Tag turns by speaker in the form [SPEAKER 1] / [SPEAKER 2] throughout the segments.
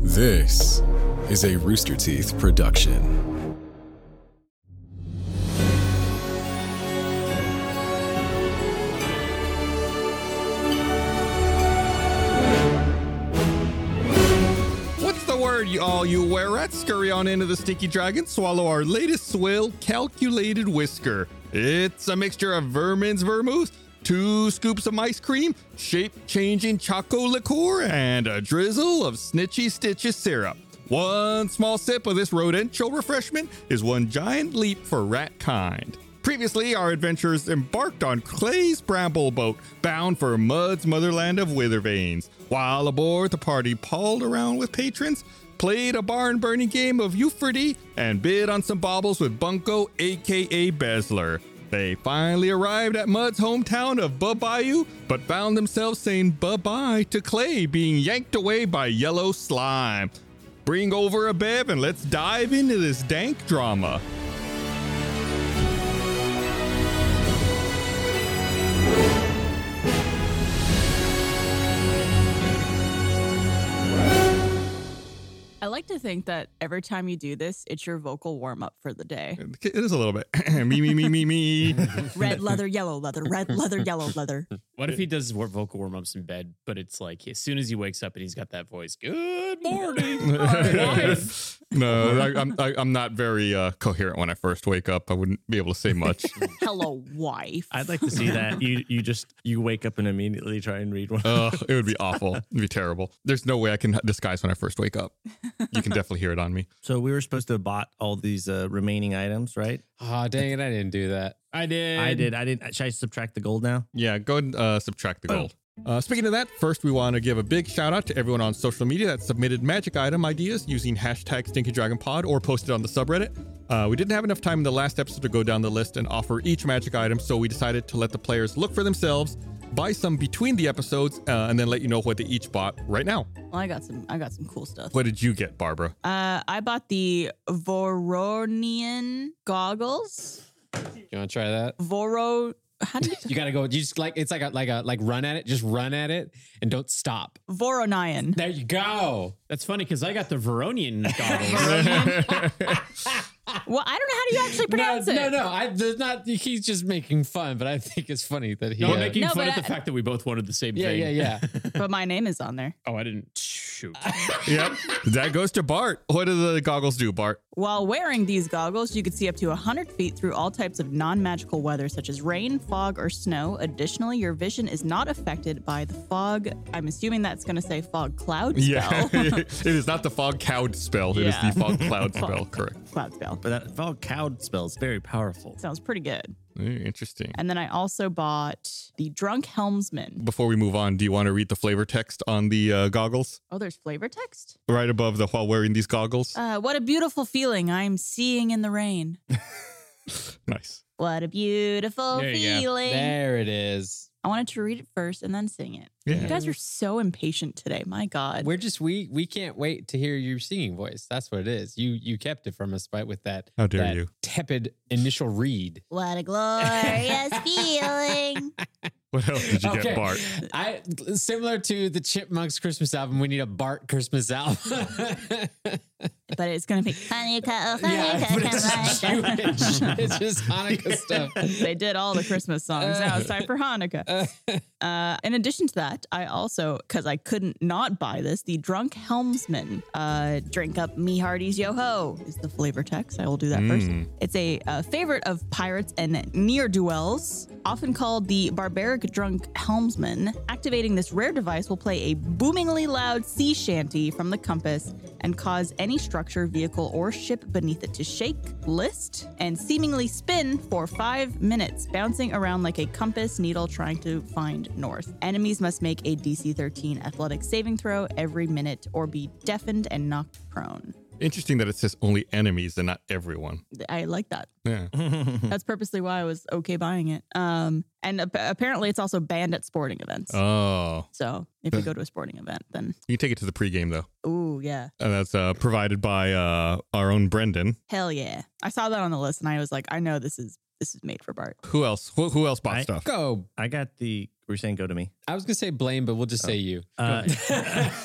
[SPEAKER 1] This is a Rooster Teeth production.
[SPEAKER 2] What's the word, y'all? You wear at scurry on into the Stinky Dragon, swallow our latest swill, calculated whisker. It's a mixture of vermin's vermouth, two scoops of ice cream, shape changing choco liqueur, and a drizzle of snitchy stitches syrup. One small sip of this rodential refreshment is one giant leap for rat kind. Previously, our adventurers embarked on Clay's bramble boat, bound for Mud's motherland of Withervanes. While aboard, the party pawed around with patrons, played a barn burning game of Euphordy, and bid on some baubles with Bunko, aka Besler. They finally arrived at Mud's hometown of Bubayou, but found themselves saying bye-bye to Clay being yanked away by yellow slime. Bring over a bev and let's dive into this dank drama.
[SPEAKER 3] I like to think that every time you do this, it's your vocal warm up for the day.
[SPEAKER 2] It is a little bit me me me me me.
[SPEAKER 3] Red leather, yellow leather, red leather, yellow leather.
[SPEAKER 4] What if he does wor- vocal warm ups in bed, but it's like as soon as he wakes up and he's got that voice, good morning. wife.
[SPEAKER 2] no, I, I'm I, I'm not very uh, coherent when I first wake up. I wouldn't be able to say much.
[SPEAKER 3] Hello, wife.
[SPEAKER 5] I'd like to see that. You you just you wake up and immediately try and read one.
[SPEAKER 2] Uh, it would be awful. It'd be terrible. There's no way I can disguise when I first wake up. You can definitely hear it on me.
[SPEAKER 5] So we were supposed to have bought all these uh, remaining items, right?
[SPEAKER 6] Ah, dang it! I didn't do that. I did.
[SPEAKER 5] I did. I didn't. Should I subtract the gold now?
[SPEAKER 2] Yeah, go ahead and uh, subtract the
[SPEAKER 3] Oh.
[SPEAKER 2] gold. Uh, speaking of that, first we want to give a big shout out to everyone on social media that submitted magic item ideas using hashtag StinkyDragonPod or posted on the subreddit. Uh, we didn't have enough time in the last episode to go down the list and offer each magic item, so we decided to let the players look for themselves, buy some between the episodes, uh, and then let you know what they each bought right now.
[SPEAKER 3] Well, I got some. I got some cool stuff.
[SPEAKER 2] What did you get, Barbara?
[SPEAKER 3] Uh, I bought the Voronian goggles.
[SPEAKER 6] You want to try that?
[SPEAKER 3] Voro. How do you?
[SPEAKER 6] You gotta go. You just like it's like a like a like run at it. Just run at it and don't stop.
[SPEAKER 3] Voronian.
[SPEAKER 6] There you go.
[SPEAKER 4] That's funny because I got the Veronian goggles.
[SPEAKER 3] Well, I don't know how do you actually
[SPEAKER 6] No,
[SPEAKER 3] pronounce it.
[SPEAKER 6] no, no. I there's not. He's just making fun, but I think it's funny that he.
[SPEAKER 4] No,
[SPEAKER 6] uh,
[SPEAKER 4] I'm making
[SPEAKER 3] No,
[SPEAKER 4] fun
[SPEAKER 3] but
[SPEAKER 4] of the
[SPEAKER 3] I-
[SPEAKER 4] fact that we both wanted the same
[SPEAKER 6] yeah,
[SPEAKER 4] thing.
[SPEAKER 6] yeah, yeah.
[SPEAKER 3] But my name is on there.
[SPEAKER 4] Oh, I didn't shoot.
[SPEAKER 2] yep, that goes to Bart. What do the goggles do, Bart?
[SPEAKER 3] While wearing these goggles, you could see up to 100 feet through all types of non magical weather, such as rain, fog, or snow. Additionally, your vision is not affected by the fog. I'm assuming that's going to say fog cloud
[SPEAKER 2] Yeah,
[SPEAKER 3] spell.
[SPEAKER 2] it is not the fog cloud spell. It is
[SPEAKER 3] Yeah.
[SPEAKER 2] the fog cloud spell. Correct.
[SPEAKER 3] cloud spell.
[SPEAKER 5] But that fog cowed spell is very powerful.
[SPEAKER 3] Sounds pretty good.
[SPEAKER 2] Mm, Interesting.
[SPEAKER 3] And then I also bought the Drunk Helmsman.
[SPEAKER 2] Before we move on, do you want to read the flavor text on the uh, goggles?
[SPEAKER 3] Oh, there's flavor text?
[SPEAKER 2] Right above the while wearing these goggles.
[SPEAKER 3] Uh, what a beautiful feeling I'm seeing in the rain.
[SPEAKER 2] nice.
[SPEAKER 3] What a beautiful
[SPEAKER 4] There you go.
[SPEAKER 3] feeling.
[SPEAKER 6] there it is.
[SPEAKER 3] I wanted to read it first and then sing it. You
[SPEAKER 2] Yeah.
[SPEAKER 3] guys are so impatient today. My God.
[SPEAKER 6] We're just we we can't wait to hear your singing voice. That's what it is. You you kept it from us, right? With that.
[SPEAKER 2] How dare
[SPEAKER 6] that
[SPEAKER 2] you.
[SPEAKER 6] Tepid initial read.
[SPEAKER 3] What a glorious feeling.
[SPEAKER 2] What else did you get, Bart?
[SPEAKER 6] I similar to the Chipmunks Christmas album. We need a Bart Christmas album.
[SPEAKER 3] But it's going to be Hanukkah, oh,
[SPEAKER 6] yeah, but it's
[SPEAKER 3] Hanukkah,
[SPEAKER 6] just Jewish. It's just Hanukkah stuff.
[SPEAKER 3] They did all the Christmas songs. Now it's time for Hanukkah. Uh, in addition to that, I also, because I couldn't not buy this, the Drunk Helmsman uh, Drink Up Me Hardy's Yo Ho is the flavor text. I will do that first. It's a uh, favorite of pirates and near duels, often called the barbaric drunk helmsman. Activating this rare device will play a boomingly loud sea shanty from the compass and cause any structure, vehicle, or ship beneath it to shake, list, and seemingly spin for five minutes, bouncing around like a compass needle trying to find north. Enemies must make a DC 13 athletic saving throw every minute or be deafened and knocked prone.
[SPEAKER 2] Interesting that it says only enemies and not everyone.
[SPEAKER 3] I like that.
[SPEAKER 2] Yeah.
[SPEAKER 3] That's purposely why I was okay buying it. Um, and ap- apparently it's also banned at sporting events.
[SPEAKER 2] Oh.
[SPEAKER 3] so if you go to a sporting event, then
[SPEAKER 2] You can take it to the pregame, though.
[SPEAKER 3] ooh yeah.
[SPEAKER 2] And that's uh, provided by uh, our own Brendan.
[SPEAKER 3] Hell yeah. I saw that on the list and I was like, I know this is this is made for Bart.
[SPEAKER 2] Who else? Who, who else bought
[SPEAKER 5] I-
[SPEAKER 2] stuff?
[SPEAKER 6] Go.
[SPEAKER 5] I got the. We're saying go to me.
[SPEAKER 6] I was gonna say blame, but we'll just say you.
[SPEAKER 5] Uh,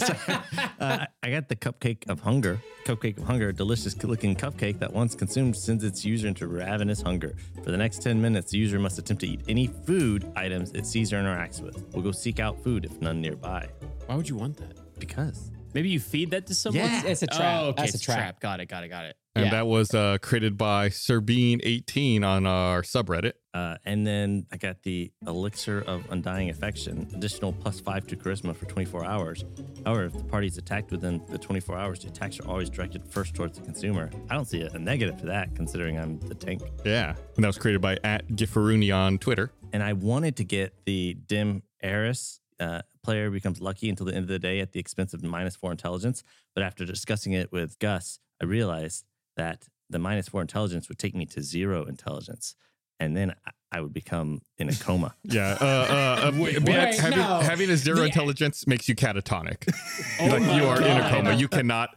[SPEAKER 5] uh, I got the cupcake of hunger. Cupcake of hunger, a delicious looking cupcake that once consumed sends its user into ravenous hunger. For the next 10 minutes, the user must attempt to eat any food items it sees or interacts with. We'll go seek out food if none nearby.
[SPEAKER 4] Why would you want that?
[SPEAKER 5] Because.
[SPEAKER 4] Maybe you feed that to someone.
[SPEAKER 5] Yeah.
[SPEAKER 6] It's a trap.
[SPEAKER 4] Oh, okay.
[SPEAKER 6] That's
[SPEAKER 4] it's a trap. Got it. Got it. Got it.
[SPEAKER 2] And
[SPEAKER 6] Yeah.
[SPEAKER 2] that was uh, created by Serbean18 on our subreddit.
[SPEAKER 5] Uh, and then I got the elixir of undying affection, additional plus five to charisma for 24 hours. However, if the party is attacked within the 24 hours, the attacks are always directed first towards the consumer. I don't see a, a negative to that, considering I'm the tank.
[SPEAKER 2] Yeah. And that was created by at Giffaruni on Twitter.
[SPEAKER 5] and I wanted to get the dim heiress. Uh, player becomes lucky until the end of the day at the expense of minus four intelligence. But after discussing it with Gus, I realized that the minus four intelligence would take me to zero intelligence, and then I, I would become in a coma.
[SPEAKER 2] Yeah. Uh, uh, uh, being-
[SPEAKER 6] wait,
[SPEAKER 2] having,
[SPEAKER 6] no.
[SPEAKER 2] having a zero
[SPEAKER 6] The- e- Oh
[SPEAKER 2] intelligence makes you catatonic. like
[SPEAKER 6] my
[SPEAKER 2] you are in a
[SPEAKER 6] God.
[SPEAKER 2] coma. You cannot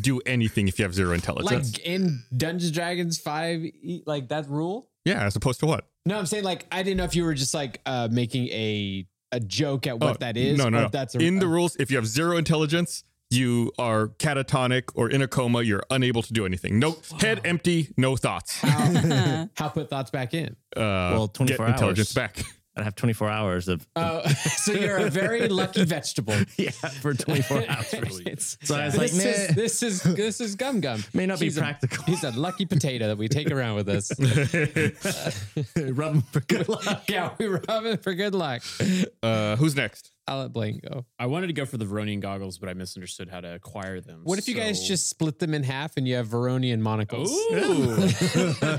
[SPEAKER 2] do anything if you have zero
[SPEAKER 6] Like
[SPEAKER 2] intelligence.
[SPEAKER 6] in Dungeons and Dragons Five, e- like that rule.
[SPEAKER 2] yeah. As opposed to what?
[SPEAKER 6] No, I'm saying like I didn't know if you were just like uh making a a joke at
[SPEAKER 2] Oh,
[SPEAKER 6] what that is.
[SPEAKER 2] No,
[SPEAKER 6] or
[SPEAKER 2] no, no.
[SPEAKER 6] if that's a,
[SPEAKER 2] in the rules. If you have zero intelligence, you are catatonic or in a coma. You're unable to do anything. No head empty. No thoughts. Uh,
[SPEAKER 6] how, how put thoughts back in.
[SPEAKER 5] Well, 24
[SPEAKER 2] get intelligence
[SPEAKER 5] hours.
[SPEAKER 2] back.
[SPEAKER 5] I'd have twenty four hours of
[SPEAKER 6] Oh, so you're a very lucky vegetable.
[SPEAKER 5] yeah for twenty four hours. Really.
[SPEAKER 6] It's-
[SPEAKER 5] So I was like,
[SPEAKER 6] this, is,
[SPEAKER 5] meh.
[SPEAKER 6] this is this is gum gum.
[SPEAKER 5] May not be
[SPEAKER 6] He's a-
[SPEAKER 5] practical.
[SPEAKER 6] he's a lucky potato that we take around with us.
[SPEAKER 5] Rub 'em for good luck.
[SPEAKER 6] yeah, we rub it for good luck.
[SPEAKER 2] Uh, who's next?
[SPEAKER 6] I'll let Blaine go.
[SPEAKER 4] I wanted to go for the Veronian goggles, but I misunderstood how to acquire them.
[SPEAKER 6] What if you guys
[SPEAKER 4] so-
[SPEAKER 6] just split them in half and you have Veronian monocles?
[SPEAKER 4] Ooh.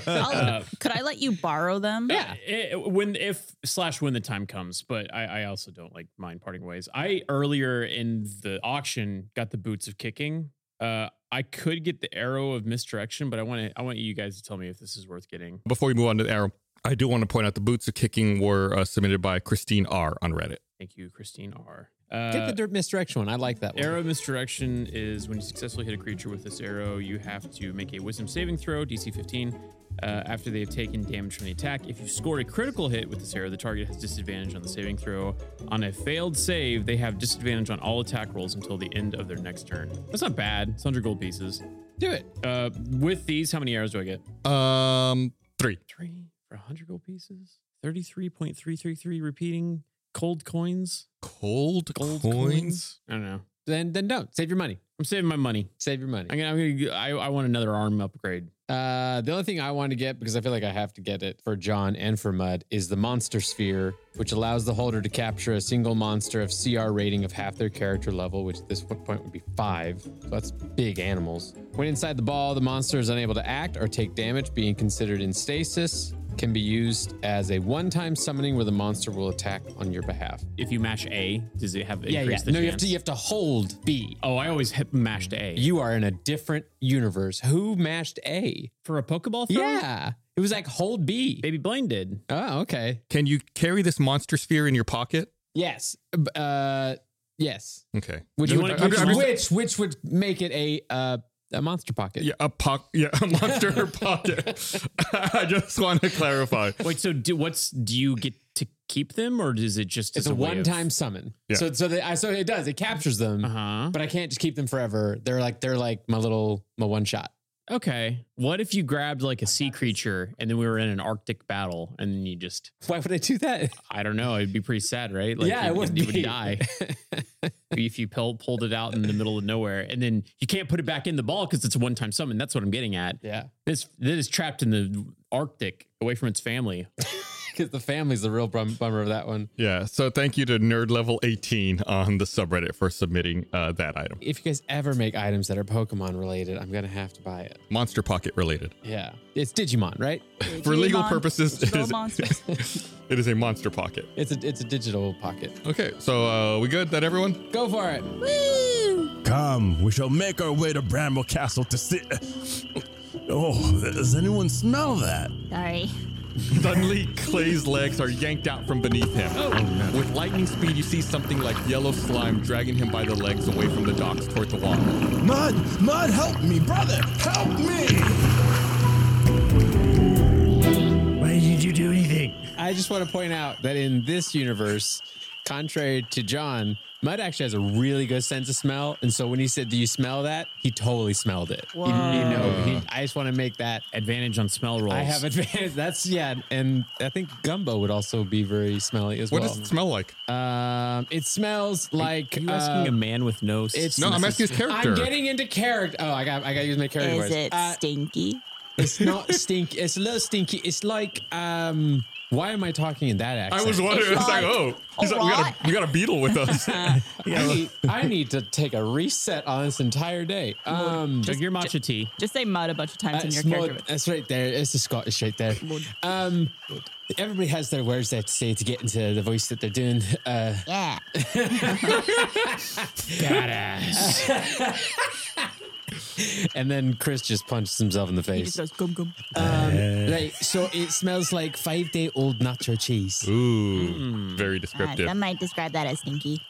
[SPEAKER 3] I'll- could I let you borrow them?
[SPEAKER 6] Yeah.
[SPEAKER 4] Eh, when if slash when the time comes, but I, I also don't like mind parting ways. I earlier in the auction got the boots of kicking. Uh, I could get the arrow of misdirection, but I want to. I want you guys to tell me if this is worth getting.
[SPEAKER 2] Before we move on to the arrow, I do want to point out the boots of kicking were uh, submitted by Christine R on Reddit.
[SPEAKER 4] Thank you, Christine R. Uh,
[SPEAKER 6] Get the dir- misdirection one. I like that one.
[SPEAKER 4] Arrow of misdirection is when you successfully hit a creature with this arrow, you have to make a wisdom saving throw, DC 15, uh, after they have taken damage from the attack. If you score a critical hit with this arrow, the target has disadvantage on the saving throw. On a failed save, they have disadvantage on all attack rolls until the end of their next turn. That's not bad. It's 100 gold pieces.
[SPEAKER 6] Do it.
[SPEAKER 4] Uh, with these, how many arrows do I get?
[SPEAKER 2] Um, three.
[SPEAKER 4] Three for 100 gold pieces? 33.333 repeating cold coins?
[SPEAKER 2] Cold,
[SPEAKER 4] Gold
[SPEAKER 2] coins.
[SPEAKER 4] I don't know.
[SPEAKER 6] Then then don't save your money.
[SPEAKER 4] I'm saving my money.
[SPEAKER 6] Save your money.
[SPEAKER 4] I'm gonna, I'm gonna, g- I, I want another arm upgrade.
[SPEAKER 6] Uh, the only thing I want to get because I feel like I have to get it for John and for Mud is the Monster Sphere, which allows the holder to capture a single monster of CR rating of half their character level, which at this point would be five. So that's big animals. When inside the ball, the monster is unable to act or take damage, being considered in stasis. Can be used as a one-time summoning where the monster will attack on your behalf.
[SPEAKER 4] If you mash A, does it have increase the
[SPEAKER 6] No, you have
[SPEAKER 4] chance?
[SPEAKER 6] to you have to hold B.
[SPEAKER 4] oh, I always hit mashed A.
[SPEAKER 6] You are in a different universe. Who mashed A?
[SPEAKER 4] for a Pokeball throw?
[SPEAKER 6] Yeah, it was like hold B.
[SPEAKER 4] Baby Blaine did.
[SPEAKER 6] Oh, okay.
[SPEAKER 2] Can you carry this monster sphere in your pocket?
[SPEAKER 6] Yes. B- Uh, yes.
[SPEAKER 2] Okay.
[SPEAKER 6] Which
[SPEAKER 4] You
[SPEAKER 6] would,
[SPEAKER 4] wanna
[SPEAKER 6] which,
[SPEAKER 4] keep-
[SPEAKER 6] which which would make it a uh, a monster pocket.
[SPEAKER 2] Yeah, a pocket. Yeah, a monster pocket. I just want to clarify.
[SPEAKER 4] Wait, so do what's do you get to keep them or is it just
[SPEAKER 6] It's a one time summon.
[SPEAKER 2] Yeah.
[SPEAKER 6] So so they, I so it does it captures them,
[SPEAKER 4] Uh huh.
[SPEAKER 6] but I can't just keep them forever. They're like they're like my little my one shot.
[SPEAKER 4] Okay. What if you grabbed like a sea creature and then we were in an Arctic battle and then you just
[SPEAKER 6] Why would I do that?
[SPEAKER 4] I don't know it'd be pretty sad, right? Like,
[SPEAKER 6] yeah,
[SPEAKER 4] you,
[SPEAKER 6] it would
[SPEAKER 4] you
[SPEAKER 6] be.
[SPEAKER 4] die if you pull, pulled it out in the middle of nowhere and then you can't put it back in the ball because it's a one time summon. That's what I'm getting at.
[SPEAKER 6] yeah,
[SPEAKER 4] This this is trapped in the Arctic, away from its family.
[SPEAKER 6] because the family's the real bum- bummer of that one.
[SPEAKER 2] Yeah. So thank you to Nerd Level 18 on the subreddit for submitting uh, that item.
[SPEAKER 6] If you guys ever make items that are Pokemon related, I'm gonna have to buy it.
[SPEAKER 2] Monster pocket related.
[SPEAKER 6] Yeah, it's Digimon, right?
[SPEAKER 2] For legal
[SPEAKER 3] Digimon,
[SPEAKER 2] purposes, it
[SPEAKER 3] digital
[SPEAKER 2] is,
[SPEAKER 3] monsters.
[SPEAKER 2] it is a monster pocket.
[SPEAKER 6] It's a it's a digital pocket.
[SPEAKER 2] Okay. So uh, we good? That everyone?
[SPEAKER 6] Go for it.
[SPEAKER 7] Come, we shall make our way to Bramble Castle to see. Oh, does anyone smell that?
[SPEAKER 3] Sorry.
[SPEAKER 2] Suddenly, Clay's legs are yanked out from beneath him. With lightning speed, you see something like yellow slime dragging him by the legs away from the docks toward the water.
[SPEAKER 7] Mud, Mud, help me, brother, help me!
[SPEAKER 5] Why did you do anything?
[SPEAKER 6] I just want to point out that in this universe, contrary to John, Mud actually has a really good sense of smell. And so when he said, Do you smell that? He totally smelled it. He, he know, he, I just want to make that.
[SPEAKER 4] Advantage on smell rolls.
[SPEAKER 6] I have advantage. That's, yeah. And I think gumbo would also be very smelly as
[SPEAKER 2] What
[SPEAKER 6] well.
[SPEAKER 2] does it smell like?
[SPEAKER 6] um, it smells like.
[SPEAKER 4] Are you asking a
[SPEAKER 6] um,
[SPEAKER 4] man with no? s-
[SPEAKER 6] it's-
[SPEAKER 2] No, I'm asking his character.
[SPEAKER 6] I'm getting into character. Oh, I got I got to use my character
[SPEAKER 3] Is
[SPEAKER 6] voice.
[SPEAKER 3] it
[SPEAKER 6] Uh,
[SPEAKER 3] stinky?
[SPEAKER 6] it's not stinky. It's a little stinky. It's like um. Why am I talking in that
[SPEAKER 2] I
[SPEAKER 6] accent?
[SPEAKER 2] was wondering.
[SPEAKER 3] It's
[SPEAKER 2] It's like,
[SPEAKER 3] like
[SPEAKER 2] oh,
[SPEAKER 3] a
[SPEAKER 2] he's like, we got
[SPEAKER 3] lot.
[SPEAKER 2] a we got a beetle with us.
[SPEAKER 6] I need, I need to take a reset on this entire day. Um,
[SPEAKER 4] Chug your matcha tea.
[SPEAKER 3] Just say mud a bunch of times
[SPEAKER 6] uh,
[SPEAKER 3] in your
[SPEAKER 6] small-
[SPEAKER 3] character.
[SPEAKER 6] that's right there. It's the Scottish right there. Um, everybody has their words they have to say to get into the voice that they're doing. Uh,
[SPEAKER 3] Yeah.
[SPEAKER 6] and then Chris just punches himself in the
[SPEAKER 3] He
[SPEAKER 6] face.
[SPEAKER 3] just goes gum gum.
[SPEAKER 6] Um, right. So it smells like five day old nacho cheese.
[SPEAKER 2] Ooh, very descriptive.
[SPEAKER 3] Uh, Some might describe that as stinky.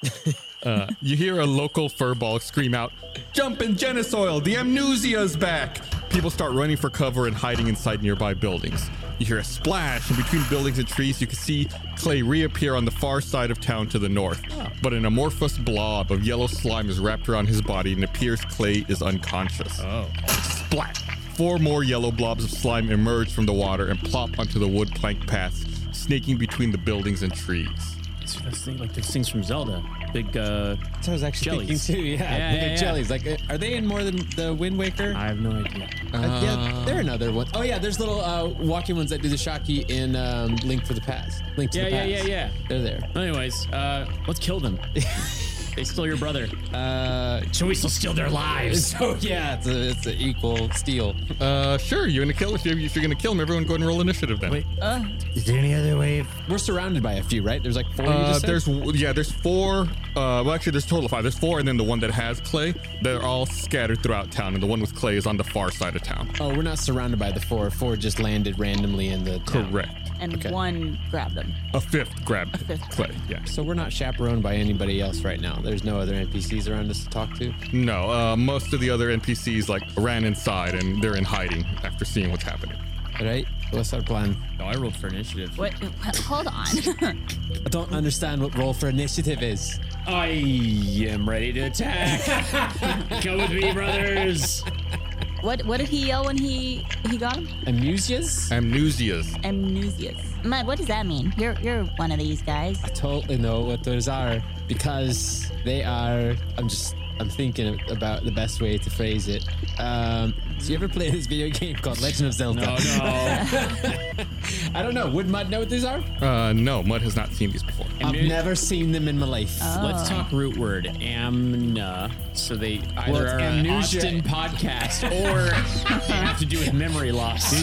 [SPEAKER 2] You hear a local furball scream out, Jump in Genosoil! The amnesia's back! People start running for cover and hiding inside nearby buildings. You hear a splash, and between buildings and trees, you can see Clay reappear on the far side of town to the north. But an amorphous blob of yellow slime is wrapped around his body, and it appears Clay is unconscious. Splat! Four more yellow blobs of slime emerge from the water and plop onto the wood plank paths, snaking between the buildings and trees.
[SPEAKER 4] It's that's thing, like those things from Zelda. Big. uh
[SPEAKER 6] So I was actually
[SPEAKER 4] Jellies.
[SPEAKER 6] thinking too. Yeah,
[SPEAKER 4] Yeah,
[SPEAKER 6] big
[SPEAKER 4] yeah, yeah.
[SPEAKER 6] jellies. Like, uh, are they in more than the Wind Waker?
[SPEAKER 4] I have no idea.
[SPEAKER 6] Uh, yeah, they're another one. Oh yeah, there's little uh, walking ones that do the shocky in um, Link for the Past. Link to
[SPEAKER 4] Yeah,
[SPEAKER 6] the
[SPEAKER 4] yeah,
[SPEAKER 6] Past.
[SPEAKER 4] yeah, yeah.
[SPEAKER 6] They're there.
[SPEAKER 4] Anyways, uh, let's kill them. they stole your brother.
[SPEAKER 6] Uh,
[SPEAKER 4] Should we still steal their lives?
[SPEAKER 6] so yeah, it's a, it's an equal steal.
[SPEAKER 2] Uh, sure. You're gonna kill if you're, if you're gonna kill him. Everyone, go ahead and roll initiative then.
[SPEAKER 5] Wait. Is there any other way? Of,
[SPEAKER 6] We're surrounded by a few, right? There's like four. you
[SPEAKER 2] Uh,
[SPEAKER 6] just said?
[SPEAKER 2] there's yeah, there's four. Uh, well, actually, there's a total of five. There's four, and then the one that has clay. They're all scattered throughout town, and the one with clay is on the far side of town.
[SPEAKER 6] Oh, we're not surrounded by the four. Four just landed randomly in the. Town.
[SPEAKER 2] Correct.
[SPEAKER 3] And one grabbed him.
[SPEAKER 2] A fifth grabbed
[SPEAKER 3] fifth.
[SPEAKER 2] clay. Yeah.
[SPEAKER 6] So we're not chaperoned by anybody else right now. There's no other NPCs around us to talk to.
[SPEAKER 2] No. Uh, most of the other NPCs like ran inside, and they're in hiding after seeing what's happening.
[SPEAKER 6] All right, what's our plan?
[SPEAKER 4] No, I rolled for initiative.
[SPEAKER 3] What? what- Hold on.
[SPEAKER 6] I don't understand what roll for initiative is.
[SPEAKER 4] I am ready to attack. Come with me, brothers.
[SPEAKER 3] what? What did he yell when he he got him?
[SPEAKER 6] Amnesias?
[SPEAKER 2] Amnesias.
[SPEAKER 3] Amnesias. Mud. What does that mean? You're you're one of these guys.
[SPEAKER 6] totally know what those are because they are. I'm just. I'm thinking about the best way to phrase it. Um, so you ever play this video game called Legend of Zelda?
[SPEAKER 4] Oh no.
[SPEAKER 6] I don't know. Would Mud know what these are?
[SPEAKER 2] Uh, no, Mud has not seen these before.
[SPEAKER 6] I've
[SPEAKER 4] Amnes-
[SPEAKER 6] never seen them in my life.
[SPEAKER 3] Oh,
[SPEAKER 4] Let's talk root word amna. So they either
[SPEAKER 6] Well, it's
[SPEAKER 4] are an
[SPEAKER 6] amnesia.
[SPEAKER 4] Austin podcast or they have to do with memory loss.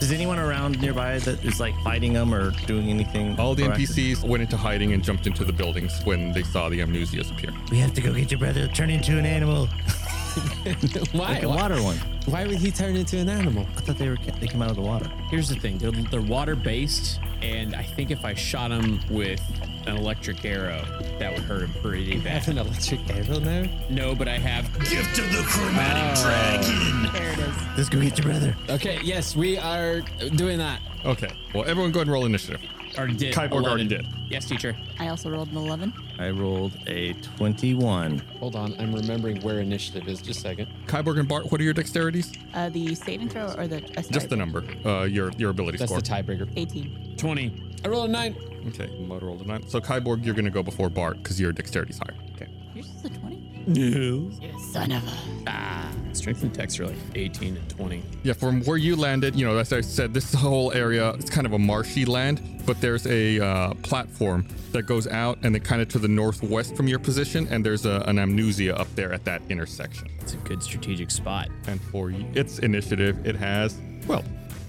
[SPEAKER 5] is anyone around nearby that is like fighting them or doing anything?
[SPEAKER 2] All the
[SPEAKER 5] proactive?
[SPEAKER 2] NPCs went into hiding and jumped into the buildings when they saw the amnesias appear.
[SPEAKER 5] We have to go get your brother. Turn into an animal.
[SPEAKER 6] why?
[SPEAKER 5] Like a
[SPEAKER 6] why,
[SPEAKER 5] water one.
[SPEAKER 6] why would he turn into an animal?
[SPEAKER 5] I thought they were they came out of the water.
[SPEAKER 4] Here's the thing: they're, they're water based, and I think if I shot him with an electric arrow, that would hurt him pretty
[SPEAKER 6] I have
[SPEAKER 4] bad.
[SPEAKER 6] an electric arrow now.
[SPEAKER 4] No, but I have. Oh.
[SPEAKER 7] Gift of the chromatic dragon.
[SPEAKER 3] There it is.
[SPEAKER 5] Let's go get your brother.
[SPEAKER 6] Okay. Yes, we are doing that.
[SPEAKER 2] Okay. Well, everyone, go ahead and roll initiative.
[SPEAKER 4] Already did.
[SPEAKER 2] Kyborg already
[SPEAKER 4] 11.
[SPEAKER 2] did.
[SPEAKER 4] Yes, teacher.
[SPEAKER 3] I also rolled an eleven.
[SPEAKER 5] I rolled a twenty-one.
[SPEAKER 6] Hold on. I'm remembering where initiative is. Just a second.
[SPEAKER 2] Kyborg and Bart, what are your dexterities?
[SPEAKER 3] Uh, the saving throw or the uh, sorry,
[SPEAKER 2] Just the number. Uh, your your ability
[SPEAKER 6] That's
[SPEAKER 2] score.
[SPEAKER 6] the tiebreaker.
[SPEAKER 3] eighteen.
[SPEAKER 4] Twenty.
[SPEAKER 6] I rolled a nine.
[SPEAKER 2] Okay, Mud rolled a nine. So Kyborg, you're gonna go before Bart because your dexterity's higher. Okay.
[SPEAKER 3] You're just a twenty.
[SPEAKER 4] No.
[SPEAKER 3] You son of a.
[SPEAKER 4] Strength and text are like eighteen and twenty.
[SPEAKER 2] Yeah, from where you landed, you know, as I said, this whole area it's kind of a marshy land, but there's a uh, platform that goes out and then kind of to the northwest from your position, and there's a, an amnesia up there at that intersection.
[SPEAKER 4] It's a good strategic spot.
[SPEAKER 2] And for y- its initiative, it has well,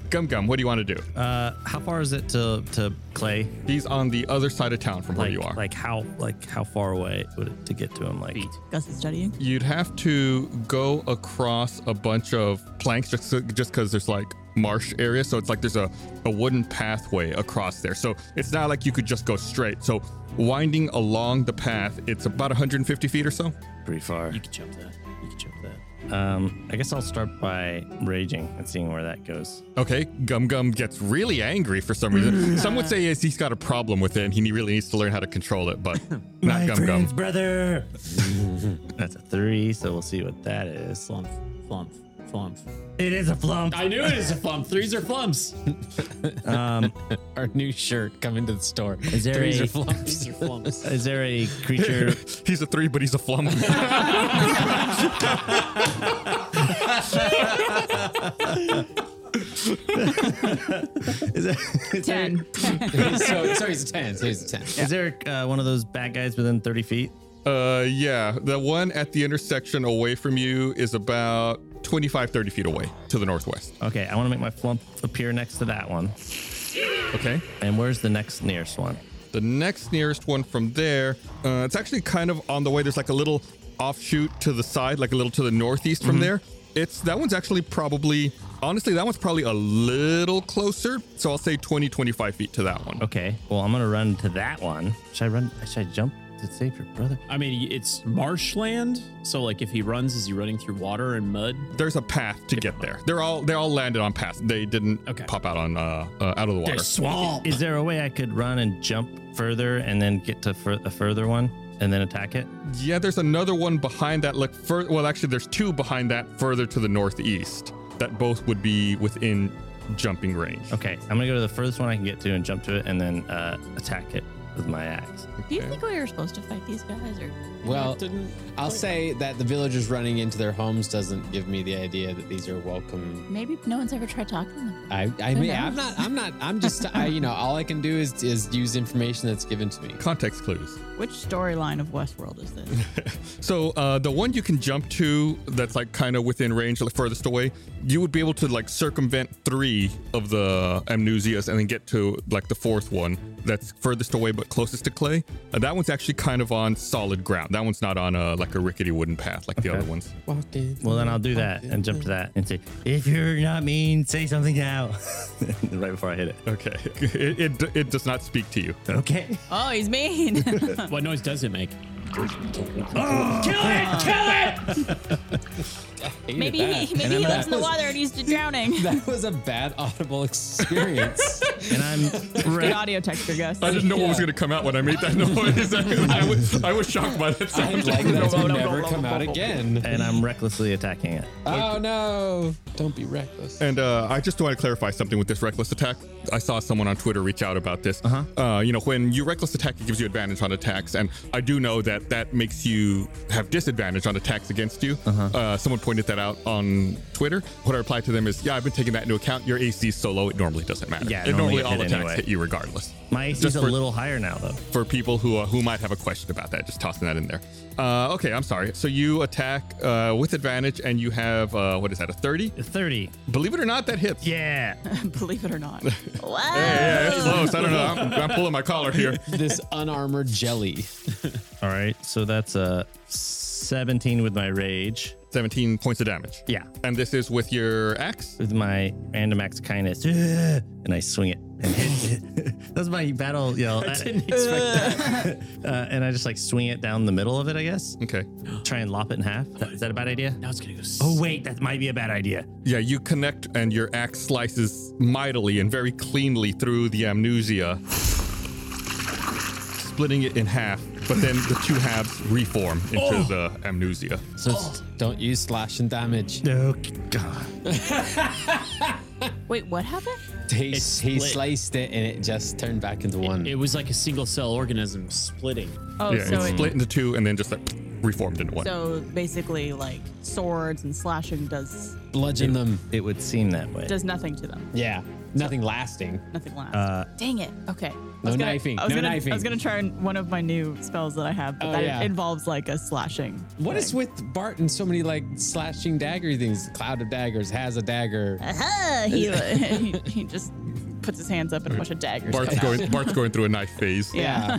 [SPEAKER 2] Gum Gum. What do you want to do?
[SPEAKER 5] Uh, how far is it to to Clay?
[SPEAKER 2] He's on the other side of town from where
[SPEAKER 5] Like
[SPEAKER 2] you are.
[SPEAKER 5] like how like how far away would it to get to him? Like
[SPEAKER 4] Feet.
[SPEAKER 3] Gus is studying.
[SPEAKER 2] You'd have to go across a bunch of planks just so, just because there's like marsh area. So it's like there's a, a wooden pathway across there. So it's not like you could just go straight. So winding along the path, it's about 150 feet or so.
[SPEAKER 5] Pretty far.
[SPEAKER 4] You can jump that. You can jump that.
[SPEAKER 5] Um, I guess I'll start by raging and seeing where that goes.
[SPEAKER 2] Okay, Gum Gum gets really angry for some reason. some would say yes, he's got a problem with it and he really needs to learn how to control it, but not Gum Gum.
[SPEAKER 5] brother. That's a three, so we'll see what that is.
[SPEAKER 4] Flump, flump, flump.
[SPEAKER 5] It is a flump.
[SPEAKER 4] I knew it was a flump. Threes are flumps.
[SPEAKER 5] Um,
[SPEAKER 6] Our new shirt coming to the store.
[SPEAKER 5] Is there
[SPEAKER 6] Threes
[SPEAKER 5] a-
[SPEAKER 6] are flumps.
[SPEAKER 4] Threes are flumps.
[SPEAKER 5] is there a creature?
[SPEAKER 2] He's a three, but he's a flum.
[SPEAKER 5] Is there, is there,
[SPEAKER 3] Ten.
[SPEAKER 6] so, so he's a 10. So he's a 10.
[SPEAKER 5] is there uh, one of those bad guys within thirty feet?
[SPEAKER 2] uh, yeah, the one at the intersection away from you is about 25, 30 feet away to the northwest.
[SPEAKER 5] Okay, I want to make my flump appear next to that one.
[SPEAKER 2] Okay.
[SPEAKER 5] And where's the next nearest one?
[SPEAKER 2] The next nearest one from there, uh, it's actually kind of on the way. There's like a little offshoot to the side, like a little to the northeast from there. It's that one's actually probably, honestly, that one's probably a little closer. So I'll say 20, 25 feet to that one.
[SPEAKER 5] Okay, well I'm gonna run to that one. Should I run? Should I jump to save your brother?
[SPEAKER 4] I mean, it's marshland. So, like, if he runs, is he running through water and mud?
[SPEAKER 2] There's a path to get there. They're all they all landed on paths. They didn't
[SPEAKER 4] Okay.
[SPEAKER 2] pop out on uh, uh out of the water.
[SPEAKER 4] swamp.
[SPEAKER 5] Is there a way I could run and jump further and then get to fur- a further one and then attack it?
[SPEAKER 2] Yeah, there's another one behind that. Look, fur- well, actually, there's two behind that further to the northeast. That both would be within jumping range.
[SPEAKER 5] Okay, I'm gonna go to the furthest one I can get to and jump to it and then uh, attack it with my axe.
[SPEAKER 3] Do you think we were supposed to fight these guys, or
[SPEAKER 6] Well, I'll say that the villagers running into their homes doesn't give me the idea that these are welcome.
[SPEAKER 3] maybe no one's ever tried talking to them?
[SPEAKER 6] I, I
[SPEAKER 3] Who
[SPEAKER 6] mean, I'm
[SPEAKER 3] knows?
[SPEAKER 6] not, I'm not, I'm just, I, you know, all I can do is, is use information that's given to me.
[SPEAKER 2] Context clues.
[SPEAKER 3] Which storyline of Westworld is this?
[SPEAKER 2] So uh, the one you can jump to that's like kind of within range, like furthest away, you would be able to like circumvent three of the amnesias and then get to like the fourth one that's furthest away but closest to clay. Uh, that one's actually kind of on solid ground. That one's not on a like a rickety wooden path like the other ones.
[SPEAKER 5] Well, then I'll do that and jump to that and say, "If you're not mean, say something now." right before I hit it.
[SPEAKER 2] Okay, it, it it does not speak to you.
[SPEAKER 5] Okay.
[SPEAKER 3] oh, he's mean.
[SPEAKER 4] What noise does it make?
[SPEAKER 6] Hated
[SPEAKER 3] maybe
[SPEAKER 6] that.
[SPEAKER 3] he, maybe he lives in the water and he's drowning.
[SPEAKER 6] That was a bad audible experience.
[SPEAKER 5] And I'm
[SPEAKER 3] Good audio texture, Gus.
[SPEAKER 2] I didn't know what was going to come out when I made that noise. I, was, I was shocked by that
[SPEAKER 6] I'd
[SPEAKER 2] sound.
[SPEAKER 6] like that to never come out again.
[SPEAKER 5] and I'm recklessly attacking it.
[SPEAKER 6] Oh no! Don't be reckless.
[SPEAKER 2] And uh, I just want to clarify something with this reckless attack. I saw someone on Twitter reach out about this. Uh-huh. you know, when you reckless attack, it gives you advantage on attacks, and I do know that that makes you have disadvantage on attacks against you. Uh-huh. someone pointed that out on Twitter. What I replied to them is, "Yeah, I've been taking that into account. Your AC is so low, it normally doesn't matter.
[SPEAKER 5] Yeah,
[SPEAKER 2] it
[SPEAKER 5] normally
[SPEAKER 2] normally,
[SPEAKER 5] it
[SPEAKER 2] all
[SPEAKER 5] hit
[SPEAKER 2] attacks
[SPEAKER 5] anyway.
[SPEAKER 2] hit you regardless."
[SPEAKER 5] My AC is
[SPEAKER 2] Just
[SPEAKER 5] a
[SPEAKER 2] for-
[SPEAKER 5] little higher now, though.
[SPEAKER 2] for people who uh, who might have a question about that. Just tossing that in there. Uh, okay, I'm sorry. So you attack uh, with advantage, and you have uh, what is that? A thirty?
[SPEAKER 5] Thirty.
[SPEAKER 2] Believe it or not, that hits.
[SPEAKER 5] Yeah.
[SPEAKER 3] Believe it or not. Wow.
[SPEAKER 2] Yeah, that's close. I don't know. I'm, I'm pulling my collar here.
[SPEAKER 6] This unarmored jelly.
[SPEAKER 5] All right. So that's a seventeen with my rage.
[SPEAKER 2] 17 points of damage.
[SPEAKER 5] Yeah.
[SPEAKER 2] And this is with your axe?
[SPEAKER 5] With my random axe of kindness, and I swing it. And hit it. that's my battle yell. I didn't expect that. uh, and I just like swing it down the middle of it, I guess.
[SPEAKER 2] Okay.
[SPEAKER 5] Try and lop it in half. Is that- is that a bad idea?
[SPEAKER 4] Now it's gonna go. s-
[SPEAKER 5] Oh wait, that might be a bad idea.
[SPEAKER 2] Yeah, you connect and your axe slices mightily and very cleanly through the amnesia, splitting it in half, but then the two halves reform into
[SPEAKER 5] Oh.
[SPEAKER 2] the amnesia.
[SPEAKER 5] So it's,
[SPEAKER 6] Don't use slash and damage.
[SPEAKER 5] no, God.
[SPEAKER 3] Wait, what happened?
[SPEAKER 6] He,
[SPEAKER 4] It's
[SPEAKER 6] he
[SPEAKER 4] split.
[SPEAKER 6] sliced it and it just turned back into one.
[SPEAKER 4] It was like a single cell organism splitting.
[SPEAKER 3] Oh,
[SPEAKER 2] yeah,
[SPEAKER 3] so
[SPEAKER 2] it's
[SPEAKER 3] it,
[SPEAKER 2] split into two and then just like reformed into one.
[SPEAKER 3] so basically, like swords and slashing does
[SPEAKER 6] Bludgeon them.
[SPEAKER 5] It would seem that way.
[SPEAKER 3] does nothing to them.
[SPEAKER 6] Yeah. Nothing lasting.
[SPEAKER 3] Nothing lasts. Dang it. Okay.
[SPEAKER 6] Uh, No knifing,
[SPEAKER 3] I was
[SPEAKER 6] no
[SPEAKER 3] gonna,
[SPEAKER 6] knifing.
[SPEAKER 3] I was gonna try and- one of my new spells that I have, but
[SPEAKER 6] Oh,
[SPEAKER 3] that
[SPEAKER 6] yeah.
[SPEAKER 3] involves like a slashing.
[SPEAKER 6] What is with Bart and so many like
[SPEAKER 3] Uh,
[SPEAKER 6] slashing dagger things? Cloud of daggers has a dagger.
[SPEAKER 3] Ah, he, he he just puts his hands up and a bunch of daggers.
[SPEAKER 2] Bart's
[SPEAKER 3] come out.
[SPEAKER 2] going, Bart's going through a knife phase.
[SPEAKER 3] Yeah.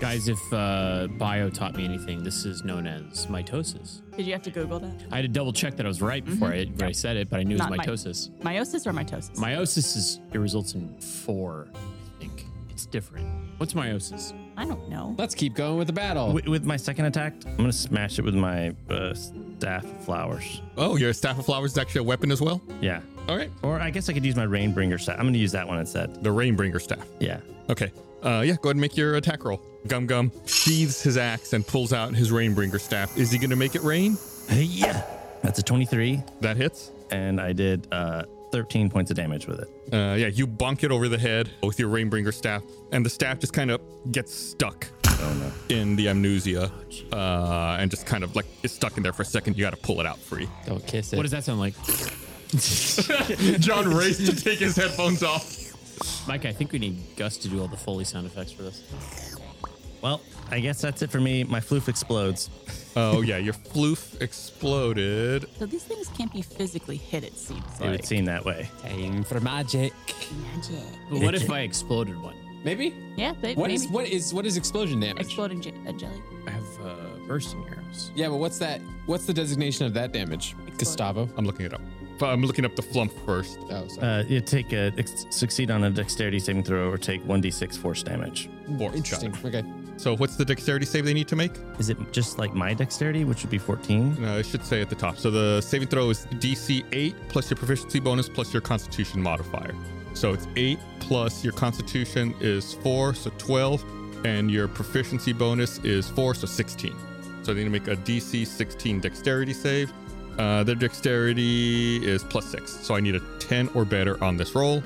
[SPEAKER 4] Guys, if uh, bio taught me anything, this is known as mitosis.
[SPEAKER 3] Did you have to Google that?
[SPEAKER 4] I had to double check that I was right before I, when I said it, but I knew it was
[SPEAKER 3] Mm-hmm. Not mi-
[SPEAKER 4] mitosis.
[SPEAKER 3] Meiosis or mitosis?
[SPEAKER 4] Meiosis is it results in four. I think it's different. What's meiosis?
[SPEAKER 3] I don't know.
[SPEAKER 6] Let's keep going with the battle.
[SPEAKER 5] With, with my second attack, I'm gonna smash it with my uh, staff of flowers.
[SPEAKER 2] Oh, your staff of flowers is actually a weapon as well?
[SPEAKER 5] Yeah.
[SPEAKER 2] All right.
[SPEAKER 5] Or I guess I could use my rainbringer staff. I'm gonna use that one instead.
[SPEAKER 2] The Rainbringer staff.
[SPEAKER 5] Yeah.
[SPEAKER 2] Okay. Uh, yeah, go ahead and make your attack roll. Gum Gum sheathes his axe and pulls out his Rainbringer staff. Is he going to make it rain?
[SPEAKER 5] Yeah. That's a 23,
[SPEAKER 2] That hits.
[SPEAKER 5] and I did uh, 13 points of damage with it.
[SPEAKER 2] Uh, yeah, you bonk it over the head with your Rainbringer staff, and the staff just kind of gets stuck in the amnesia, uh, and just kind of like it's stuck in there for a second. You got to pull it out free.
[SPEAKER 6] Don't kiss it.
[SPEAKER 4] What does that sound like?
[SPEAKER 2] John raced to take his headphones off.
[SPEAKER 4] Mike, I think we need Gus to do all the Foley sound effects for this.
[SPEAKER 5] Well, I guess that's it for me. My floof explodes.
[SPEAKER 2] Oh yeah, your floof exploded.
[SPEAKER 3] So these things can't be physically hit, it seems
[SPEAKER 5] It
[SPEAKER 3] like.
[SPEAKER 5] would seem that way.
[SPEAKER 6] Time for magic.
[SPEAKER 3] Magic.
[SPEAKER 4] But what if I exploded one?
[SPEAKER 6] Maybe.
[SPEAKER 3] Yeah, they,
[SPEAKER 6] What
[SPEAKER 3] maybe.
[SPEAKER 6] is what is what is explosion damage?
[SPEAKER 3] Exploding j- a jelly.
[SPEAKER 4] I have uh, bursting arrows.
[SPEAKER 6] yeah, but what's that? What's the designation of that damage? Gustavo.
[SPEAKER 2] I'm looking it up. I'm looking up the flump first.
[SPEAKER 6] Oh, sorry.
[SPEAKER 5] Uh, you take a ex- succeed on a dexterity saving throw or take 1d6 force damage.
[SPEAKER 2] Fourth shot.
[SPEAKER 6] Interesting. Okay.
[SPEAKER 2] So what's the dexterity save they need to make?
[SPEAKER 5] Is it just like my dexterity, which would be 14?
[SPEAKER 2] No, it Uh, should say at the top. So the saving throw is DC 8 plus your proficiency bonus plus your constitution modifier. So it's 8 plus your constitution is 4, so 12, and your proficiency bonus is 4, so 16. So they need to make a DC 16 dexterity save. Uh, their dexterity is plus 6, so I need a 10 or better on this roll.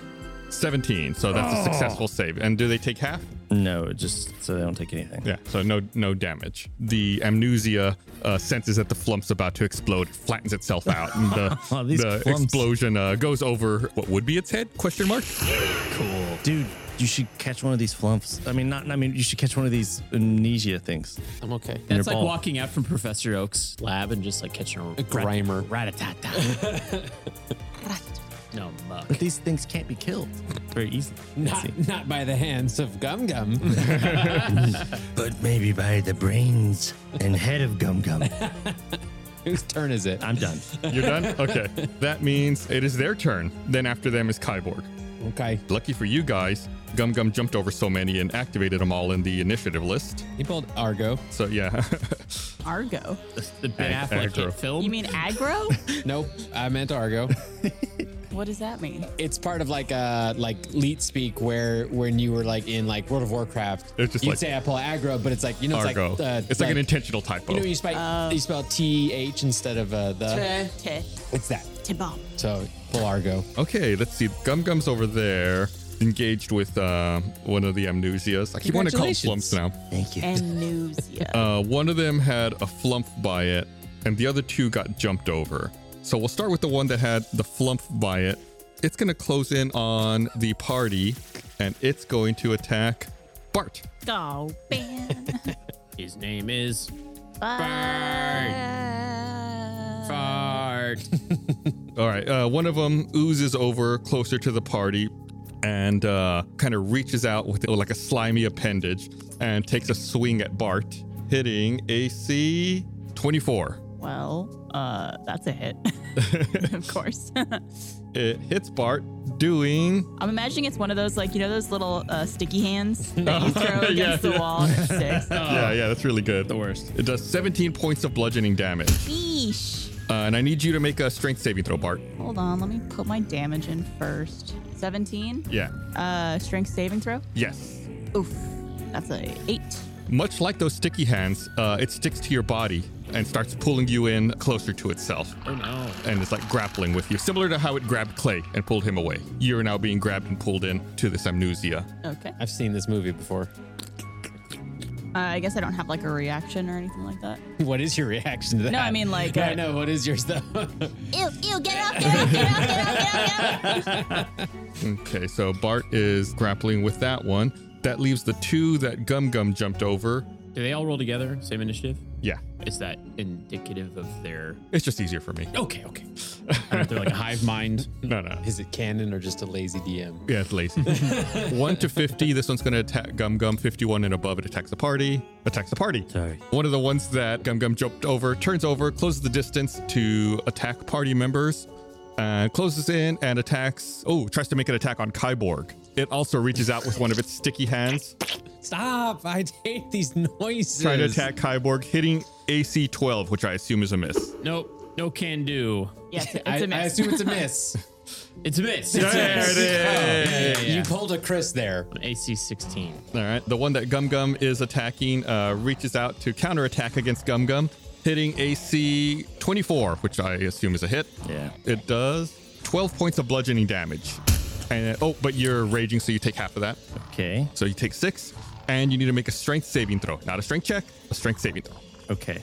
[SPEAKER 2] 17, so that's a successful save. And do they take half?
[SPEAKER 5] No, it just so they don't take anything.
[SPEAKER 2] Yeah, so no no damage. The amnesia uh, senses that the flump's about to explode, It flattens itself out, and the,
[SPEAKER 5] Oh, these
[SPEAKER 2] the
[SPEAKER 5] flumps.
[SPEAKER 2] explosion uh, goes over what would be its head? Question mark.
[SPEAKER 5] Cool. Dude, you should catch one of these flumps. I mean, not, I mean, you should catch one of these amnesia things.
[SPEAKER 6] I'm okay.
[SPEAKER 5] Your
[SPEAKER 4] That's like
[SPEAKER 5] ball.
[SPEAKER 4] walking out from Professor Oak's lab and just like catching a, a
[SPEAKER 6] grimer.
[SPEAKER 4] Rat-a-tat-tat. no, muck.
[SPEAKER 5] But these things can't be killed very easily.
[SPEAKER 6] Not, not by the hands of Gum Gum.
[SPEAKER 5] But maybe by the brains and head of Gum Gum.
[SPEAKER 6] Whose turn is it?
[SPEAKER 5] I'm done.
[SPEAKER 2] You're done. Okay, that means it is their turn. Then after them is Kyborg.
[SPEAKER 6] Okay.
[SPEAKER 2] Lucky for you guys, Gum Gum jumped over so many and activated them all in the initiative list.
[SPEAKER 6] He pulled Argo.
[SPEAKER 2] So yeah,
[SPEAKER 3] Argo.
[SPEAKER 4] The Ben
[SPEAKER 2] Ag-
[SPEAKER 4] Affleck
[SPEAKER 2] aggro.
[SPEAKER 4] hit film.
[SPEAKER 3] You mean aggro?
[SPEAKER 6] Nope, I meant Argo.
[SPEAKER 3] what does that mean?
[SPEAKER 6] it's part of like uh like leet speak where when you were like in like World of Warcraft,
[SPEAKER 2] It's just
[SPEAKER 6] you'd
[SPEAKER 2] like-
[SPEAKER 6] say I pull aggro, but it's like you know it's
[SPEAKER 2] Argo.
[SPEAKER 6] like uh,
[SPEAKER 2] it's like, an intentional typo.
[SPEAKER 6] you know you spell you spell T H instead of uh, the
[SPEAKER 3] Oh. T.
[SPEAKER 6] it's that
[SPEAKER 3] T-bomb.
[SPEAKER 6] so pull Argo.
[SPEAKER 2] Okay, let's see. Gum Gum's over there, engaged with uh, one of the amnesias. I keep wanting to call them
[SPEAKER 6] Congratulations.
[SPEAKER 2] flumps now.
[SPEAKER 5] Thank you.
[SPEAKER 3] Amnesia.
[SPEAKER 2] Uh, one of them had a flump by it, and the other two got jumped over. So we'll start with the one that had the flump by it. It's going to close in on the party, and it's going to attack Bart.
[SPEAKER 3] Go, ban.
[SPEAKER 4] His name is
[SPEAKER 3] Bye.
[SPEAKER 4] Fart.
[SPEAKER 2] All right, uh, one of them oozes over closer to the party and uh, kind of reaches out with like a slimy appendage and takes a swing at Bart, hitting AC 24.
[SPEAKER 3] Well, uh, that's a hit. of course.
[SPEAKER 2] It hits Bart, doing
[SPEAKER 3] I'm imagining it's one of those, like, you know, those little uh, sticky hands that you throw against
[SPEAKER 2] yeah,
[SPEAKER 3] the
[SPEAKER 2] yeah.
[SPEAKER 3] wall and it's six.
[SPEAKER 2] Yeah, yeah, that's really good. The
[SPEAKER 4] worst.
[SPEAKER 2] It does 17 points of bludgeoning damage.
[SPEAKER 3] Yeesh.
[SPEAKER 2] Uh, and I need you to make a strength saving throw, Bart.
[SPEAKER 3] Hold on, let me put my damage in first. 17.
[SPEAKER 2] Yeah.
[SPEAKER 3] Uh, strength saving throw.
[SPEAKER 2] Yes.
[SPEAKER 3] Oof. That's a eight.
[SPEAKER 2] Much like those sticky hands, uh, it sticks to your body and starts pulling you in closer to itself.
[SPEAKER 4] Oh no.
[SPEAKER 2] And it's like grappling with you, similar to how it grabbed Clay and pulled him away. You're now being grabbed and pulled in to this amnesia.
[SPEAKER 3] Okay.
[SPEAKER 6] I've seen this movie before.
[SPEAKER 3] Uh, I guess I don't have like a reaction or anything like that.
[SPEAKER 6] What is your reaction to that?
[SPEAKER 3] No, I mean, like,
[SPEAKER 6] Yeah,
[SPEAKER 3] uh,
[SPEAKER 6] I know what is yours though.
[SPEAKER 3] Ew, ew, get off, get off, get off, get off, get off.
[SPEAKER 2] Okay, so Bart is grappling with that one. That leaves the two that Gum Gum jumped over.
[SPEAKER 4] Do they all roll together? Same initiative?
[SPEAKER 2] Yeah,
[SPEAKER 4] Is that indicative of their?
[SPEAKER 2] it's just easier for me.
[SPEAKER 4] Okay, okay. I don't know if they're like a hive mind.
[SPEAKER 2] No, no.
[SPEAKER 6] Is it canon or just a lazy DM?
[SPEAKER 2] Yeah, it's lazy. 1 to 50. This one's going to attack Gum Gum. 51 and above, it attacks the party. Attacks the party.
[SPEAKER 5] Sorry.
[SPEAKER 2] One of the ones that Gum Gum jumped over, turns over, closes the distance to attack party members, and closes in and attacks. Oh, tries to make an attack on Kyborg. It also reaches out with one of its sticky hands,
[SPEAKER 6] Stop! I hate these noises.
[SPEAKER 2] trying to attack Kyborg, hitting AC 12, which I assume is a miss.
[SPEAKER 4] Nope. No can do.
[SPEAKER 3] Yes, it's
[SPEAKER 6] I,
[SPEAKER 3] a
[SPEAKER 6] I
[SPEAKER 3] mess.
[SPEAKER 6] assume it's a miss. Oh,
[SPEAKER 4] It's a miss. It's a
[SPEAKER 2] There
[SPEAKER 4] miss.
[SPEAKER 2] it is.
[SPEAKER 6] You pulled a Chris there.
[SPEAKER 4] AC 16.
[SPEAKER 2] All right. The one that Gum Gum is attacking uh, reaches out to counterattack against Gum Gum, hitting AC 24, which I assume is a hit.
[SPEAKER 5] Yeah.
[SPEAKER 2] It does 12 points of bludgeoning damage. And oh, but you're raging, so you take half of that.
[SPEAKER 5] Okay.
[SPEAKER 2] So you take six, and you need to make a strength saving throw. Not a strength check, a strength saving throw.
[SPEAKER 5] Okay.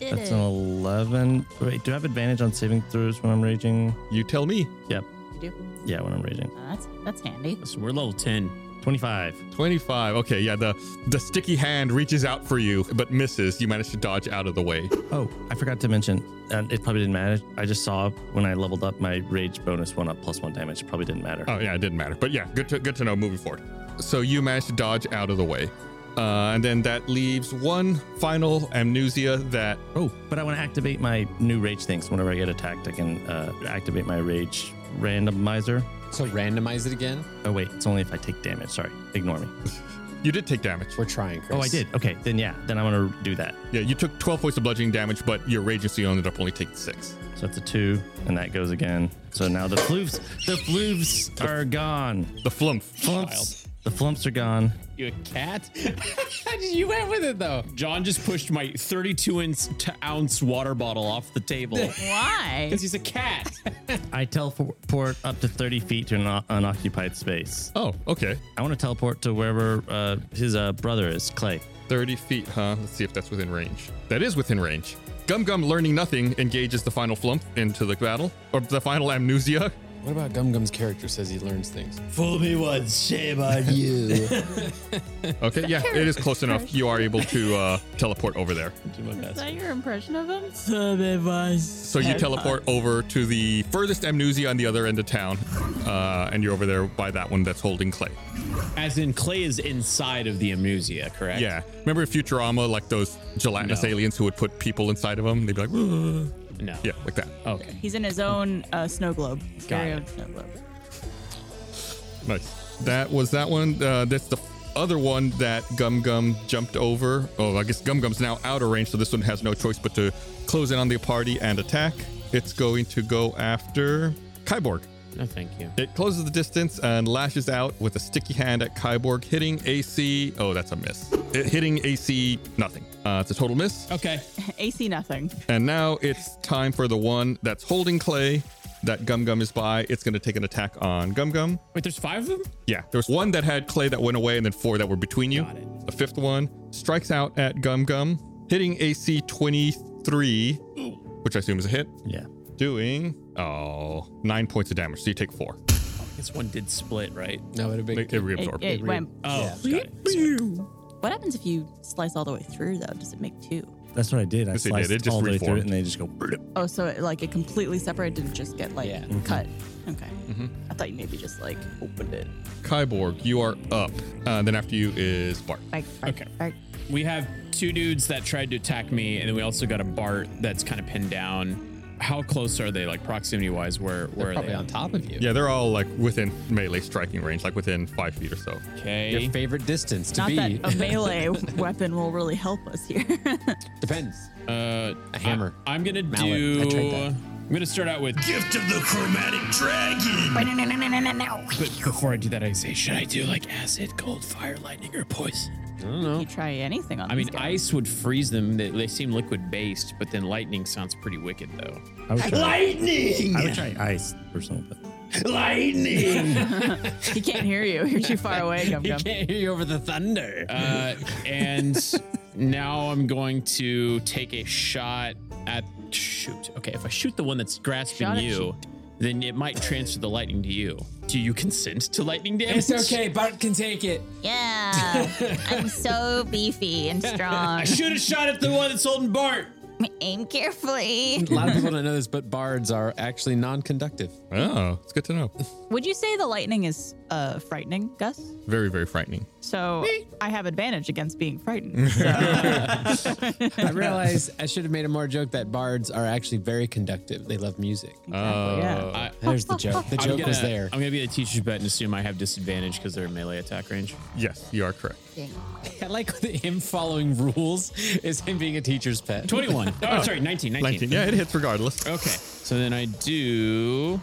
[SPEAKER 3] did
[SPEAKER 5] That's an 11. Wait, do I have advantage on saving throws when I'm raging?
[SPEAKER 2] You tell me.
[SPEAKER 5] Yep.
[SPEAKER 3] You do?
[SPEAKER 5] Yeah, when I'm raging.
[SPEAKER 3] Uh, that's that's handy.
[SPEAKER 4] So we're level 10.
[SPEAKER 5] 25.
[SPEAKER 2] 25. Okay, yeah, the, the sticky hand reaches out for you, but misses. You manage to dodge out of the way.
[SPEAKER 5] Oh, I forgot to mention, and it probably didn't matter. I just saw when I leveled up, my rage bonus went up plus one damage. It probably didn't matter.
[SPEAKER 2] Oh yeah, it didn't matter. But yeah, good to good to know moving forward. So you managed to dodge out of the way, uh, and then that leaves one final amnesia that
[SPEAKER 5] Oh, but I want to activate my new rage things. Whenever I get attacked, I can uh, activate my rage randomizer.
[SPEAKER 6] So randomize it again.
[SPEAKER 5] Oh, wait, it's only if I take damage. Sorry, ignore me.
[SPEAKER 2] you did take damage.
[SPEAKER 6] We're trying, Chris.
[SPEAKER 5] Oh, I did. Okay, then yeah, then I want to do that.
[SPEAKER 2] Yeah, you took 12 points of bludgeoning damage, but your raging, so you ended up only taking six.
[SPEAKER 5] So that's a two, and that goes again. So now the floofs, the floofs are gone.
[SPEAKER 2] The flump.
[SPEAKER 5] Flumps. The flumps are gone.
[SPEAKER 4] You a cat?
[SPEAKER 6] you went with it though.
[SPEAKER 4] John just pushed my 32 inch to ounce water bottle off the table.
[SPEAKER 3] Why?
[SPEAKER 4] Because he's a cat.
[SPEAKER 5] I teleport up to 30 feet to an o- unoccupied space.
[SPEAKER 2] Oh, okay.
[SPEAKER 5] I want to teleport to wherever uh, his uh, brother is, Clay.
[SPEAKER 2] 30 feet, huh? Let's see if that's within range. That is within range. Gum Gum, learning nothing, engages the final flump into the battle, or the final amnesia.
[SPEAKER 6] What about Gum Gum's character? Says he learns things.
[SPEAKER 5] Fool me once, shame on you.
[SPEAKER 2] Okay, yeah, it is close enough. You are able to uh, teleport over there.
[SPEAKER 3] Is that your impression of him?
[SPEAKER 2] So you teleport over to the furthest amnesia on the other end of town, uh, and you're over there by that one that's holding Clay.
[SPEAKER 4] As in, Clay is inside of the amnesia, correct?
[SPEAKER 2] Yeah, remember Futurama, like those gelatinous
[SPEAKER 4] No.
[SPEAKER 2] aliens who would put people inside of them? They'd be like, "Ugh."
[SPEAKER 4] No.
[SPEAKER 2] yeah, like that.
[SPEAKER 4] Okay.
[SPEAKER 3] He's in his own uh, snow globe.
[SPEAKER 4] Got
[SPEAKER 3] Stereo
[SPEAKER 4] it.
[SPEAKER 3] snow globe.
[SPEAKER 2] Nice. That was that one. Uh, that's the other one that Gum Gum jumped over. Oh, I guess Gum Gum's now out of range, so this one has no choice but to close in on the party and attack. It's going to go after Kyborg.
[SPEAKER 4] No, thank you.
[SPEAKER 2] It closes the distance and lashes out with a sticky hand at Kyborg, hitting AC. Oh, that's a miss. It hitting AC nothing. Uh, it's a total miss.
[SPEAKER 4] Okay.
[SPEAKER 3] AC nothing.
[SPEAKER 2] And now it's time for the one that's holding Clay. That Gum Gum is by. It's going to take an attack on Gum Gum.
[SPEAKER 4] Wait, there's five of them?
[SPEAKER 2] Yeah, there was one that had Clay that went away, and then four that were between you.
[SPEAKER 4] Got it.
[SPEAKER 2] The fifth one strikes out at Gum Gum, hitting AC 23, which I assume is a hit.
[SPEAKER 5] yeah.
[SPEAKER 2] Doing oh nine points of damage. So you take four.
[SPEAKER 4] This one did split, right?
[SPEAKER 6] No, it'd
[SPEAKER 2] It,
[SPEAKER 6] be.
[SPEAKER 2] it
[SPEAKER 3] It,
[SPEAKER 2] reabsorbs.
[SPEAKER 3] it went.
[SPEAKER 4] Oh, got it.
[SPEAKER 3] What happens if you slice all the way through though? Does it make two?
[SPEAKER 5] That's what I did. I
[SPEAKER 2] Yes, they
[SPEAKER 5] sliced
[SPEAKER 2] did. It just
[SPEAKER 5] all the way through
[SPEAKER 2] reformed.
[SPEAKER 5] it, and they just go. bloop.
[SPEAKER 3] Oh, so it, like it completely separated didn't just get like
[SPEAKER 6] Yeah.
[SPEAKER 3] cut. Okay. I thought you maybe just like opened it.
[SPEAKER 2] Kyborg, you are up. Uh, then after you is Bart.
[SPEAKER 3] Like, like,
[SPEAKER 4] Okay.
[SPEAKER 3] like-
[SPEAKER 4] We have two dudes that tried to attack me, and then we also got a Bart that's kind of pinned down. How close are they, like proximity wise? Where where are
[SPEAKER 6] Probably
[SPEAKER 4] they?
[SPEAKER 6] on top of you.
[SPEAKER 2] Yeah, they're all like within melee striking range, like within five feet or so.
[SPEAKER 4] Okay.
[SPEAKER 6] Your favorite distance to
[SPEAKER 3] not
[SPEAKER 6] be
[SPEAKER 3] that a
[SPEAKER 8] um,
[SPEAKER 3] melee weapon will really help us here.
[SPEAKER 6] depends.
[SPEAKER 4] Uh,
[SPEAKER 6] A hammer.
[SPEAKER 4] I, am gonna
[SPEAKER 6] Mallet. I
[SPEAKER 4] do.
[SPEAKER 6] tried that.
[SPEAKER 4] I'm gonna start out with.
[SPEAKER 7] Gift of the Chromatic Dragon.
[SPEAKER 4] But before I do that, I say, should I do like acid, cold, fire, lightning, or poison?
[SPEAKER 3] you try anything on.
[SPEAKER 4] I mean,
[SPEAKER 3] this guy.
[SPEAKER 4] ice would freeze them. They, they seem liquid based, but then lightning sounds pretty wicked though.
[SPEAKER 5] I would try,
[SPEAKER 7] Lightning!
[SPEAKER 5] I would try ice personally, but
[SPEAKER 7] Lightning!
[SPEAKER 3] he can't hear you. You're too far away. Gum gum.
[SPEAKER 6] Can't hear you over the thunder.
[SPEAKER 4] Uh, and now I'm going to take a shot at shoot. Okay, if I shoot the one that's grasping
[SPEAKER 3] Shot at
[SPEAKER 4] you, then it might transfer the lightning to you. Do you consent to lightning damage?
[SPEAKER 8] It's okay. Bart can take it.
[SPEAKER 3] Yeah. I'm so beefy and strong.
[SPEAKER 4] I should have shot at the one that's holding Bart.
[SPEAKER 3] Aim carefully.
[SPEAKER 6] A lot of people don't know this, but bards are actually non-conductive.
[SPEAKER 2] Oh, it's good to know.
[SPEAKER 3] Would you say the lightning is uh, frightening, Gus?
[SPEAKER 2] Very, very frightening.
[SPEAKER 3] So I have advantage against being frightened.
[SPEAKER 6] I realize I should have made a more joke that bards are actually very conductive. They love music.
[SPEAKER 3] yeah.
[SPEAKER 4] I,
[SPEAKER 6] There's Oh, the joke. The
[SPEAKER 4] I'm
[SPEAKER 6] joke
[SPEAKER 4] gonna,
[SPEAKER 6] was there.
[SPEAKER 4] I'm gonna be a teacher's bet and assume I have disadvantage because they're melee attack range.
[SPEAKER 2] Yes, you are correct.
[SPEAKER 6] I like that him following rules is him being a teacher's pet.
[SPEAKER 4] Twenty-one. oh, sorry, 19, 19.
[SPEAKER 2] 19. Yeah, it hits regardless.
[SPEAKER 4] Okay, so then I do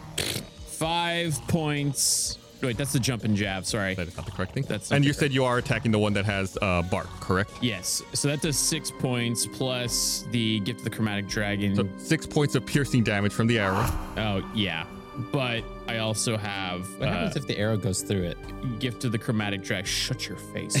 [SPEAKER 4] five points. Wait, that's the jump and jab. Sorry.
[SPEAKER 2] That is not the correct thing.
[SPEAKER 4] That's not
[SPEAKER 2] and
[SPEAKER 4] the
[SPEAKER 2] you
[SPEAKER 4] correct-
[SPEAKER 2] said you are attacking the one that has uh, bark, correct?
[SPEAKER 4] Yes. So that does six points plus the gift of the chromatic dragon.
[SPEAKER 2] So six points of piercing damage from the arrow.
[SPEAKER 4] oh yeah. But I also have
[SPEAKER 6] What
[SPEAKER 4] uh,
[SPEAKER 6] happens if the arrow goes through it?
[SPEAKER 4] gift of the chromatic dragon. Shut your face.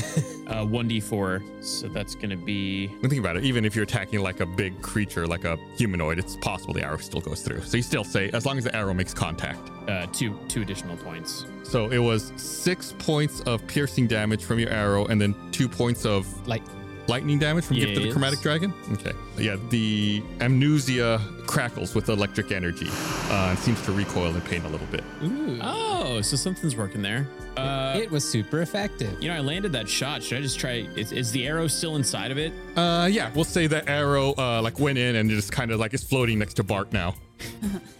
[SPEAKER 4] uh, 1d4. So that's gonna be
[SPEAKER 2] When you think about it, even if you're attacking like a big creature, like a humanoid, it's possible the arrow still goes through. So you still say, as long as the arrow makes contact.
[SPEAKER 4] uh, two two additional points.
[SPEAKER 2] So it was six points of piercing damage from your arrow, and then two points of
[SPEAKER 6] Like,
[SPEAKER 2] lightning damage from Gift of the
[SPEAKER 4] Yes.
[SPEAKER 2] Chromatic Dragon. Okay. Yeah, the amnesia crackles with electric energy uh, and seems to recoil in pain a little bit.
[SPEAKER 4] Oh, so something's working there. Uh,
[SPEAKER 6] it was super effective.
[SPEAKER 4] you know, I landed that shot. Should I just try? Is, is the arrow still inside of it?
[SPEAKER 2] Uh, yeah, we'll say the arrow uh, like went in and just kind of like is floating next to Bark now.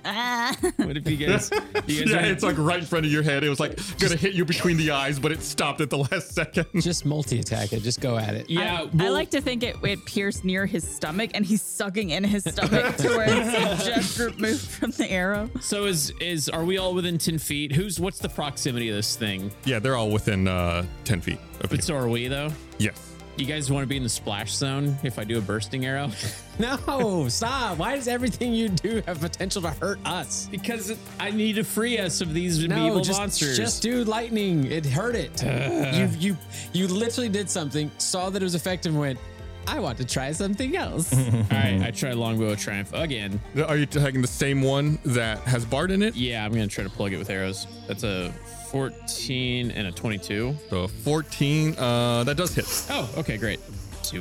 [SPEAKER 3] Ah.
[SPEAKER 4] What if you guys? You guys
[SPEAKER 2] Yeah,
[SPEAKER 4] are-
[SPEAKER 2] it's like right in front of your head. It was like gonna hit you between the eyes, but it stopped at the last second.
[SPEAKER 6] Just multi-attack it. Just go at it.
[SPEAKER 4] yeah.
[SPEAKER 3] I, I
[SPEAKER 4] well-
[SPEAKER 3] like to think it, it pierced near his stomach and he's sucking in his stomach to where it's just removed from the arrow.
[SPEAKER 4] So is is are we all within ten feet? Who's what's the proximity of this thing?
[SPEAKER 2] Yeah, they're all within uh, ten feet of you.
[SPEAKER 4] But so are we though.
[SPEAKER 2] yes.
[SPEAKER 4] You guys want to be in the splash zone if I do a bursting arrow?
[SPEAKER 6] No, stop. Why does everything you do have potential to hurt us?
[SPEAKER 4] because I need to free us of these
[SPEAKER 6] No,
[SPEAKER 4] medieval
[SPEAKER 6] just,
[SPEAKER 4] monsters.
[SPEAKER 6] just do lightning. It hurt it.
[SPEAKER 2] Uh.
[SPEAKER 6] you you you literally did something, saw that it was effective, and went, I want to try something else.
[SPEAKER 4] all right, I try longbow of triumph again.
[SPEAKER 2] Are you attacking the same one that has Bard in it?
[SPEAKER 4] Yeah, I'm gonna try to plug it with arrows. That's a 14 and a 22.
[SPEAKER 2] So fourteen. Uh, that does hit.
[SPEAKER 4] Oh, okay, great.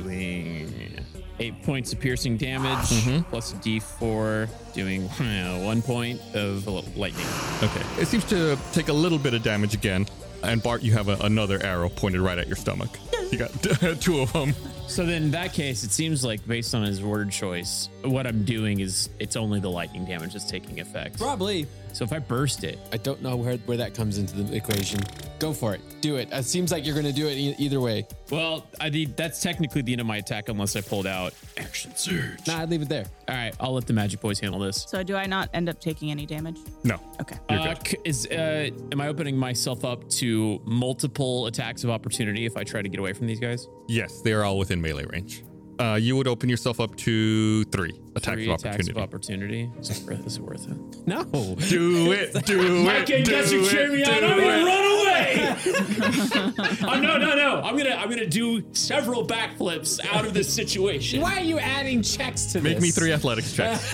[SPEAKER 4] Doing eight points of piercing damage
[SPEAKER 6] Mm-hmm.
[SPEAKER 4] plus a D4, doing uh, one point of lightning.
[SPEAKER 2] Okay. It seems to take a little bit of damage again. And Bart, you have a, another arrow pointed right at your stomach. You got two of them.
[SPEAKER 4] So then, in that case, it seems like based on his word choice, what I'm doing is it's only the lightning damage that's taking effect.
[SPEAKER 6] Probably.
[SPEAKER 4] So if I burst it,
[SPEAKER 6] I don't know where, where that comes into the equation. Go for it. Do it. It seems like you're going to do it e- either way.
[SPEAKER 4] well, I need that's technically the end of my attack unless I pulled out action surge.
[SPEAKER 6] Nah, I'd leave it there.
[SPEAKER 4] All right, I'll let the magic boys handle this.
[SPEAKER 3] So do I not end up taking any damage?
[SPEAKER 2] No.
[SPEAKER 3] Okay.
[SPEAKER 4] Uh, c- is uh, am I opening myself up to multiple attacks of opportunity if I try to get away from these guys?
[SPEAKER 2] Yes, they are all within melee range. Uh, you would open yourself up to three attacks
[SPEAKER 4] Three
[SPEAKER 2] of
[SPEAKER 4] attacks
[SPEAKER 2] opportunity.
[SPEAKER 4] of opportunity. Is it worth, is it, worth it?
[SPEAKER 6] No.
[SPEAKER 2] do it. Do it.
[SPEAKER 4] Okay,
[SPEAKER 2] do
[SPEAKER 4] guess you
[SPEAKER 2] it,
[SPEAKER 4] cheer me
[SPEAKER 2] do
[SPEAKER 4] on. I'm gonna
[SPEAKER 2] it.
[SPEAKER 4] run away. oh, no, no, no! I'm gonna, I'm gonna do several backflips out of this situation.
[SPEAKER 6] Why are you adding checks to this?
[SPEAKER 2] Make me three athletics checks.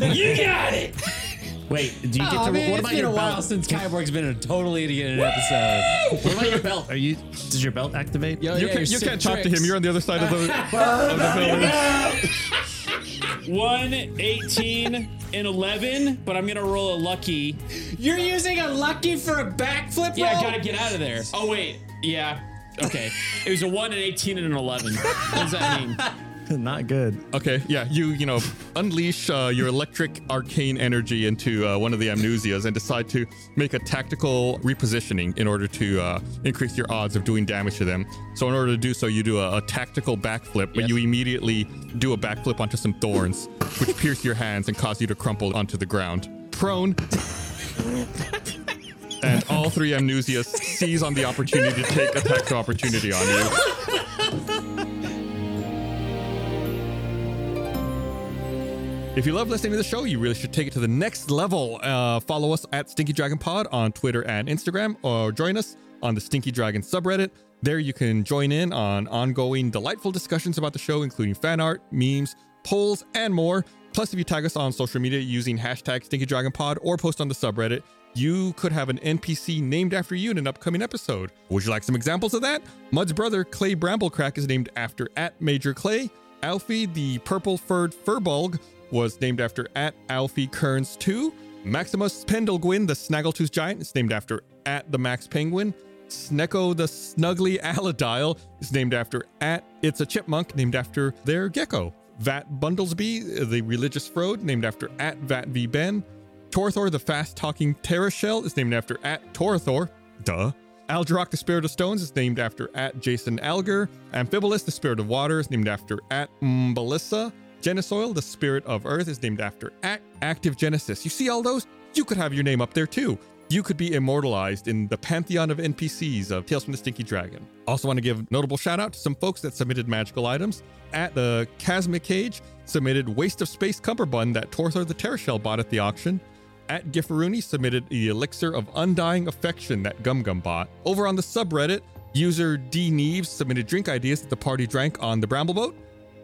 [SPEAKER 4] You got it.
[SPEAKER 5] Wait, do you get
[SPEAKER 6] Oh,
[SPEAKER 5] to?
[SPEAKER 6] man, it's
[SPEAKER 5] what about
[SPEAKER 6] been
[SPEAKER 5] your
[SPEAKER 6] a while
[SPEAKER 5] belt?
[SPEAKER 6] since Kyborg's been a total idiot in an episode.
[SPEAKER 5] What about your belt? Are you? Does your belt activate?
[SPEAKER 6] Yo,
[SPEAKER 2] You,
[SPEAKER 6] yeah,
[SPEAKER 2] can,
[SPEAKER 6] your
[SPEAKER 2] you
[SPEAKER 6] sick
[SPEAKER 2] can't talk to
[SPEAKER 6] tricks.
[SPEAKER 2] him. You're on the other side of the, of the building.
[SPEAKER 4] One, 18, and 11, but I'm going to roll a lucky.
[SPEAKER 6] You're using a lucky for a backflip
[SPEAKER 4] Yeah, I
[SPEAKER 6] roll?
[SPEAKER 4] got to get out of there. Oh, wait. Yeah. Okay. It was a 1, an 18, and an 11. What does that mean?
[SPEAKER 5] Not good.
[SPEAKER 2] Okay, yeah, you you know unleash uh, your electric arcane energy into uh, one of the amnesias and decide to make a tactical repositioning in order to uh, increase your odds of doing damage to them. So in order to do so, you do a, a tactical backflip, but
[SPEAKER 4] Yes.
[SPEAKER 2] you immediately do a backflip onto some thorns, which pierce your hands and cause you to crumple onto the ground, prone. And all three amnesias seize on the opportunity to take attack of opportunity on you. If you love listening to the show, you really should take it to the next level. Uh, follow us at Stinky Dragon Pod on Twitter and Instagram, or join us on the Stinky Dragon subreddit. There you can join in on ongoing delightful discussions about the show, including fan art, memes, polls, and more. Plus, if you tag us on social media using hashtag StinkyDragonPod or post on the subreddit, you could have an NPC named after you in an upcoming episode. Would you like some examples of that? Mud's brother, Clay Bramblecrack, is named after at Major Clay. Alfie, the purple-furred furball, was named after at Alfie Kearns 2. Maximus Pendleguin, the snaggletooth giant, is named after at the Max Penguin. Sneko the Snuggly Alidile is named after at it's a chipmunk named after their gecko. Vat Bundlesby, the religious frode, named after at Vat V Ben. Torthor the fast talking Terra Shell is named after at Torthor. Duh. Aldrock the Spirit of Stones is named after at Jason Alger. Amphibolus the Spirit of Water is named after at Mbalissa. Genosoil the Spirit of Earth is named after at Active Genesis. You see all those? You could have your name up there too. You could be immortalized in the pantheon of NPCs of Tales from the Stinky Dragon. Also, want to give notable shout out to some folks that submitted magical items. At the Chasmic Cage submitted Waste of Space Cummerbund that Torthor the Terrashell bought at the auction. At Giffaruni submitted the Elixir of Undying Affection that Gum Gum bought. Over on the subreddit, user D Neves submitted drink ideas that the party drank on the Bramble Boat.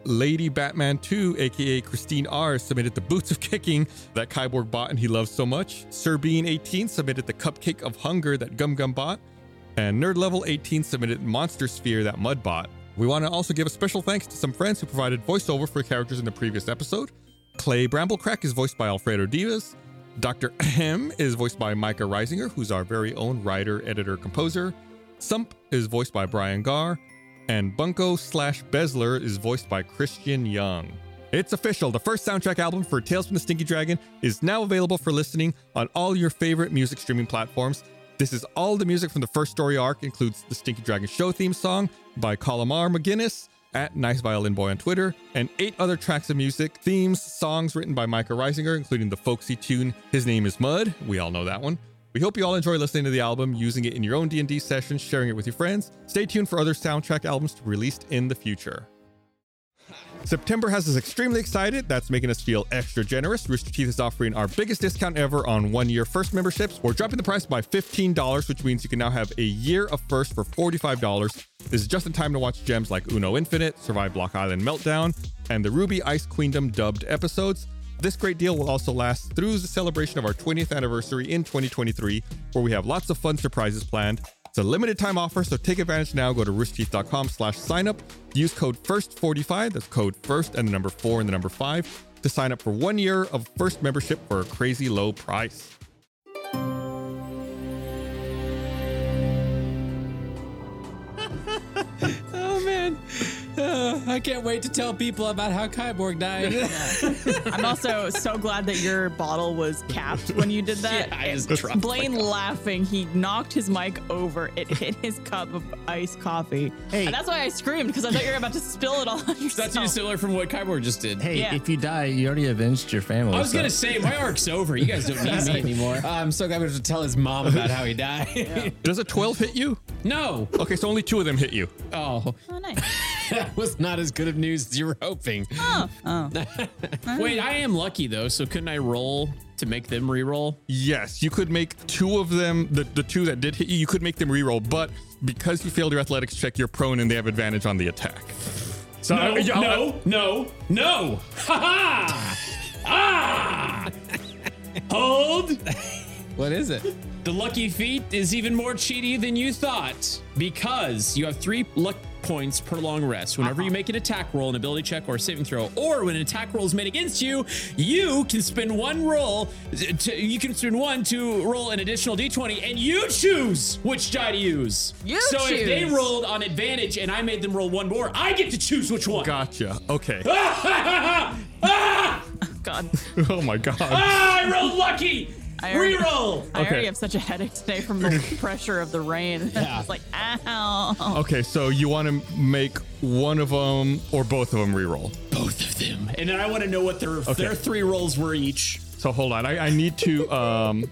[SPEAKER 2] Lady Batman 2, aka Christine R, submitted the Boots of Kicking that Kyborg bought and he loves so much. Sir Bean 18 submitted the Cupcake of Hunger that Gum Gum bought. And Nerd Level 18 submitted Monster Sphere that Mud bought. We want to also give a special thanks to some friends who provided voiceover for characters in the previous episode. Clay Bramblecrack is voiced by Alfredo Divas. Dr. Ahem is voiced by Micah Reisinger, who's our very own writer, editor, composer. Sump is voiced by Brian Garr and Bunko slash Bezler is voiced by Christian Young. It's official. The first soundtrack album for Tales from the Stinky Dragon is now available for listening on all your favorite music streaming platforms. This is all the music from the first story arc, includes the Stinky Dragon show theme song by Colomar McGuinness at Nice Violin Boy on Twitter, and eight other tracks of music, themes, songs written by Micah Reisinger, including the folksy tune His Name is Mud. We all know that one. We hope you all enjoy listening to the album, using it in your own D&D sessions, sharing it with your friends. Stay tuned for other soundtrack albums to be released in the future. September has us extremely excited. That's making us feel extra generous. Rooster Teeth is offering our biggest discount ever on one year first memberships. We're dropping the price by $15, which means you can now have a year of first for $45. This is just in time to watch gems like Uno Infinite, Survive Block Island Meltdown, and the Ruby Ice Queendom dubbed episodes. This great deal will also last through the celebration of our 20th anniversary in 2023, where we have lots of fun surprises planned. It's a limited time offer, so take advantage now. Go to roosterteeth.com slash sign up. Use code FIRST45, that's code FIRST and the number 4 and the number 5, to sign up for one year of first membership for a crazy low price.
[SPEAKER 6] Oh man, Uh, I can't wait to tell people about how Kyborg died.
[SPEAKER 3] I'm also so glad that your bottle was capped when you did that.
[SPEAKER 6] I
[SPEAKER 3] And
[SPEAKER 6] just dropped my
[SPEAKER 3] Blaine laughing, he knocked his mic over. It hit his cup of iced coffee.
[SPEAKER 5] Hey.
[SPEAKER 3] And that's why I screamed because I thought you were about to spill it all on yourself.
[SPEAKER 6] That's dissimilar from what Kyborg just did.
[SPEAKER 5] Hey,
[SPEAKER 3] Yeah.
[SPEAKER 5] if you die, you already avenged your family.
[SPEAKER 6] I was
[SPEAKER 5] so-
[SPEAKER 6] gonna say my arc's over. You guys don't need me anymore. I'm so glad we have to tell his mom about how he died.
[SPEAKER 2] Does a 12 hit you?
[SPEAKER 6] no.
[SPEAKER 2] Okay, so only two of them hit you.
[SPEAKER 6] Oh,
[SPEAKER 3] Oh, nice.
[SPEAKER 6] that was not as good of news as you were hoping.
[SPEAKER 3] Oh, oh.
[SPEAKER 4] Wait, I am lucky though, so couldn't I roll to make them re-roll?
[SPEAKER 2] Yes, you could make two of them, the, the two that did hit you, you could make them reroll, but because you failed your athletics check, you're prone and they have advantage on the attack. So
[SPEAKER 4] No,
[SPEAKER 2] yeah, I'll-
[SPEAKER 4] no, no, no! Ha ha! Ah! Hold!
[SPEAKER 6] What is it?
[SPEAKER 4] The lucky feat is even more cheaty than you thought because you have three luck points per long rest. Whenever you make an attack roll, an ability check, or a saving throw, or when an attack roll is made against you, you can spend one roll. To, you can spend one to roll an additional d20, and you choose which die to use.
[SPEAKER 3] You
[SPEAKER 4] so if they
[SPEAKER 3] choose.
[SPEAKER 4] rolled on advantage and I made them roll one more, I get to choose which one.
[SPEAKER 2] Gotcha. Okay.
[SPEAKER 4] Ah!
[SPEAKER 3] God.
[SPEAKER 2] Oh my god.
[SPEAKER 4] Ah, I rolled lucky.
[SPEAKER 3] I already-
[SPEAKER 4] Reroll.
[SPEAKER 3] I
[SPEAKER 2] Okay.
[SPEAKER 3] already have such a headache today from the pressure of the rain. it's like, ow.
[SPEAKER 2] Okay, so you want to make one of them or both of them reroll.
[SPEAKER 4] Both of them. And then I want to know what their their three rolls were each.
[SPEAKER 2] So hold on, I, I need to. Um,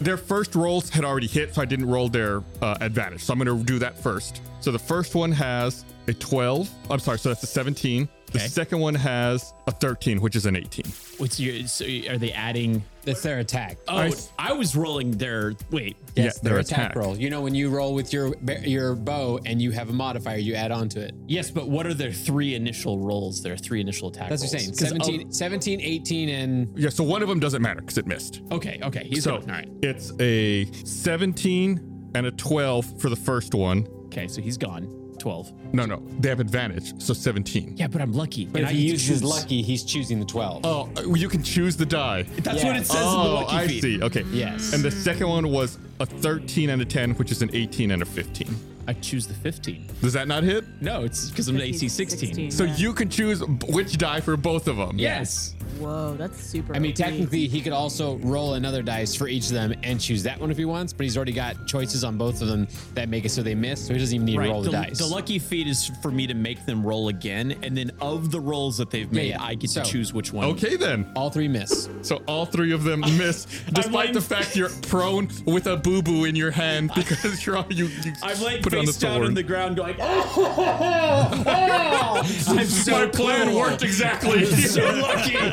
[SPEAKER 2] their first rolls had already hit, so I didn't roll their uh, advantage. So I'm going to do that first. So the first one has a 12. I'm sorry, so that's a 17. The second one has a 13, which is an 18.
[SPEAKER 4] What's your? So are they adding?
[SPEAKER 6] That's their attack.
[SPEAKER 4] Oh, I was rolling their. Wait.
[SPEAKER 6] Yes,
[SPEAKER 2] Yeah,
[SPEAKER 6] their
[SPEAKER 2] their
[SPEAKER 6] attack,
[SPEAKER 2] attack.
[SPEAKER 6] roll. You know when you roll with your ba- your bow and you have a modifier, you add on to it.
[SPEAKER 4] Yes, but what are their three initial rolls? Their three initial attack.
[SPEAKER 6] That's what
[SPEAKER 4] rolls?
[SPEAKER 6] you're saying.
[SPEAKER 4] 'Cause,
[SPEAKER 6] 17, 17, 18, and
[SPEAKER 2] Yeah, so one of them doesn't matter because it missed.
[SPEAKER 4] oh, okay. Okay. He's
[SPEAKER 2] so
[SPEAKER 4] good. all right.
[SPEAKER 2] it's a 17 and a 12 for the first one.
[SPEAKER 4] Okay, so he's gone. Twelve.
[SPEAKER 2] No, no, they have advantage, so 17.
[SPEAKER 4] Yeah, but I'm lucky.
[SPEAKER 6] but if
[SPEAKER 4] and I
[SPEAKER 6] he
[SPEAKER 4] get to
[SPEAKER 6] uses
[SPEAKER 4] choose.
[SPEAKER 6] lucky, he's choosing the twelve.
[SPEAKER 2] Oh, uh, you can choose the die.
[SPEAKER 4] That's
[SPEAKER 6] Yeah.
[SPEAKER 4] what it says in the
[SPEAKER 2] Oh,
[SPEAKER 4] lucky
[SPEAKER 2] I
[SPEAKER 4] feed.
[SPEAKER 2] see. Okay.
[SPEAKER 6] Yes.
[SPEAKER 2] And the second one was a 13 and a 10, which is an 18 and a 15.
[SPEAKER 4] I choose the 15.
[SPEAKER 2] Does that not hit?
[SPEAKER 4] No, it's because I'm an AC 16.
[SPEAKER 2] So
[SPEAKER 3] yeah.
[SPEAKER 2] you can choose b- which die for both of them.
[SPEAKER 6] Yes.
[SPEAKER 3] Whoa, that's super.
[SPEAKER 6] I mean,
[SPEAKER 3] OP.
[SPEAKER 6] technically, he could also roll another dice for each of them and choose that one if he wants, but he's already got choices on both of them that make it so they miss, so he doesn't even need to roll the,
[SPEAKER 4] the,
[SPEAKER 6] dice.
[SPEAKER 4] the lucky feat is for me to make them roll again, and then of the rolls that they've made,
[SPEAKER 6] yeah.
[SPEAKER 4] I get
[SPEAKER 6] So-
[SPEAKER 4] to choose which one.
[SPEAKER 2] Okay, then.
[SPEAKER 6] All three miss.
[SPEAKER 2] So all three of them miss, despite
[SPEAKER 4] lying-
[SPEAKER 2] the fact you're prone with a boo boo in your hand because you're on you. you
[SPEAKER 4] I'm like
[SPEAKER 2] put it on the
[SPEAKER 4] face down on
[SPEAKER 2] thorn.
[SPEAKER 4] the ground, going, "Oh, I'm so
[SPEAKER 2] My plan
[SPEAKER 4] cool.
[SPEAKER 2] worked exactly.
[SPEAKER 4] so lucky."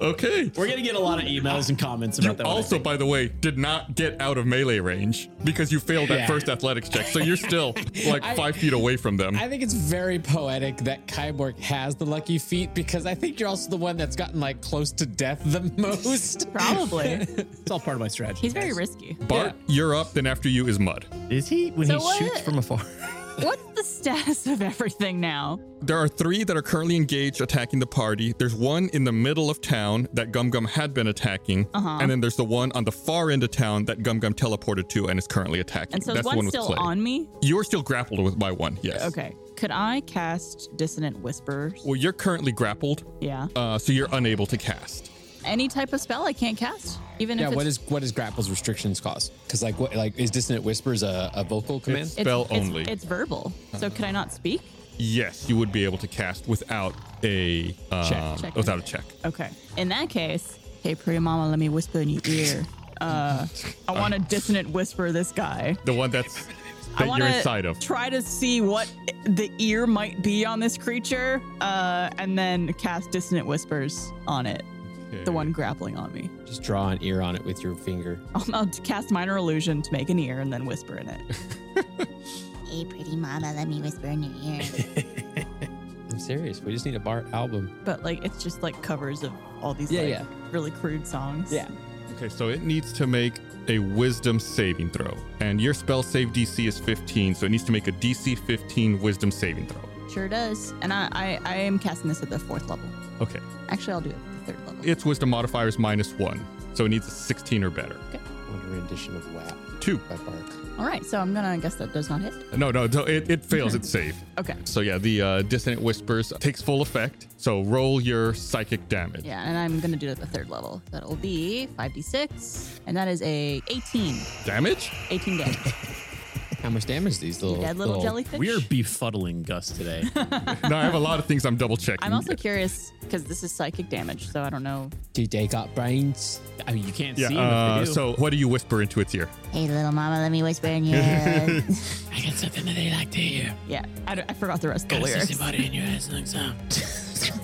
[SPEAKER 2] okay.
[SPEAKER 4] We're gonna get a lot of emails and comments about that. one, I
[SPEAKER 2] Also, by the way, did not get out of melee range because you failed that
[SPEAKER 6] Yeah.
[SPEAKER 2] first athletics check, so you're still like five feet away from them.
[SPEAKER 6] I think it's very poetic that Kyborg has the lucky feet because I think you're also the one that's gotten like close to death the most.
[SPEAKER 3] probably
[SPEAKER 4] think. it's all part of my strategy.
[SPEAKER 3] he's very
[SPEAKER 4] guys.
[SPEAKER 3] risky.
[SPEAKER 2] Bart, you're up. Then after you is Mud.
[SPEAKER 5] Is he when
[SPEAKER 3] So
[SPEAKER 5] he
[SPEAKER 3] what-
[SPEAKER 5] shoots from afar?
[SPEAKER 3] What's the status of everything now?
[SPEAKER 2] There are three that are currently engaged attacking the party. There's one in the middle of town that Gum Gum had been attacking,
[SPEAKER 3] Uh-huh.
[SPEAKER 2] and then there's the one on the far end of town that Gum Gum teleported to and is currently attacking.
[SPEAKER 3] And so
[SPEAKER 2] That's
[SPEAKER 3] is
[SPEAKER 2] the one
[SPEAKER 3] one
[SPEAKER 2] with
[SPEAKER 3] still
[SPEAKER 2] Clay.
[SPEAKER 3] on me?
[SPEAKER 2] You're still grappled with by one. Yes.
[SPEAKER 3] Okay. Could I cast Dissonant Whispers?
[SPEAKER 2] Well, you're currently grappled,
[SPEAKER 3] Yeah.
[SPEAKER 2] uh, so you're unable to cast.
[SPEAKER 3] Any type of spell I can't cast, even
[SPEAKER 6] Yeah,
[SPEAKER 3] if it's,
[SPEAKER 6] what is what is grapples restrictions cause? Because like what like is dissonant whispers a, a vocal command?
[SPEAKER 2] It's-
[SPEAKER 3] it's-
[SPEAKER 2] spell
[SPEAKER 3] it's-
[SPEAKER 2] only. Uh-huh.
[SPEAKER 3] It's verbal. So could I not speak?
[SPEAKER 2] Yes, you would be able to cast without a um,
[SPEAKER 6] Check.
[SPEAKER 3] Check.
[SPEAKER 2] without a check.
[SPEAKER 3] Okay. In that case, hey, pretty mama, let me whisper in your ear. Uh, I want to dissonant whisper this guy.
[SPEAKER 2] The one that's
[SPEAKER 3] I
[SPEAKER 2] that
[SPEAKER 3] want
[SPEAKER 2] you're inside
[SPEAKER 3] to
[SPEAKER 2] of.
[SPEAKER 3] try to see what the ear might be on this creature, uh, and then cast dissonant whispers on it. The one grappling on me.
[SPEAKER 6] Just draw an ear on it with your finger.
[SPEAKER 3] I'll, I'll cast minor illusion to make an ear and then whisper in it.
[SPEAKER 8] Hey, pretty mama, let me whisper in your ear.
[SPEAKER 6] I'm serious. We just need a bar album.
[SPEAKER 3] But like, it's just like covers of all these
[SPEAKER 6] Yeah,
[SPEAKER 3] like,
[SPEAKER 6] yeah.
[SPEAKER 3] really crude songs.
[SPEAKER 6] Yeah.
[SPEAKER 2] Okay, so it needs to make a wisdom saving throw. And your spell save DC is 15, so it needs to make a DC 15 wisdom saving throw.
[SPEAKER 3] Sure does. And I, I, I am casting this at the fourth level.
[SPEAKER 2] Okay.
[SPEAKER 3] Actually, I'll do it at the third level.
[SPEAKER 2] Its wisdom modifier is minus one, so it needs a 16 or better.
[SPEAKER 6] What a rendition of WAP
[SPEAKER 2] Two.
[SPEAKER 6] by Bark.
[SPEAKER 3] All right, so I'm gonna guess that does not hit.
[SPEAKER 2] No, no, no, it, it fails its save.
[SPEAKER 3] Okay.
[SPEAKER 2] So yeah, the uh, Dissonant Whispers takes full effect, so roll your psychic damage.
[SPEAKER 3] Yeah, and I'm gonna do it at the third level. That'll be 5d6, and that is a 18.
[SPEAKER 2] Damage?
[SPEAKER 3] 18 damage.
[SPEAKER 6] How much damage these little
[SPEAKER 3] Dead little
[SPEAKER 4] Oh,
[SPEAKER 3] jellyfish.
[SPEAKER 4] We're befuddling Gus today.
[SPEAKER 2] no, I have a lot of things I'm double checking.
[SPEAKER 3] I'm also curious because this is psychic damage, so I don't know.
[SPEAKER 6] Do they got brains?
[SPEAKER 4] I mean, you can't
[SPEAKER 2] yeah,
[SPEAKER 4] see him if
[SPEAKER 2] uh,
[SPEAKER 4] they do.
[SPEAKER 2] so what do you whisper into its ear?
[SPEAKER 8] Hey, little mama, let me whisper in your ear.
[SPEAKER 4] I got something that they like to hear.
[SPEAKER 3] Yeah, I, don't- I forgot the rest of the lyrics.
[SPEAKER 4] somebody in your ass like some.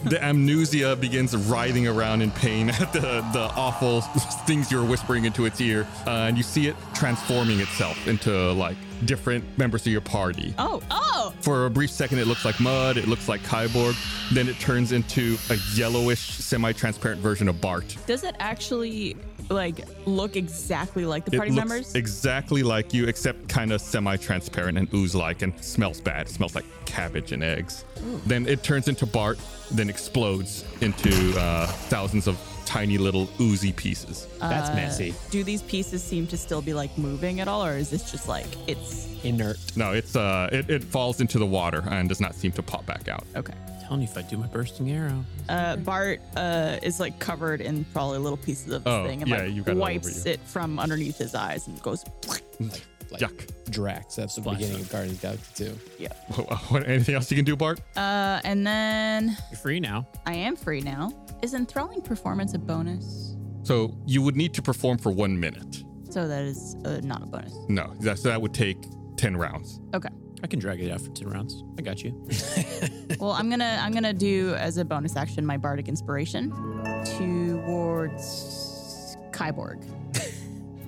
[SPEAKER 2] The amnesia begins writhing around in pain at the, the awful things you're whispering into its ear, uh, and you see it transforming itself into like different members of your party.
[SPEAKER 3] Oh, oh!
[SPEAKER 2] For a brief second, it looks like mud, it looks like Kyborg, then it turns into a yellowish, semi transparent version of Bart.
[SPEAKER 3] Does it actually like look exactly like the party
[SPEAKER 2] it looks
[SPEAKER 3] members?
[SPEAKER 2] exactly like you, except kind of semi transparent and ooze like and smells bad. It smells like cabbage and eggs. Then it turns into Bart, then explodes into uh, thousands of tiny little oozy pieces.
[SPEAKER 3] Uh.
[SPEAKER 4] That's messy.
[SPEAKER 3] Do these pieces seem to still be like moving at all, or is this just like it's
[SPEAKER 6] Inert.
[SPEAKER 2] No, it's uh, it, it falls into the water and does not seem to pop back out.
[SPEAKER 3] okay?
[SPEAKER 4] telling you if I do my bursting arrow.
[SPEAKER 3] Uh, Bart uh, is like covered in probably little pieces of this
[SPEAKER 2] Oh,
[SPEAKER 3] thing and
[SPEAKER 2] yeah, you
[SPEAKER 3] like
[SPEAKER 2] got it all over
[SPEAKER 3] wipes
[SPEAKER 2] you.
[SPEAKER 3] it from underneath his eyes and goes.
[SPEAKER 6] Like
[SPEAKER 2] Yuck.
[SPEAKER 6] Drax. That's the
[SPEAKER 4] Splash
[SPEAKER 6] beginning
[SPEAKER 4] zone.
[SPEAKER 6] of Guardians of the Galaxy 2.
[SPEAKER 3] Yeah.
[SPEAKER 2] What, anything else you can do, Bart?
[SPEAKER 3] Uh, and then
[SPEAKER 4] You're free now.
[SPEAKER 3] I am free now. Is enthralling performance a bonus?
[SPEAKER 2] So you would need to perform for one minute.
[SPEAKER 3] So that is uh, not a bonus.
[SPEAKER 2] No, that, so that would take 10 rounds.
[SPEAKER 3] Okay.
[SPEAKER 4] I can drag it out for 10 rounds. I got you.
[SPEAKER 3] Well, I'm gonna I'm gonna do as a bonus action my bardic inspiration towards Kyborg.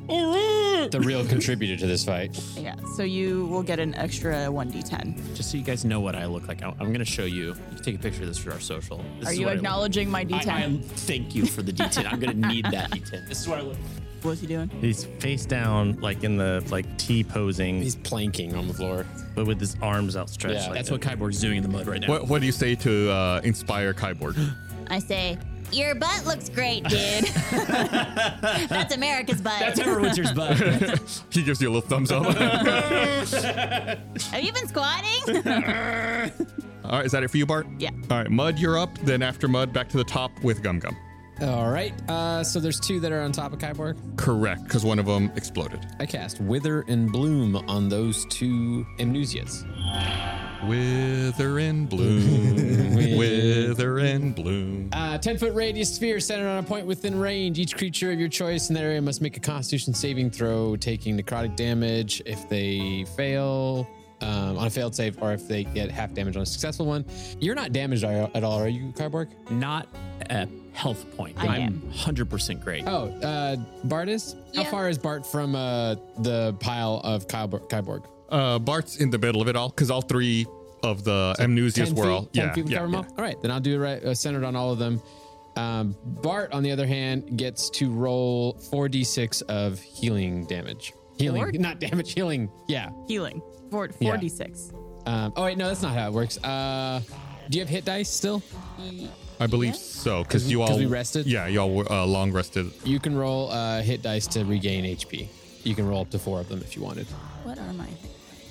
[SPEAKER 6] The real contributor to this fight.
[SPEAKER 3] Yeah, so you will get an extra 1d10.
[SPEAKER 4] Just so you guys know what I look like, I- I'm going to show you. You can take a picture of this for our social. This
[SPEAKER 3] Are
[SPEAKER 4] is
[SPEAKER 3] you
[SPEAKER 4] what I look-
[SPEAKER 3] acknowledging my
[SPEAKER 4] I,
[SPEAKER 3] d10?
[SPEAKER 4] I thank you for the D10. I'm going to need that D10. This is what I look
[SPEAKER 3] What's he doing?
[SPEAKER 5] He's face down, like in the like T posing,
[SPEAKER 6] He's planking on the floor.
[SPEAKER 5] but with his arms outstretched.
[SPEAKER 6] Yeah,
[SPEAKER 5] like
[SPEAKER 4] That's
[SPEAKER 5] that.
[SPEAKER 4] what Kyborg's doing in the mud right now.
[SPEAKER 2] What, what do you say to uh, inspire Kyborg?
[SPEAKER 8] I say, your butt looks great, dude. That's America's butt.
[SPEAKER 4] That's Ever Winter's butt.
[SPEAKER 2] he gives you a little thumbs up.
[SPEAKER 8] Have you been squatting?
[SPEAKER 2] All right, is that it for you, Bart?
[SPEAKER 3] Yeah.
[SPEAKER 2] All right, Mud, you're up. Then after Mud, back to the top with Gum Gum.
[SPEAKER 6] All right. Uh, so there's two that are on top of Kyborg.
[SPEAKER 2] Correct, because one of them exploded.
[SPEAKER 6] I cast Wither and Bloom on those two Amnesias.
[SPEAKER 2] Wither and bloom, wither and bloom.
[SPEAKER 6] Uh, 10 foot radius sphere centered on a point within range. Each creature of your choice in that area must make a constitution saving throw, taking necrotic damage if they fail um, on a failed save or if they get half damage on a successful one. You're not damaged are- at all, are you, Carborg?
[SPEAKER 4] Not a health point.
[SPEAKER 3] I
[SPEAKER 4] am 100% great.
[SPEAKER 6] Oh, uh, Bart is? How
[SPEAKER 8] Yeah.
[SPEAKER 6] far is Bart from uh, the pile of Kyborg? Kyborg?
[SPEAKER 2] Uh, Bart's in the middle of it all, because all three of the amnesias
[SPEAKER 6] 10
[SPEAKER 2] were
[SPEAKER 6] feet?
[SPEAKER 2] all.
[SPEAKER 6] 10
[SPEAKER 2] Yeah,
[SPEAKER 6] feet would
[SPEAKER 2] yeah,
[SPEAKER 6] cover 'em
[SPEAKER 2] yeah.
[SPEAKER 6] all? All right, then I'll do it right, uh, centered on all of them. Um, Bart, on the other hand, gets to roll 4d6 of healing damage. Healing,
[SPEAKER 3] Four?
[SPEAKER 6] not damage, healing. Yeah.
[SPEAKER 3] Healing. Four,
[SPEAKER 6] Yeah.
[SPEAKER 3] 4d6.
[SPEAKER 6] Um, oh, wait, no, that's not how it works. Uh, do you have hit dice still?
[SPEAKER 2] I believe so, because you all.
[SPEAKER 6] 'cause we rested?
[SPEAKER 2] Yeah, you all were, uh, long rested.
[SPEAKER 6] You can roll uh, hit dice to regain HP. You can roll up to four of them if you wanted.
[SPEAKER 3] What are my.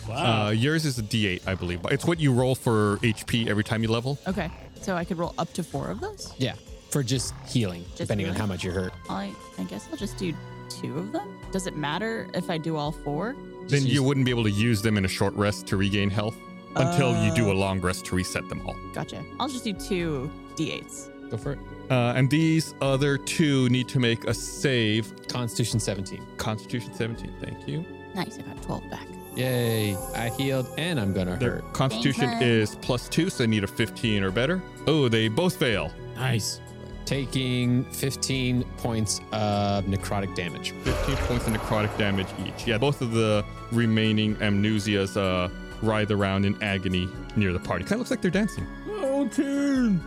[SPEAKER 2] Uh, yours is a D8, I believe. But it's what you roll for HP every time you level.
[SPEAKER 3] Okay, so I could roll up to four of those?
[SPEAKER 6] Yeah, for just healing, depending on
[SPEAKER 3] healing?
[SPEAKER 6] how much you're hurt.
[SPEAKER 3] I, I guess I'll just do two of them. Does it matter if I do all four?
[SPEAKER 2] Then you wouldn't be able to use them in a short rest to regain health until you
[SPEAKER 6] Uh,
[SPEAKER 2] do a long rest to reset them all.
[SPEAKER 3] Gotcha. I'll just do two d8s.
[SPEAKER 6] Go for it.
[SPEAKER 2] Uh, and these other two need to make a save.
[SPEAKER 6] Constitution 17.
[SPEAKER 2] Constitution 17, thank you.
[SPEAKER 3] Nice, I got 12 back.
[SPEAKER 6] Yay, I healed and I'm gonna
[SPEAKER 2] Their
[SPEAKER 6] hurt.
[SPEAKER 2] constitution
[SPEAKER 8] Thank you.
[SPEAKER 2] is plus two, so they need a 15 or better. Oh, they both fail.
[SPEAKER 4] Nice.
[SPEAKER 6] Taking 15 points of necrotic damage.
[SPEAKER 2] 15 points of necrotic damage each. Yeah, both of the remaining amnesias uh, writhe around in agony near the party. Kind of looks like they're dancing. Oh, turn.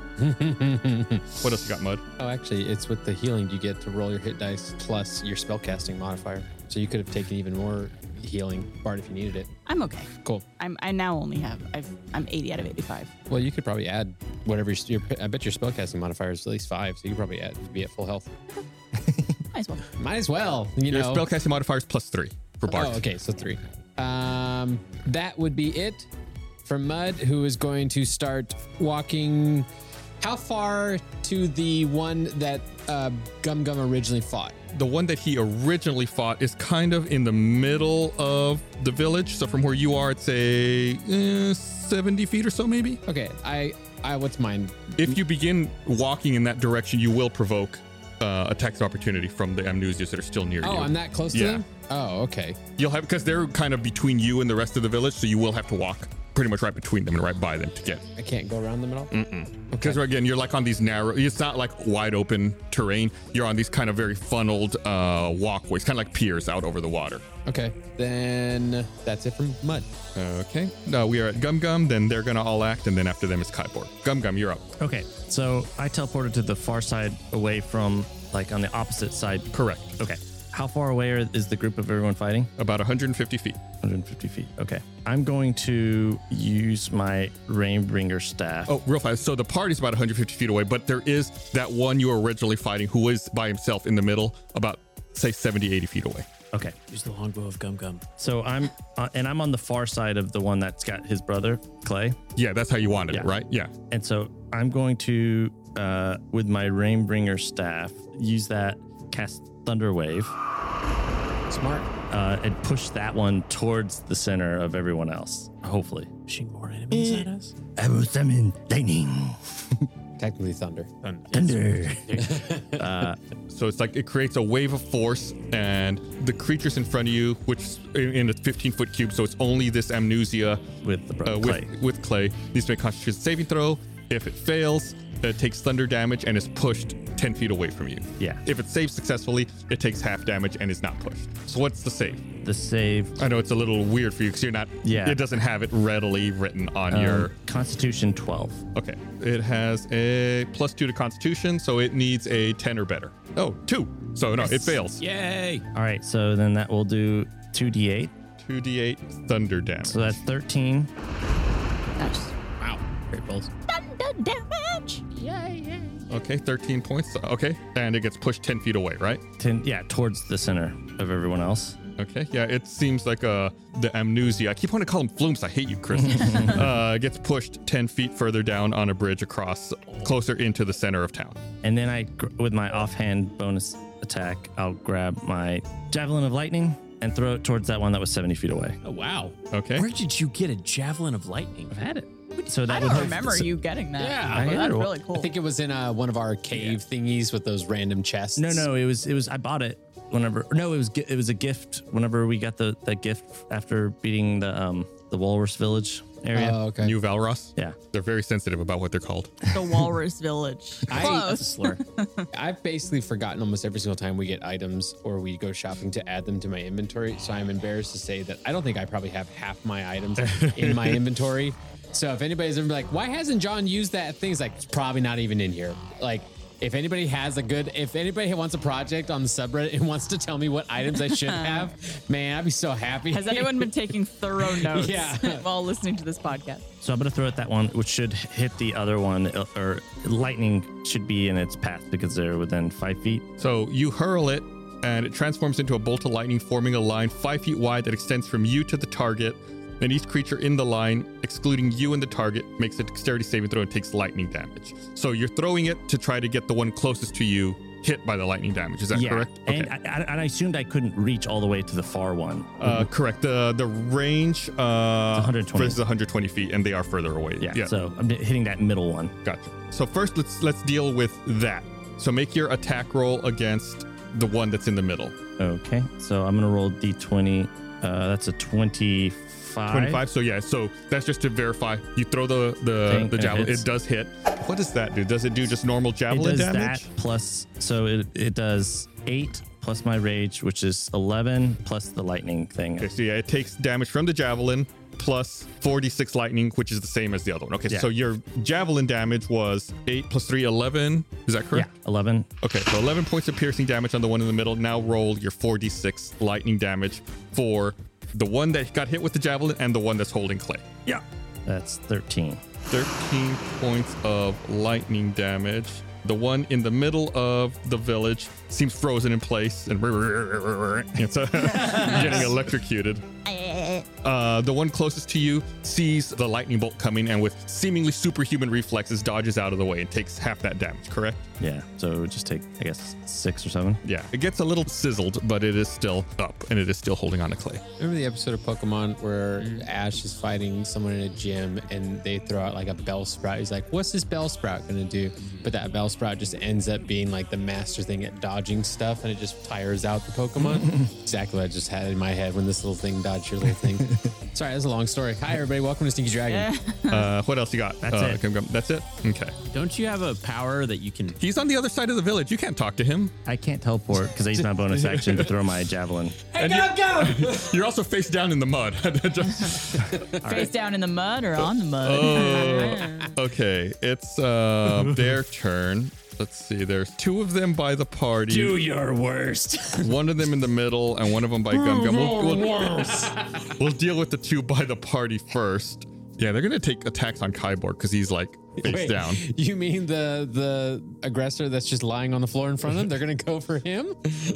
[SPEAKER 2] what else you got, Mud?
[SPEAKER 6] Oh, actually, it's with the healing you get to roll your hit dice plus your spellcasting modifier. So you could have taken even more healing, Bart, if you needed it.
[SPEAKER 3] I'm okay.
[SPEAKER 6] Cool.
[SPEAKER 3] I'm, I now only have, I've, I'm 80 out of 85.
[SPEAKER 6] Well, you could probably add whatever your, your I bet your spellcasting modifier is at least five, so you could probably add, be at full health.
[SPEAKER 3] Might as well.
[SPEAKER 6] Might as well, you
[SPEAKER 2] Your
[SPEAKER 6] know.
[SPEAKER 2] spellcasting modifier is plus three for Bart.
[SPEAKER 6] Oh, okay, so three. Um, that would be it for Mud, who is going to start walking. How far to the one that uh, Gum Gum originally fought?
[SPEAKER 2] The one that he originally fought is kind of in the middle of the village. So from where you are, it's a eh, 70 feet or so, maybe.
[SPEAKER 6] Okay, I, I, what's mine?
[SPEAKER 2] If you begin walking in that direction, you will provoke uh, attacks of opportunity from the amnesias that are still near
[SPEAKER 6] Oh,
[SPEAKER 2] you.
[SPEAKER 6] I'm that close to
[SPEAKER 2] Yeah.
[SPEAKER 6] them. Oh, okay.
[SPEAKER 2] You'll have because they're kind of between you and the rest of the village, so you will have to walk pretty much right between them and right by them to get.
[SPEAKER 6] I can't go around them at all.
[SPEAKER 2] Because again, you're like on these narrow. It's not like wide open terrain. You're on these kind of very funneled uh, walkways, kind of like piers out over the water.
[SPEAKER 6] Okay, then that's it from Mud.
[SPEAKER 2] Okay. No, we are at Gum Gum. Then they're gonna all act, and then after them is Kyborg. Gum Gum, you're up.
[SPEAKER 5] Okay, so I teleported to the far side, away from like on the opposite side.
[SPEAKER 2] Correct.
[SPEAKER 5] Okay, how far away are, is the group of everyone fighting?
[SPEAKER 2] About 150 feet.
[SPEAKER 5] 150 feet. Okay, I'm going to use my Rainbringer staff.
[SPEAKER 2] Oh, real fast. So the party's about 150 feet away, but there is that one you were originally fighting who is by himself in the middle, about, say, 70, 80 feet away.
[SPEAKER 5] okay.
[SPEAKER 4] Use the longbow of Gum Gum.
[SPEAKER 5] So I'm uh, and I'm on the far side of the one that's got his brother Clay,
[SPEAKER 2] Yeah, that's how you wanted it,
[SPEAKER 5] Yeah.
[SPEAKER 2] right? Yeah.
[SPEAKER 5] and so I'm going to uh, with my Rainbringer staff use that cast Thunder Wave
[SPEAKER 6] Smart.
[SPEAKER 5] uh, and push that one towards the center of everyone else. Hopefully,
[SPEAKER 4] Pushing more enemies at us.
[SPEAKER 5] I will summon lightning.
[SPEAKER 6] Technically thunder.
[SPEAKER 4] Thunder.
[SPEAKER 5] uh,
[SPEAKER 2] So it's like it creates a wave of force, and the creatures in front of you, which in, in a 15 foot cube, so it's only this amnesia
[SPEAKER 5] with the
[SPEAKER 2] uh,
[SPEAKER 5] bro-
[SPEAKER 2] with
[SPEAKER 5] clay.
[SPEAKER 2] with clay. Needs to make a Constitution saving throw. If it fails, it takes thunder damage and is pushed 10 feet away from you.
[SPEAKER 5] Yeah.
[SPEAKER 2] If it saves successfully, it takes half damage and is not pushed. So what's the save?
[SPEAKER 5] the save.
[SPEAKER 2] I know it's a little weird for you because you're not.
[SPEAKER 5] Yeah.
[SPEAKER 2] It doesn't have it readily written on
[SPEAKER 5] um,
[SPEAKER 2] your.
[SPEAKER 5] Constitution 12.
[SPEAKER 2] Okay. It has a plus two to Constitution, so it needs a 10 or better. Oh, two. So no, it fails.
[SPEAKER 4] Yay!
[SPEAKER 5] All right, so then that will do 2d8.
[SPEAKER 2] 2d8 thunder damage.
[SPEAKER 5] So that's 13.
[SPEAKER 4] Wow. Great balls.
[SPEAKER 8] Thunder damage.
[SPEAKER 2] okay, 13 points. Okay, and it gets pushed 10 feet away, right?
[SPEAKER 5] 10, yeah, towards the center of everyone else.
[SPEAKER 2] Okay, yeah, it seems like uh, the amnesia. I keep wanting to call them flumes. I hate you, Chris. uh, gets pushed 10 feet further down on a bridge across, closer into the center of town.
[SPEAKER 5] And then I, gr- with my offhand bonus attack, I'll grab my Javelin of Lightning and throw it towards that one that was 70 feet away.
[SPEAKER 4] Oh wow.
[SPEAKER 2] Okay.
[SPEAKER 4] Where did you get a javelin of lightning?
[SPEAKER 5] I've had it. So that
[SPEAKER 3] I
[SPEAKER 5] would
[SPEAKER 3] don't remember
[SPEAKER 5] so-
[SPEAKER 3] you getting that.
[SPEAKER 6] Yeah,
[SPEAKER 5] I
[SPEAKER 3] Well,
[SPEAKER 5] had
[SPEAKER 3] that's
[SPEAKER 5] it.
[SPEAKER 3] really cool.
[SPEAKER 6] I think it was in uh, one of our cave thingies with those random chests.
[SPEAKER 5] No, no, it was it was I bought it whenever. No, it was gi- it was a gift whenever we got the that gift after beating the um the Walrus Village area.
[SPEAKER 6] Oh, okay.
[SPEAKER 2] New Valros.
[SPEAKER 5] yeah.
[SPEAKER 2] They're very sensitive about what they're called.
[SPEAKER 3] the Walrus Village.
[SPEAKER 6] I-
[SPEAKER 3] Close.
[SPEAKER 5] slur.
[SPEAKER 6] I've basically forgotten almost every single time we get items or we go shopping to add them to my inventory. So I'm embarrassed to say that I don't think I probably have half my items in my inventory. So if anybody's ever like, why hasn't John used that thing? It's like, it's probably not even in here. Like, if anybody has a good, if anybody wants a project on the subreddit and wants to tell me what items I should have, man, I'd be so happy.
[SPEAKER 3] Has anyone been taking thorough notes
[SPEAKER 6] Yeah.
[SPEAKER 3] while listening to this podcast?
[SPEAKER 5] So I'm gonna throw at that one, which should hit the other one, uh, or lightning should be in its path because they're within five feet.
[SPEAKER 2] So you hurl it, and it transforms into a bolt of lightning, forming a line five feet wide that extends from you to the target. And each creature in the line, excluding you and the target, makes a dexterity saving throw and takes lightning damage. So you're throwing it to try to get the one closest to you hit by the lightning damage. Is that correct?
[SPEAKER 5] And, I, I- and I assumed I couldn't reach all the way to the far one.
[SPEAKER 2] uh, correct. The the range uh,
[SPEAKER 5] 120.
[SPEAKER 2] is 120 feet, and they are further away.
[SPEAKER 5] Yeah, So I'm hitting that middle one.
[SPEAKER 2] Gotcha. So first, let's let's deal with that. So make your attack roll against the one that's in the middle.
[SPEAKER 5] Okay. So I'm gonna roll d20. Uh, that's a 25.
[SPEAKER 2] 25 so yeah so that's just to verify you throw the the,
[SPEAKER 5] Thing,
[SPEAKER 2] the
[SPEAKER 5] it
[SPEAKER 2] javelin
[SPEAKER 5] hits.
[SPEAKER 2] it does hit what does that do does it do just normal
[SPEAKER 5] It
[SPEAKER 2] javelin
[SPEAKER 5] does
[SPEAKER 2] damage
[SPEAKER 5] that plus. So it it does eight plus my rage, which is 11 plus the lightning thing.
[SPEAKER 2] okay so yeah it takes damage from the javelin plus 46 lightning which is the same as the other one okay
[SPEAKER 5] Yeah.
[SPEAKER 2] so your javelin damage was 8 plus 3 11 is that
[SPEAKER 5] Yeah,
[SPEAKER 2] correct
[SPEAKER 5] 11.
[SPEAKER 2] okay so 11 points of piercing damage on the one in the middle now roll your 46 lightning damage for the one that got hit with the javelin and the one that's holding clay
[SPEAKER 5] That's 13.
[SPEAKER 2] 13 points of lightning damage. The one in the middle of the village seems frozen in place and it's uh, getting electrocuted.
[SPEAKER 8] Eh,
[SPEAKER 2] Uh, the one closest to you sees the lightning bolt coming and with seemingly superhuman reflexes dodges out of the way and takes half that damage, correct?
[SPEAKER 5] Yeah. So it would just take, I guess, six or seven.
[SPEAKER 2] Yeah. It gets a little sizzled, but it is still up and it is still holding on to clay.
[SPEAKER 6] Remember the episode of Pokemon where Ash is fighting someone in a gym and they throw out like a bell sprout? He's like, What's this bell sprout gonna do? But that bell sprout just ends up being like the master thing at dodging stuff and it just tires out the Pokemon. exactly what I just had in my head when this little thing dodged your little thing. Sorry, that's a long story. Hi, everybody. Welcome to Stinky Dragon.
[SPEAKER 2] Uh, what else you got? That's
[SPEAKER 5] it.
[SPEAKER 2] That's it? Okay.
[SPEAKER 4] Don't you have a power that you can?
[SPEAKER 2] He's on the other side of the village. You can't talk to him.
[SPEAKER 5] I can't teleport because I used my bonus action to throw my javelin.
[SPEAKER 2] You're also face down in the mud.
[SPEAKER 3] Face down in the mud or on the mud?
[SPEAKER 2] Okay, it's uh, their turn. Let's see. There's two of them by the party.
[SPEAKER 7] Do your worst.
[SPEAKER 2] One of them in the middle, and one of them by Gum Gum. We'll, we'll-
[SPEAKER 4] Oh,
[SPEAKER 2] we'll deal with the two by the party first. Yeah, they're gonna take attacks on Kyborg because he's like face
[SPEAKER 6] Wait,
[SPEAKER 2] down.
[SPEAKER 6] You mean the the aggressor that's just lying on the floor in front of them? They're gonna go for him?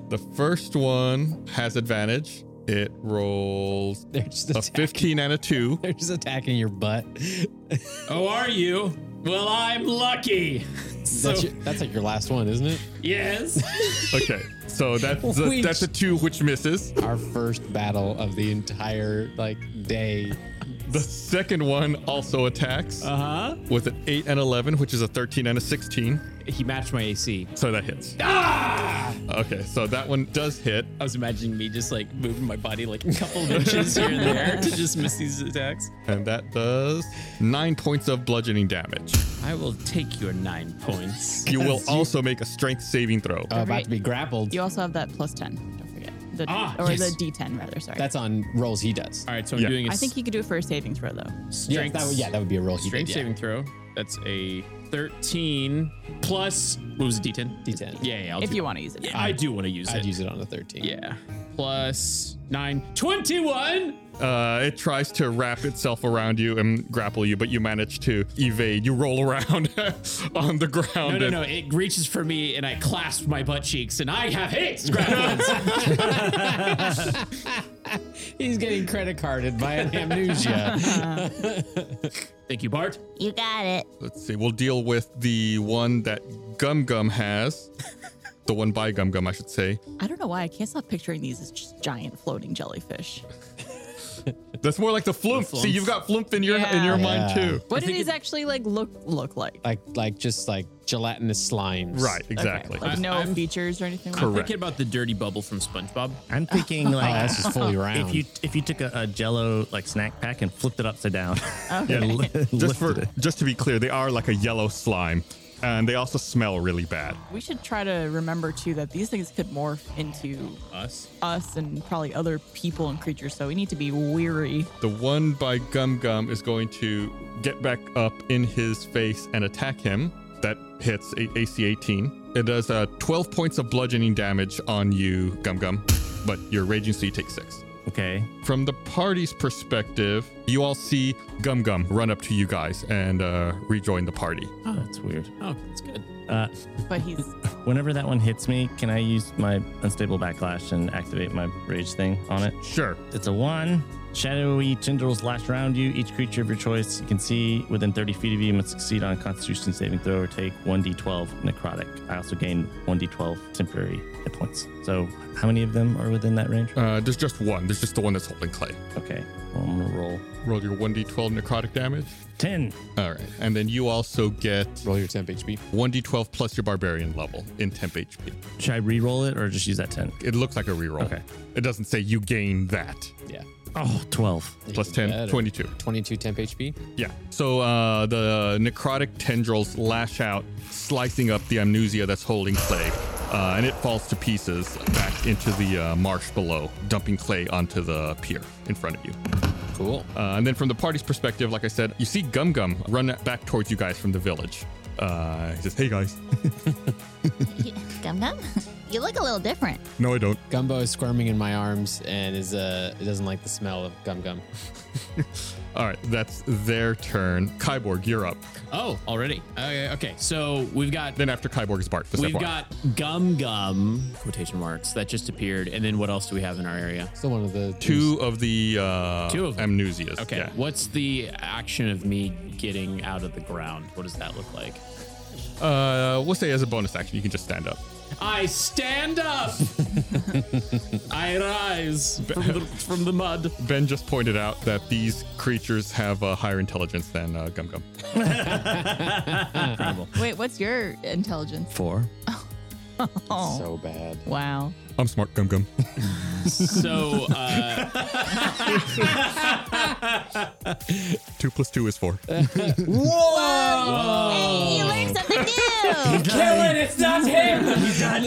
[SPEAKER 2] The first one has advantage. It rolls
[SPEAKER 6] They're just
[SPEAKER 2] a
[SPEAKER 6] attacking,
[SPEAKER 2] 15 and a two.
[SPEAKER 6] they're just attacking your butt.
[SPEAKER 7] Oh, are you? Well, I'm lucky. So,
[SPEAKER 6] That's, your, that's like your last one, isn't it?
[SPEAKER 7] yes.
[SPEAKER 2] Okay, so that's a,
[SPEAKER 6] Wait.
[SPEAKER 2] that's a two which misses.
[SPEAKER 6] our first battle of the entire like day uh,
[SPEAKER 2] The second one also attacks
[SPEAKER 4] Uh
[SPEAKER 6] Uh-huh.
[SPEAKER 4] huh.
[SPEAKER 2] with an 8 and 11, which is a 13 and a 16.
[SPEAKER 4] He matched my AC.
[SPEAKER 2] So that hits. Okay, so that one does hit.
[SPEAKER 4] I was imagining me just like moving my body like a couple of inches here and there to just miss these attacks.
[SPEAKER 2] And that does 9 points of bludgeoning damage.
[SPEAKER 4] I will take your nine points.
[SPEAKER 2] You will also make a strength saving throw.
[SPEAKER 6] Uh, about to be grappled.
[SPEAKER 3] You also have that plus 10. Don't forget. The,
[SPEAKER 4] Ah,
[SPEAKER 3] or
[SPEAKER 4] yes.
[SPEAKER 3] the D10, rather. Sorry.
[SPEAKER 6] That's on rolls he does.
[SPEAKER 4] All right, so I'm
[SPEAKER 2] Yeah.
[SPEAKER 4] doing a
[SPEAKER 3] I think you could do it for a saving throw, though.
[SPEAKER 6] Yes,
[SPEAKER 4] strength.
[SPEAKER 6] that would, yeah, that would be a roll he
[SPEAKER 4] Strength
[SPEAKER 6] did.
[SPEAKER 4] saving throw. That's a 13 plus. What was it? D10.
[SPEAKER 6] D10.
[SPEAKER 4] Yeah, yeah. I'll
[SPEAKER 3] if
[SPEAKER 4] do
[SPEAKER 3] you
[SPEAKER 4] it.
[SPEAKER 3] want to use it.
[SPEAKER 4] Yeah, I do want to use
[SPEAKER 6] Yeah. I'd
[SPEAKER 4] it.
[SPEAKER 6] use it on a 13.
[SPEAKER 4] Yeah. Plus nine. 21.
[SPEAKER 2] Uh, it tries to wrap itself around you and grapple you, but you manage to evade. You roll around on the ground.
[SPEAKER 4] No, no,
[SPEAKER 2] and-
[SPEAKER 4] no. It reaches for me and I clasp my butt cheeks and I have hit. Grapples.
[SPEAKER 6] He's getting credit carded by an amnesia.
[SPEAKER 4] Thank you, Bart.
[SPEAKER 8] You got it.
[SPEAKER 2] Let's see. We'll deal with the one that Gum Gum has. the one by Gum Gum, I should say.
[SPEAKER 3] I don't know why I can't stop picturing these as just giant floating jellyfish.
[SPEAKER 2] That's more like the Flump. see, you've got Flump in your in your
[SPEAKER 3] Yeah.
[SPEAKER 2] mind
[SPEAKER 6] Yeah.
[SPEAKER 2] too.
[SPEAKER 3] What do these actually like look look like?
[SPEAKER 2] Uh,
[SPEAKER 6] like, like just like gelatinous slimes.
[SPEAKER 2] Right,
[SPEAKER 3] Okay,
[SPEAKER 2] exactly.
[SPEAKER 3] Like no
[SPEAKER 4] I'm-
[SPEAKER 3] features or anything.
[SPEAKER 4] I'm
[SPEAKER 2] Correct.
[SPEAKER 4] thinking about the dirty bubble from SpongeBob.
[SPEAKER 5] I'm thinking
[SPEAKER 6] Oh,
[SPEAKER 5] like
[SPEAKER 6] that's just fully round.
[SPEAKER 5] if you if you took a, a Jello like snack pack and flipped it upside down,
[SPEAKER 2] Yeah,
[SPEAKER 5] and li-
[SPEAKER 2] just for
[SPEAKER 5] lifted it.
[SPEAKER 2] just to be clear, they are like a yellow slime, and they also smell really bad.
[SPEAKER 3] We should try to remember too that these things could morph into
[SPEAKER 4] Us.
[SPEAKER 3] us and probably other people and creatures. So we need to be weary.
[SPEAKER 2] The one by Gum Gum is going to get back up in his face and attack him. That hits a- AC 18. It does uh, 12 points of bludgeoning damage on you, Gum Gum, but you're raging, so you take six.
[SPEAKER 5] Okay,
[SPEAKER 2] From the party's perspective, you all see Gum Gum run up to you guys and uh, rejoin the party.
[SPEAKER 5] oh, that's weird.
[SPEAKER 4] Oh, that's good.
[SPEAKER 5] Uh,
[SPEAKER 3] But he's
[SPEAKER 5] whenever that one hits me, can I use my unstable backlash and activate my rage thing on it?
[SPEAKER 2] Sure.
[SPEAKER 5] It's a one. Shadowy tendrils lash around you. Each creature of your choice you can see within 30 feet of you must succeed on a Constitution saving throw or take 1d12 necrotic. I also gain 1d12 temporary hit points. So, how many of them are within that range?
[SPEAKER 2] Uh, there's just one. There's just the one that's holding clay.
[SPEAKER 5] Okay, well, I'm gonna roll
[SPEAKER 2] Roll your 1d12 necrotic damage.
[SPEAKER 5] 10.
[SPEAKER 2] All right. And then you also get
[SPEAKER 6] roll your temp HP.
[SPEAKER 2] 1d12 plus your barbarian level in temp HP.
[SPEAKER 5] Should I re-roll it or just use that 10?
[SPEAKER 2] It looks like a reroll.
[SPEAKER 5] Okay.
[SPEAKER 2] It doesn't say you gain that.
[SPEAKER 6] Yeah.
[SPEAKER 5] Oh, 12.
[SPEAKER 2] Plus 10,
[SPEAKER 6] Even better.
[SPEAKER 2] 22.
[SPEAKER 6] 22 temp HP.
[SPEAKER 2] Yeah. So uh, the necrotic tendrils lash out, slicing up the amnesia that's holding Clay. Uh, and it falls to pieces back into the uh, marsh below, dumping Clay onto the pier in front of you.
[SPEAKER 6] Cool.
[SPEAKER 2] Uh, and then from the party's perspective, like I said, you see Gum Gum run back towards you guys from the village. Uh, he says, hey guys.
[SPEAKER 8] You- Gum gum. You look a little different.
[SPEAKER 2] No, I don't.
[SPEAKER 6] Gumbo is squirming in my arms and is uh it doesn't like the smell of gum gum.
[SPEAKER 2] All right, that's their turn. Kyborg, you're up.
[SPEAKER 4] Oh, already. Okay, okay. So we've got
[SPEAKER 2] Then after Kyborg is Bart. just
[SPEAKER 4] We've
[SPEAKER 2] FYI.
[SPEAKER 4] got gum gum quotation marks that just appeared, and then what else do we have in our area?
[SPEAKER 6] Still one of the
[SPEAKER 2] two of the uh,
[SPEAKER 4] Two of them.
[SPEAKER 2] amnesias.
[SPEAKER 4] Okay,
[SPEAKER 2] yeah.
[SPEAKER 4] what's the action of me getting out of the ground? What does that look like?
[SPEAKER 2] Uh, we'll say as a bonus action, you can just stand up.
[SPEAKER 4] I stand up. I rise from the, from the mud.
[SPEAKER 2] Ben just pointed out that these creatures have a higher intelligence than uh, Gum Gum.
[SPEAKER 3] wait. What's your intelligence?
[SPEAKER 5] Four.
[SPEAKER 3] Oh,
[SPEAKER 6] so bad.
[SPEAKER 3] wow.
[SPEAKER 2] I'm smart, Gum Gum.
[SPEAKER 4] So uh,
[SPEAKER 2] two plus two is four.
[SPEAKER 8] Hey, you learned something new.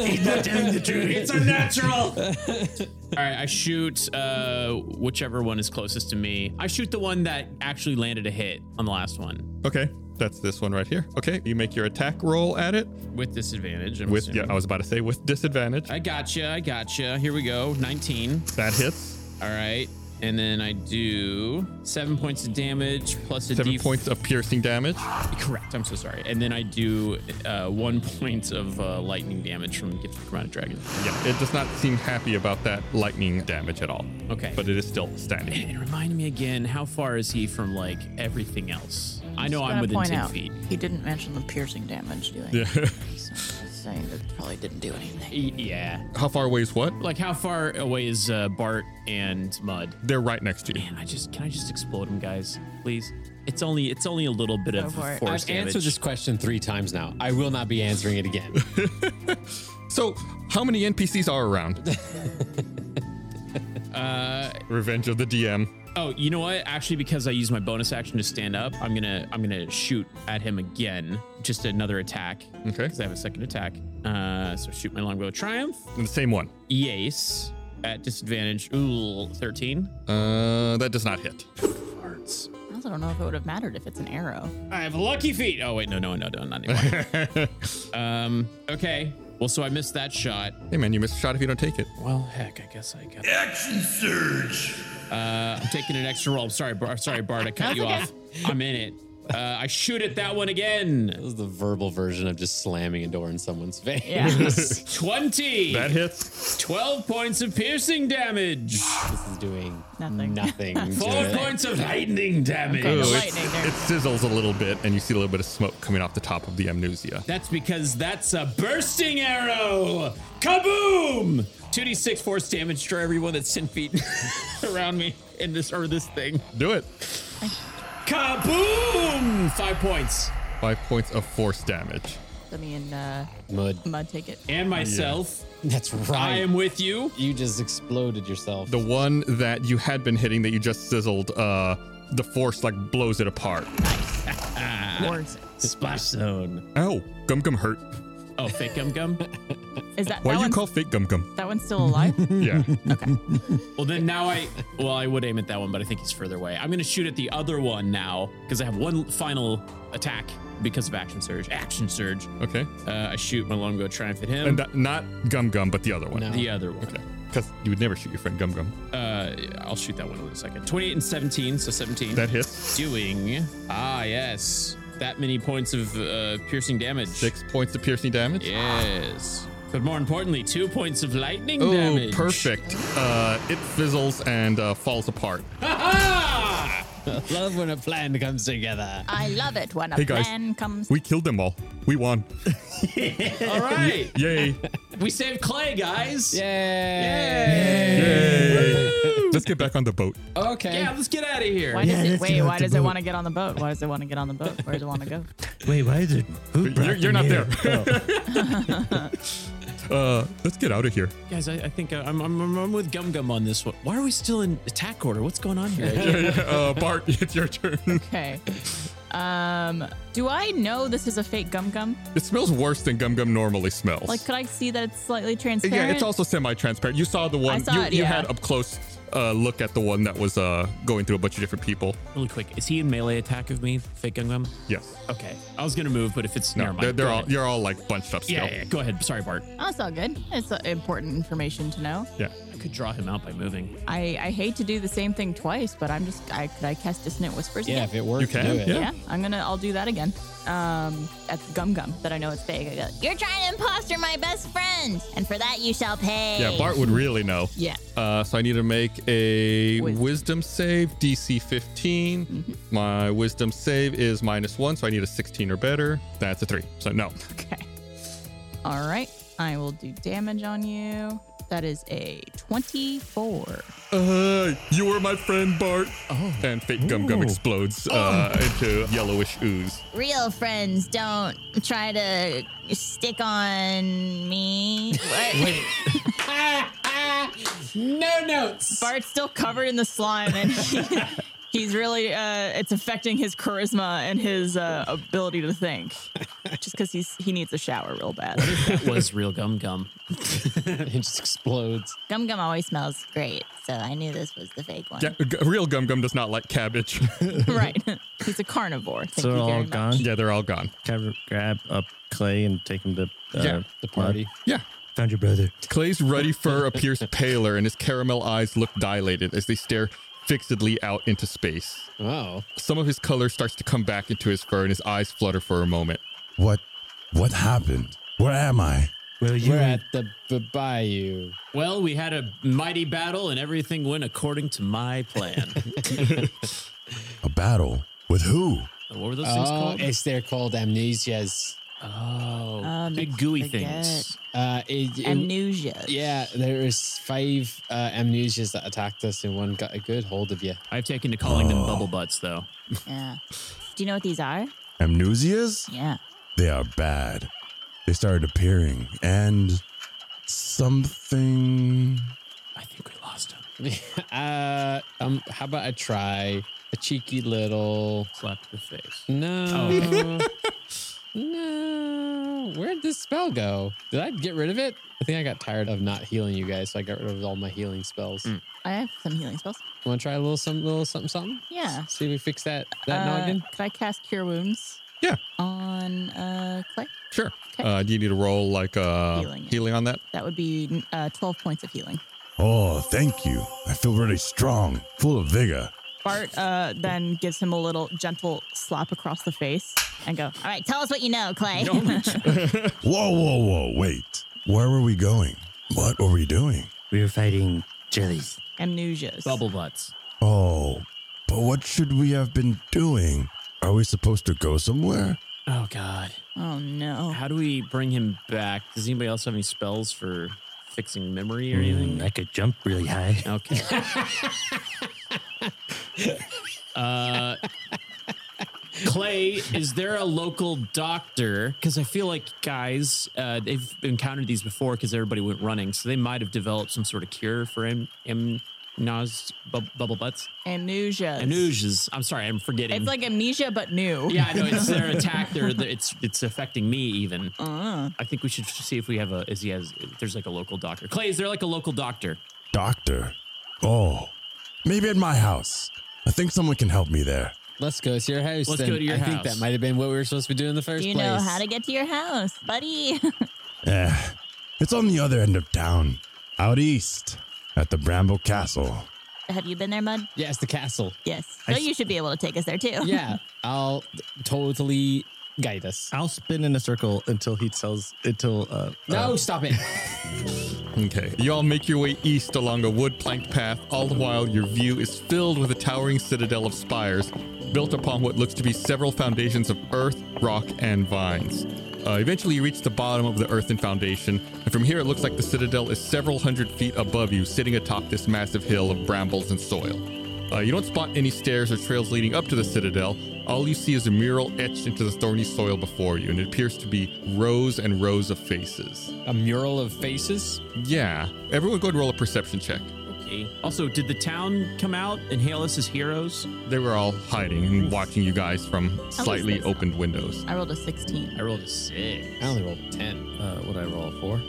[SPEAKER 4] it's unnatural. All right, I shoot uh, whichever one is closest to me. I shoot the one that actually landed a hit on the last one
[SPEAKER 2] Okay, that's this one right here. Okay, you make your attack roll at it
[SPEAKER 4] with disadvantage. I'm
[SPEAKER 2] with.
[SPEAKER 4] assuming.
[SPEAKER 2] Yeah, I was about to say with disadvantage.
[SPEAKER 4] I gotcha. I gotcha. Here we go. 19.
[SPEAKER 2] That hits.
[SPEAKER 4] All right. And then I do seven points of damage plus a
[SPEAKER 2] Seven
[SPEAKER 4] D-
[SPEAKER 2] points of piercing damage.
[SPEAKER 4] Correct. I'm so sorry. And then I do uh, one point of uh, lightning damage from Gift of Chromatic Dragon.
[SPEAKER 2] Yeah, it does not seem happy about that lightning damage at all.
[SPEAKER 4] Okay.
[SPEAKER 2] but it is still
[SPEAKER 4] And
[SPEAKER 2] standing.
[SPEAKER 4] it remind me again, how far is he from like everything else? I know I'm
[SPEAKER 3] Gotta
[SPEAKER 4] within
[SPEAKER 3] point
[SPEAKER 4] 10
[SPEAKER 3] out,
[SPEAKER 4] feet.
[SPEAKER 3] He didn't mention the piercing damage doing.
[SPEAKER 2] Yeah.
[SPEAKER 3] So, saying that probably didn't do anything.
[SPEAKER 4] Y- E, Yeah.
[SPEAKER 2] How far away is what?
[SPEAKER 4] Like, how far away is uh, Bart and Mud?
[SPEAKER 2] They're right next to you.
[SPEAKER 4] Man, I just can I just explode him, guys, please. It's only it's only a little bit of
[SPEAKER 3] for it.
[SPEAKER 4] force
[SPEAKER 6] I've
[SPEAKER 4] damage.
[SPEAKER 6] answered this question three times now. I will not be answering it again.
[SPEAKER 2] So, how many NPCs are around? Uh, Revenge of the DM.
[SPEAKER 4] Oh, you know what? Actually, because I used my bonus action to stand up, I'm gonna I'm gonna shoot at him again. Just another attack.
[SPEAKER 2] Okay.
[SPEAKER 4] Because I have a second attack. Uh, so shoot my longbow triumph.
[SPEAKER 2] The same one.
[SPEAKER 4] Yes. At disadvantage. Ooh, 13.
[SPEAKER 2] Uh, that does not hit.
[SPEAKER 3] I also don't know if it would have mattered if it's an arrow.
[SPEAKER 4] I have lucky feet. Oh wait, no, no, no, no, not anymore. um. Okay. Well, so I missed that shot.
[SPEAKER 2] Hey man, you missed a shot if you don't take it.
[SPEAKER 4] Well, heck, I guess I got. Action surge. Uh, I'm taking an extra roll. I'm sorry, Bar- sorry, Bart. I cut you off. I'm in it. Uh, I shoot at that one again.
[SPEAKER 6] This is the verbal version of just slamming a door in someone's face.
[SPEAKER 3] Yeah.
[SPEAKER 6] this
[SPEAKER 4] 20.
[SPEAKER 2] hits.
[SPEAKER 4] 12 points of piercing damage.
[SPEAKER 6] is doing
[SPEAKER 3] Nothing.
[SPEAKER 6] nothing. nothing to
[SPEAKER 4] Four
[SPEAKER 6] it.
[SPEAKER 4] points of lightning damage.
[SPEAKER 3] The
[SPEAKER 2] it's-
[SPEAKER 3] lightning there.
[SPEAKER 2] It sizzles a little bit, and you see a little bit of smoke coming off the top of the amnesia.
[SPEAKER 4] That's because that's a bursting arrow. Kaboom! 2d6 force damage for everyone that's 10 feet around me in this or this thing.
[SPEAKER 2] Do it.
[SPEAKER 4] Kaboom! Five points.
[SPEAKER 2] Five points of force damage.
[SPEAKER 3] Let me and uh,
[SPEAKER 6] Mud.
[SPEAKER 3] Mud take it.
[SPEAKER 4] And myself.
[SPEAKER 6] That's right.
[SPEAKER 4] I am with you.
[SPEAKER 6] you just exploded yourself.
[SPEAKER 2] The one that you had been hitting that you just sizzled, uh, the force like blows it apart.
[SPEAKER 3] Force.
[SPEAKER 5] Splash zone.
[SPEAKER 2] Ow, gum gum hurt.
[SPEAKER 4] Oh, fake gum gum.
[SPEAKER 3] Is that
[SPEAKER 2] Why do
[SPEAKER 3] that,
[SPEAKER 2] you
[SPEAKER 3] one's,
[SPEAKER 2] call fake gum gum?
[SPEAKER 3] that one's still alive?
[SPEAKER 2] Yeah.
[SPEAKER 4] Well, then now I. Well, I would aim at that one, but I think he's further away. I'm going to shoot at the other one now because I have one final attack because of action surge. Action surge.
[SPEAKER 2] okay.
[SPEAKER 4] Uh, I shoot my longbow triumph at
[SPEAKER 2] And
[SPEAKER 4] him.
[SPEAKER 2] that, Uh, not gum gum, but the other one.
[SPEAKER 6] No.
[SPEAKER 4] the other one.
[SPEAKER 2] Because you would never shoot your friend gum gum.
[SPEAKER 4] Uh, I'll shoot that one in a second. 28 and 17, so 17.
[SPEAKER 2] That hits.
[SPEAKER 4] Doing. Ah, yes. That many points of uh, piercing damage.
[SPEAKER 2] Six points of piercing damage.
[SPEAKER 4] Yes. But more importantly, two points of lightning
[SPEAKER 2] Oh,
[SPEAKER 4] damage.
[SPEAKER 2] perfect. Uh, it fizzles and uh, falls apart.
[SPEAKER 4] Ha
[SPEAKER 6] Love when a plan comes together.
[SPEAKER 3] I love it when a
[SPEAKER 2] Hey, guys.
[SPEAKER 3] plan comes.
[SPEAKER 2] We killed them all. We won.
[SPEAKER 4] All right.
[SPEAKER 2] Yay.
[SPEAKER 4] we saved Clay, guys.
[SPEAKER 6] Yay!
[SPEAKER 2] Yay. Let's get back on the boat.
[SPEAKER 6] Okay.
[SPEAKER 4] Yeah, let's get out of here.
[SPEAKER 3] Why does it, wait, why does it want to get on the boat? Why does it want to get on the boat? Where does it want to go?
[SPEAKER 5] Wait, why is it? who
[SPEAKER 2] You're,
[SPEAKER 5] brought
[SPEAKER 2] you're
[SPEAKER 5] them
[SPEAKER 2] not there.
[SPEAKER 5] here?
[SPEAKER 2] uh, let's get out of here.
[SPEAKER 4] Guys, I, I think I- I'm, I'm, I'm with Gum Gum on this one. Why are we still in attack order? What's going on here?
[SPEAKER 2] Uh, Bart, it's your turn.
[SPEAKER 3] Okay. Um, do I know this is a fake gum gum?
[SPEAKER 2] It smells worse than gum gum normally smells.
[SPEAKER 3] Like, could I see that it's slightly transparent?
[SPEAKER 2] yeah, it's also semi-transparent. You saw the one.
[SPEAKER 3] saw
[SPEAKER 2] you
[SPEAKER 3] it,
[SPEAKER 2] you
[SPEAKER 3] yeah.
[SPEAKER 2] had up close uh, look at the one that was uh, going through a bunch of different people.
[SPEAKER 4] Really quick, is he in melee attack of me, fake Gum Gum?
[SPEAKER 2] Yes.
[SPEAKER 4] Okay, I was gonna move, but if it's
[SPEAKER 2] No,
[SPEAKER 4] never mind.
[SPEAKER 2] they're, they're
[SPEAKER 4] Go
[SPEAKER 2] all
[SPEAKER 4] ahead.
[SPEAKER 2] you're all like bunched up still.
[SPEAKER 4] Yeah, yeah, yeah, go ahead. Sorry, Bart.
[SPEAKER 3] Oh, it's all good. It's uh, important information to know.
[SPEAKER 2] yeah.
[SPEAKER 4] I could draw him out by moving.
[SPEAKER 3] I, I hate to do the same thing twice, but I'm just I could I cast dissonant whispers.
[SPEAKER 6] Yeah,
[SPEAKER 3] again?
[SPEAKER 6] if it works,
[SPEAKER 2] You can,
[SPEAKER 6] do it.
[SPEAKER 2] yeah.
[SPEAKER 3] yeah. I'm gonna I'll do that again. Um, at gum gum that I know it's fake. I go,
[SPEAKER 8] You're trying to imposter my best friend, and for that you shall pay.
[SPEAKER 2] Yeah, Bart would really know.
[SPEAKER 3] yeah.
[SPEAKER 2] Uh, so I need to make a
[SPEAKER 3] Wis-
[SPEAKER 2] wisdom save, DC 15.
[SPEAKER 3] Mm-hmm.
[SPEAKER 2] My wisdom save is minus one, so I need a 16 or better. That's a three. So no.
[SPEAKER 3] Okay. All right. I will do damage on you. That is a 24.
[SPEAKER 2] Uh, you were my friend, Bart.
[SPEAKER 4] Oh.
[SPEAKER 2] And fake gum gum
[SPEAKER 5] Ooh.
[SPEAKER 2] explodes uh, into yellowish ooze.
[SPEAKER 8] Real friends don't try to stick on me. What?
[SPEAKER 6] No notes.
[SPEAKER 3] Bart's still covered in the slime and he- he's really uh it's affecting his charisma and his uh ability to think. Just because he's he needs a shower real bad.
[SPEAKER 4] That was real Gum Gum.
[SPEAKER 6] it just explodes.
[SPEAKER 8] Gum Gum always smells great, so I knew this was the fake one.
[SPEAKER 2] Yeah, g- real gum gum does not like cabbage.
[SPEAKER 3] right. He's a carnivore. Thank
[SPEAKER 5] So
[SPEAKER 3] you
[SPEAKER 5] they're
[SPEAKER 3] very
[SPEAKER 5] all
[SPEAKER 3] much.
[SPEAKER 5] gone.
[SPEAKER 2] yeah, they're all gone.
[SPEAKER 5] Grab, grab up Clay and take him to uh,
[SPEAKER 2] Yeah,
[SPEAKER 6] The party.
[SPEAKER 2] Yeah.
[SPEAKER 5] Found your brother.
[SPEAKER 2] Clay's ruddy fur appears paler, and his caramel eyes look dilated as they stare fixedly out into space.
[SPEAKER 6] Oh.
[SPEAKER 2] Some of his color starts to come back into his fur, and his eyes flutter for a moment.
[SPEAKER 9] What what happened? Where am I?
[SPEAKER 5] Well, you
[SPEAKER 6] We're at the b- bayou.
[SPEAKER 4] Well, we had a mighty battle, and everything went according to my plan.
[SPEAKER 9] A battle with who?
[SPEAKER 4] what were those things
[SPEAKER 6] Oh,
[SPEAKER 4] called?
[SPEAKER 6] it's they're called amnesias.
[SPEAKER 4] Oh,
[SPEAKER 3] Um,
[SPEAKER 4] big gooey
[SPEAKER 3] forget.
[SPEAKER 4] things.
[SPEAKER 6] Uh, it, it-
[SPEAKER 3] Amnesia.
[SPEAKER 6] yeah, there is five uh, amnesias that attacked us, and one got a good hold of you.
[SPEAKER 4] I've taken to calling them bubble butts, though.
[SPEAKER 3] Yeah. Do you know what these are?
[SPEAKER 9] Amnesias?
[SPEAKER 3] Yeah.
[SPEAKER 9] They are bad. They started appearing and something.
[SPEAKER 4] I think we lost him.
[SPEAKER 6] uh, um, how about I try a cheeky little?
[SPEAKER 4] Slapped the face.
[SPEAKER 6] No, no. Where'd this spell go? Did I get rid of it? I think I got tired of not healing you guys, so I got rid of all my healing spells.
[SPEAKER 4] Mm.
[SPEAKER 3] I have some healing spells.
[SPEAKER 6] You want to try a little something, little something, something?
[SPEAKER 3] Yeah.
[SPEAKER 6] See if we fix that that
[SPEAKER 3] Uh,
[SPEAKER 6] noggin.
[SPEAKER 3] Could I cast Cure Wounds?
[SPEAKER 2] Yeah.
[SPEAKER 3] On uh, Clay?
[SPEAKER 2] Sure.
[SPEAKER 3] Okay.
[SPEAKER 2] Uh, do you need to roll like uh,
[SPEAKER 3] Healing.
[SPEAKER 2] healing. on that?
[SPEAKER 3] That would be uh, 12 points of healing.
[SPEAKER 9] Oh, thank you. I feel really strong, full of vigor.
[SPEAKER 3] Bart uh, then gives him a little gentle slap across the face and go,
[SPEAKER 8] All right, tell us what you know, Clay.
[SPEAKER 9] Whoa, whoa, whoa, wait. Where were we going? What were we doing?
[SPEAKER 5] We were fighting jellies.
[SPEAKER 3] amnesias.
[SPEAKER 4] Bubble butts.
[SPEAKER 9] Oh, but what should we have been doing? Are we supposed to go somewhere?
[SPEAKER 4] Oh God.
[SPEAKER 3] Oh, no.
[SPEAKER 4] How do we bring him back? Does anybody else have any spells for fixing memory or
[SPEAKER 5] Mm,
[SPEAKER 4] anything?
[SPEAKER 5] I could jump really high.
[SPEAKER 4] Okay. uh, Clay, is there a local doctor? Because I feel like guys, uh, they've encountered these before because everybody went running, so they might have developed some sort of cure for am- amnas bub- bubble butts.
[SPEAKER 3] Amnesias.
[SPEAKER 4] Anuges. I'm sorry, I'm forgetting.
[SPEAKER 3] It's like amnesia, but new.
[SPEAKER 4] yeah, I know it's their attack. They're, they're- it's it's affecting me even.
[SPEAKER 3] Uh,
[SPEAKER 4] I think we should see if we have a is he has if there's like a local doctor. Clay, is there like a local doctor?
[SPEAKER 9] Doctor. Oh, maybe at my house. I think someone can help me there.
[SPEAKER 6] Let's go to your house.
[SPEAKER 4] Let's
[SPEAKER 6] then.
[SPEAKER 4] go to your
[SPEAKER 6] I think
[SPEAKER 4] house.
[SPEAKER 6] that might have been what we were supposed to be doing in the first
[SPEAKER 8] Do you
[SPEAKER 6] place.
[SPEAKER 8] know how to get to your house, buddy?
[SPEAKER 9] Eh, it's on the other end of town, out east, at the Bramble Castle.
[SPEAKER 8] Have you been there, Mud?
[SPEAKER 6] Yes, the castle.
[SPEAKER 8] Yes.
[SPEAKER 5] I
[SPEAKER 8] So
[SPEAKER 5] s-
[SPEAKER 8] you should be able to take us there too.
[SPEAKER 6] Yeah, I'll totally guide us.
[SPEAKER 5] I'll spin in a circle until he tells until uh,
[SPEAKER 6] No,
[SPEAKER 5] uh,
[SPEAKER 6] stop it.
[SPEAKER 2] Okay. You all make your way east along a wood planked path, all the while your view is filled with a towering citadel of spires, built upon what looks to be several foundations of earth, rock, and vines. Uh, eventually, you reach the bottom of the earthen foundation, and from here, it looks like the citadel is several hundred feet above you, sitting atop this massive hill of brambles and soil. Uh, you don't spot any stairs or trails leading up to the citadel. All you see is a mural etched into the thorny soil before you, and it appears to be rows and rows of faces.
[SPEAKER 6] A mural of faces.
[SPEAKER 2] Yeah. Everyone go ahead and roll a perception check.
[SPEAKER 4] Okay. Also, did the town come out and hail us as heroes?
[SPEAKER 2] They were all hiding and watching you guys from slightly
[SPEAKER 3] this?
[SPEAKER 2] opened windows.
[SPEAKER 3] I rolled a 16.
[SPEAKER 4] I rolled a six.
[SPEAKER 6] I only rolled a ten.
[SPEAKER 5] uh, what I roll for.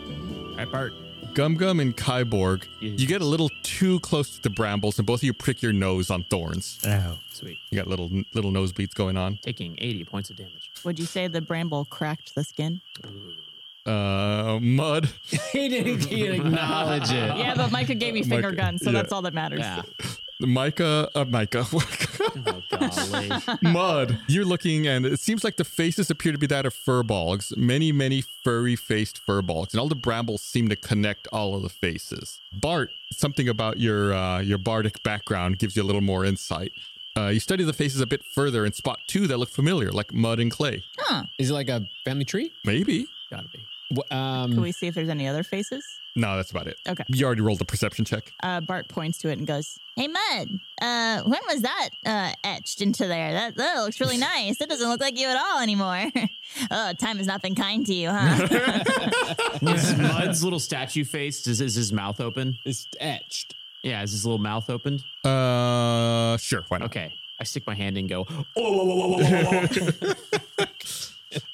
[SPEAKER 4] All right, Bart.
[SPEAKER 2] Gum Gum and Kyborg,
[SPEAKER 4] Yeah.
[SPEAKER 2] you get a little too close to the brambles, and both of you prick your nose on thorns.
[SPEAKER 6] Oh.
[SPEAKER 5] Ow.
[SPEAKER 4] Sweet.
[SPEAKER 2] You got little little nosebleeds going on.
[SPEAKER 4] Taking 80 points of damage.
[SPEAKER 3] Would you say the bramble cracked the skin?
[SPEAKER 2] Uh, mud.
[SPEAKER 6] he didn't even acknowledge it.
[SPEAKER 3] Yeah, but Micah gave me finger
[SPEAKER 2] Uh, Micah,
[SPEAKER 3] guns, so
[SPEAKER 2] yeah.
[SPEAKER 3] that's all that matters.
[SPEAKER 4] Yeah.
[SPEAKER 2] Micah, uh, Micah,
[SPEAKER 4] Oh, golly.
[SPEAKER 2] Mud. You're looking, and it seems like the faces appear to be that of furballs. Many, many furry-faced furballs, and all the brambles seem to connect all of the faces. Bart, something about your uh, your bardic background gives you a little more insight. Uh, you study the faces a bit further and spot two that look familiar, like mud and clay.
[SPEAKER 6] Is it like a family tree?
[SPEAKER 2] Maybe.
[SPEAKER 4] Gotta be.
[SPEAKER 6] Wh-
[SPEAKER 3] Can
[SPEAKER 6] Um,
[SPEAKER 3] we see if there's any other faces?
[SPEAKER 2] No, that's about it.
[SPEAKER 3] Okay.
[SPEAKER 2] You already rolled the perception check.
[SPEAKER 3] Uh, Bart points to it and goes,
[SPEAKER 8] Hey, Mud. Uh, when was that uh, etched into there? That that looks really nice. That doesn't look like you at all anymore.
[SPEAKER 3] uh,
[SPEAKER 8] oh, time has not been kind to you, huh?
[SPEAKER 4] Is Mud's little statue face, is, is his mouth open?
[SPEAKER 6] it's etched.
[SPEAKER 4] Yeah, is his little mouth opened?
[SPEAKER 2] Uh, sure. Why not?
[SPEAKER 4] Okay. I stick my hand in and go, oh,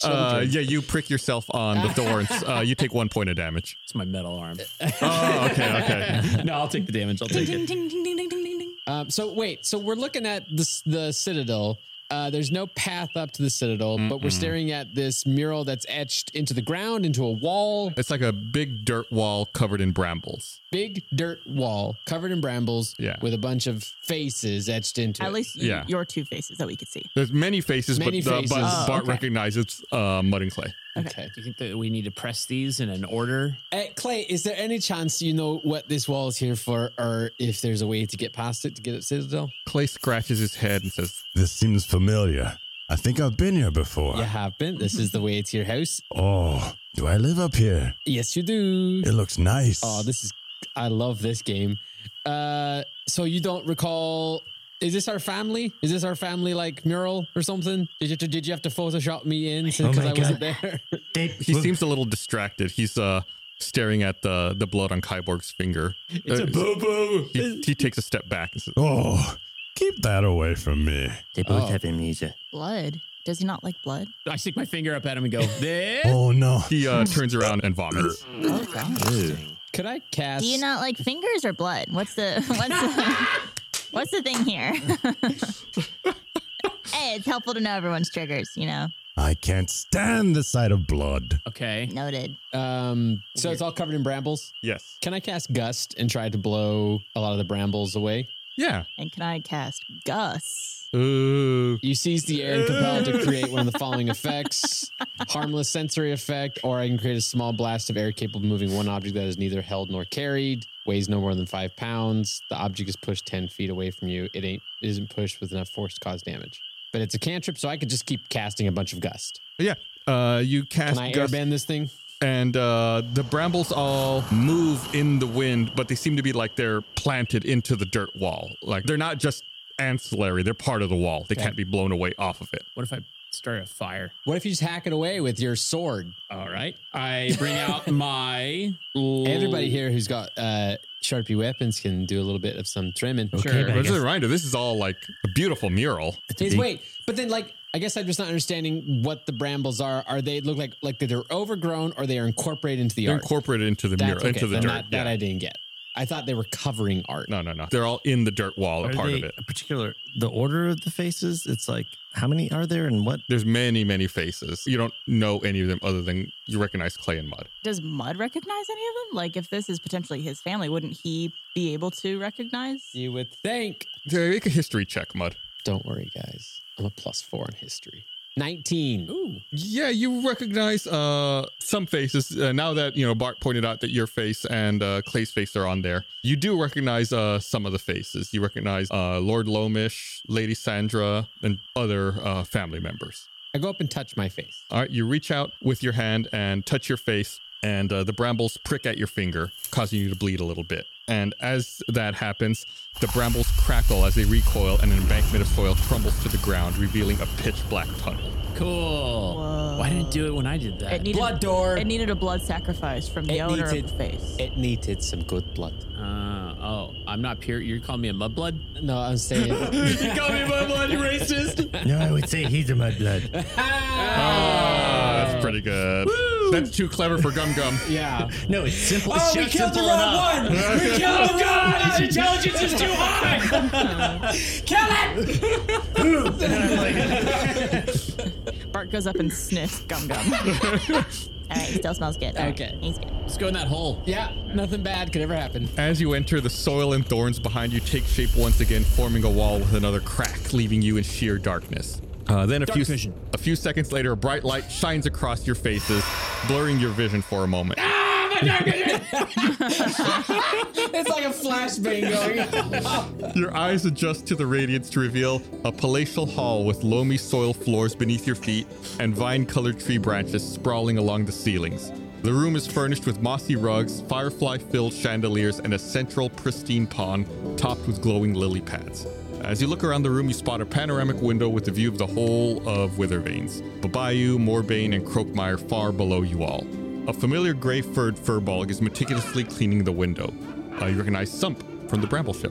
[SPEAKER 2] Uh, yeah, you prick yourself on the thorns. uh, you take one point of damage.
[SPEAKER 4] it's my metal arm.
[SPEAKER 2] Oh, okay, okay.
[SPEAKER 4] no, I'll take the damage. I'll take it.
[SPEAKER 3] ding, ding, ding, ding, ding, ding, ding.
[SPEAKER 6] Um, so wait, so we're looking at this the citadel. Uh, there's no path up to the citadel, but we're staring at this mural that's etched into the ground, into a wall,
[SPEAKER 2] It's like a big dirt wall covered in brambles.
[SPEAKER 6] big dirt wall covered in brambles,
[SPEAKER 2] Yeah.
[SPEAKER 6] with a bunch of faces etched into it.
[SPEAKER 3] At least y-
[SPEAKER 2] Yeah.
[SPEAKER 3] your two faces that we could see.
[SPEAKER 2] There's many faces,
[SPEAKER 6] Many
[SPEAKER 2] but, the- but
[SPEAKER 6] faces.
[SPEAKER 3] Oh,
[SPEAKER 2] Bart
[SPEAKER 3] okay.
[SPEAKER 2] recognizes uh, mud and clay.
[SPEAKER 6] okay.
[SPEAKER 4] Do you think that we need to press these in an order?
[SPEAKER 6] Uh, Clay, is there any chance you know what this wall is here for, or if there's a way to get past it to get at Citadel?
[SPEAKER 2] Clay scratches his head and says,
[SPEAKER 9] This seems familiar. I think I've been here before.
[SPEAKER 6] You have been. This is the way to your house.
[SPEAKER 9] Oh, do I live up here?
[SPEAKER 6] Yes, you do.
[SPEAKER 9] It looks nice.
[SPEAKER 6] Oh, this is. I love this game. Uh, so you don't recall? Is this our family? Is this our family like mural or something? Did you did you have to Photoshop me in
[SPEAKER 5] Oh
[SPEAKER 6] because
[SPEAKER 5] my
[SPEAKER 6] I wasn't there?
[SPEAKER 5] They,
[SPEAKER 2] He seems a little distracted. He's uh staring at the the blood on Kyborg's finger. It's a boo boo. He, he takes a step back. and says,
[SPEAKER 9] Oh, keep that away from me.
[SPEAKER 5] they both
[SPEAKER 6] Oh.
[SPEAKER 5] have amnesia.
[SPEAKER 3] Blood. Does he not like blood?
[SPEAKER 7] I stick my finger up at him and go, this?
[SPEAKER 9] Oh no.
[SPEAKER 2] He uh, turns around and vomits.
[SPEAKER 6] Could I cast?
[SPEAKER 8] Do you not like fingers or blood? What's the what's the, what's the thing here? hey, it's helpful to know everyone's triggers. You know,
[SPEAKER 9] I can't stand the sight of blood.
[SPEAKER 7] Okay.
[SPEAKER 8] noted.
[SPEAKER 6] Um, so it's all covered in brambles.
[SPEAKER 2] Yes.
[SPEAKER 6] Can I cast gust and try to blow a lot of the brambles away?
[SPEAKER 2] Yeah.
[SPEAKER 3] And can I cast Gus?
[SPEAKER 2] Ooh.
[SPEAKER 6] You seize the air and compel it to create one of the following effects harmless sensory effect, or I can create a small blast of air capable of moving one object that is neither held nor carried, weighs no more than five pounds. The object is pushed 10 feet away from you. It ain't it isn't pushed with enough force to cause damage. But it's a cantrip, so I could just keep casting a bunch of gust.
[SPEAKER 2] Yeah. Uh, you
[SPEAKER 6] Can
[SPEAKER 2] cast
[SPEAKER 6] I
[SPEAKER 2] Gust,
[SPEAKER 6] airbend this thing?
[SPEAKER 2] and uh, the brambles all move in the wind, but they seem to be like they're planted into the dirt wall. Like they're not just ancillary; they're part of the wall. They can't be blown away off of it.
[SPEAKER 7] What if I start a fire?
[SPEAKER 6] What if you just hack it away with your sword?
[SPEAKER 7] All right. I bring out my. l-
[SPEAKER 6] Everybody here who's got uh, Sharpie weapons can do a little bit of some trimming.
[SPEAKER 5] Okay, but
[SPEAKER 2] As
[SPEAKER 5] I
[SPEAKER 2] a
[SPEAKER 5] guess
[SPEAKER 2] reminder, this is all like a beautiful mural.
[SPEAKER 5] it's a
[SPEAKER 6] Is
[SPEAKER 5] big-
[SPEAKER 6] wait, but then like I guess I'm just not understanding what the brambles are. Are they look like like they're overgrown or they are incorporated into the
[SPEAKER 2] They're
[SPEAKER 6] art?
[SPEAKER 2] incorporated into the
[SPEAKER 6] That's
[SPEAKER 2] mural,
[SPEAKER 6] okay,
[SPEAKER 2] into the
[SPEAKER 6] then
[SPEAKER 2] dirt.
[SPEAKER 6] That,
[SPEAKER 2] yeah.
[SPEAKER 6] that I didn't get. I thought they were covering art.
[SPEAKER 2] No, no, no. They're all in the dirt wall, a
[SPEAKER 5] Are
[SPEAKER 2] part
[SPEAKER 5] they
[SPEAKER 2] of it.
[SPEAKER 5] A particular the order of the faces. It's like how many are there and what?
[SPEAKER 2] There's many, many faces. You don't know any of them other than you recognize clay and mud.
[SPEAKER 3] Does Mud recognize any of them? Like, if this is potentially his family, wouldn't he be able to recognize?
[SPEAKER 6] You would think.
[SPEAKER 2] So Make a history check, mud.
[SPEAKER 6] Don't worry, guys. I'm a plus four in history. Nineteen. Ooh.
[SPEAKER 2] Yeah, you recognize uh, some faces. Uh, now that you know Bart pointed out that your face and uh, Clay's face are on there, you do recognize uh, some of the faces. You recognize uh, Lord Lomish, Lady Sandra, and other uh, family members.
[SPEAKER 6] I go up and touch my face.
[SPEAKER 2] All right, you reach out with your hand and touch your face, and uh, the brambles prick at your finger, causing you to bleed a little bit. And as that happens, the brambles crackle as they recoil, and an embankment of soil crumbles to the ground, revealing a pitch black tunnel.
[SPEAKER 7] Cool. Why didn't it do it when I did that?
[SPEAKER 3] It needed,
[SPEAKER 6] Blood door.
[SPEAKER 3] It needed a blood sacrifice from the
[SPEAKER 6] It
[SPEAKER 3] owner
[SPEAKER 6] needed-
[SPEAKER 3] of the face.
[SPEAKER 6] It needed some good blood.
[SPEAKER 7] Uh, oh, I'm not pure. You're calling me a mudblood?
[SPEAKER 6] No, I'm saying.
[SPEAKER 7] Call me a mudblood, you racist.
[SPEAKER 5] No, I would say he's a mudblood.
[SPEAKER 2] Ah, that's pretty good. That's too clever for Gum Gum.
[SPEAKER 6] yeah.
[SPEAKER 5] No, it's simple. Oh, we killed the
[SPEAKER 7] one. We
[SPEAKER 2] Oh
[SPEAKER 7] killed the God. His intelligence is too high.
[SPEAKER 3] Bart goes up and sniffs gum gum.
[SPEAKER 8] All right, still smells good. All right,
[SPEAKER 6] Okay.
[SPEAKER 8] he's good.
[SPEAKER 7] Let's go in that hole.
[SPEAKER 6] Yeah. Nothing bad could ever happen.
[SPEAKER 2] As you enter, the soil and thorns behind you take shape once again, forming a wall with another crack, leaving you in sheer darkness. Uh, then a few
[SPEAKER 7] vision.
[SPEAKER 2] a few seconds later, a bright light shines across your faces, blurring your vision for a moment.
[SPEAKER 6] It's like a flashbang going. on.
[SPEAKER 2] Your eyes adjust to the radiance to reveal a palatial hall with loamy soil floors beneath your feet and vine colored tree branches sprawling along the ceilings. The room is furnished with mossy rugs, firefly filled chandeliers, and a central pristine pond topped with glowing lily pads. As you look around the room, you spot a panoramic window with a view of the whole of Withervanes, Babayu, Morbane, and Croakmire far below you all. A familiar gray furred furbolg is meticulously cleaning the window. Uh, you recognize Sump from the Bramble Ship.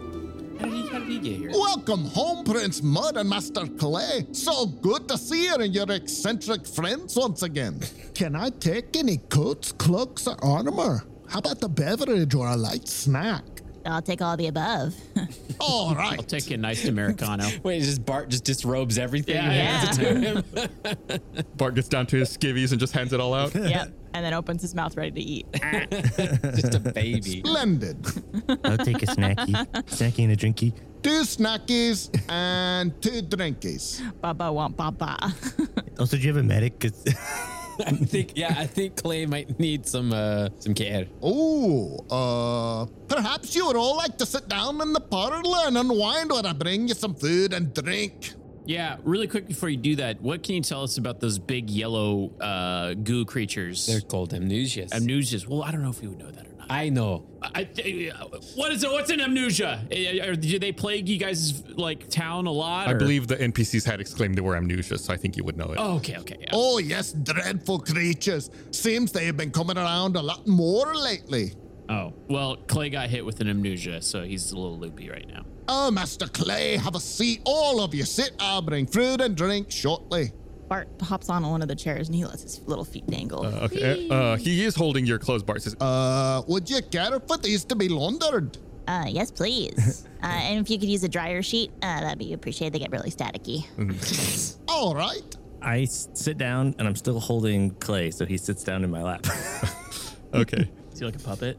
[SPEAKER 7] How did he, how did he get here?
[SPEAKER 10] Welcome home, Prince Mud and Master Clay. So good to see you and your eccentric friends once again. Can I take any coats, cloaks, or armor? How about a beverage or a light snack?
[SPEAKER 8] I'll take all the above.
[SPEAKER 10] All right.
[SPEAKER 7] I'll take a nice Americano.
[SPEAKER 6] Wait, is just Bart just disrobes everything?
[SPEAKER 7] Yeah,
[SPEAKER 6] and hands it to him?
[SPEAKER 2] Bart gets down to his skivvies and just hands it all out.
[SPEAKER 3] yep. And then opens his mouth ready to eat.
[SPEAKER 6] just a baby.
[SPEAKER 10] Splendid.
[SPEAKER 5] I'll take a snacky, snacky and a drinky.
[SPEAKER 10] Two snackies and two drinkies.
[SPEAKER 3] Baba want baba.
[SPEAKER 5] Also, do you have a medic? 'Cause-
[SPEAKER 6] I think yeah, I think Clay might need some uh some care.
[SPEAKER 10] Oh, uh, perhaps you would all like to sit down in the parlor and unwind while I bring you some food and drink.
[SPEAKER 7] Yeah, really quick before you do that, what can you tell us about those big yellow uh, goo creatures?
[SPEAKER 6] They're called amnesias.
[SPEAKER 7] amnesias. Well, I don't know if we would know that or not.
[SPEAKER 6] I know.
[SPEAKER 7] I, I- what is it? What's an amnesia? Eh, eh, Do they plague you guys like town a lot?
[SPEAKER 2] I
[SPEAKER 7] or-
[SPEAKER 2] believe the NPCs had exclaimed they were amnesia, so I think you would know it.
[SPEAKER 7] Oh, okay, okay. yeah.
[SPEAKER 10] Oh, yes, dreadful creatures. Seems they have been coming around a lot more lately.
[SPEAKER 7] Oh, well, Clay got hit with an amnesia, so he's a little loopy right now.
[SPEAKER 10] Oh, Master Clay, have a seat, all of you. Sit, I'll bring fruit and drink shortly.
[SPEAKER 3] Bart hops on one of the chairs and he lets his little feet dangle.
[SPEAKER 2] Okay. Uh, he is holding your clothes bar. It Says,
[SPEAKER 10] Uh, would you care for these to be laundered?
[SPEAKER 8] Uh, yes, please. uh, and if you could use a dryer sheet, uh, that'd be appreciated. They get really staticky.
[SPEAKER 3] Mm.
[SPEAKER 10] All right.
[SPEAKER 5] I s- sit down and I'm still holding Clay, so he sits down in my lap.
[SPEAKER 2] okay.
[SPEAKER 7] Is he like a puppet?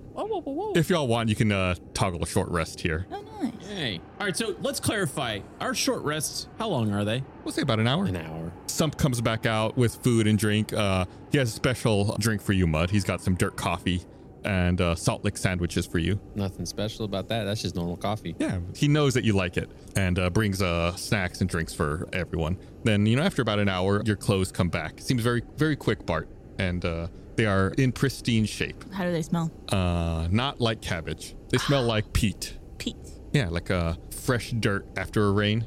[SPEAKER 2] If y'all want, you can uh, toggle a short rest here.
[SPEAKER 3] Oh, nice.
[SPEAKER 7] Hey. All right, so let's clarify. Our short rests, how long are they?
[SPEAKER 2] We'll say about an hour.
[SPEAKER 6] An hour.
[SPEAKER 2] Sump comes back out with food and drink. Uh, he has a special drink for you, Mud. He's got some dirt coffee and uh, salt lick sandwiches for you.
[SPEAKER 6] Nothing special about that. That's just normal coffee.
[SPEAKER 2] Yeah, he knows that you like it and uh, brings uh, snacks and drinks for everyone. Then, you know, after about an hour, your clothes come back. Seems very, very quick, Bart. And uh, they are in pristine shape.
[SPEAKER 3] How do they smell?
[SPEAKER 2] Uh, not like cabbage. They smell like peat.
[SPEAKER 3] Pete.
[SPEAKER 2] Yeah, like uh, fresh dirt after a rain.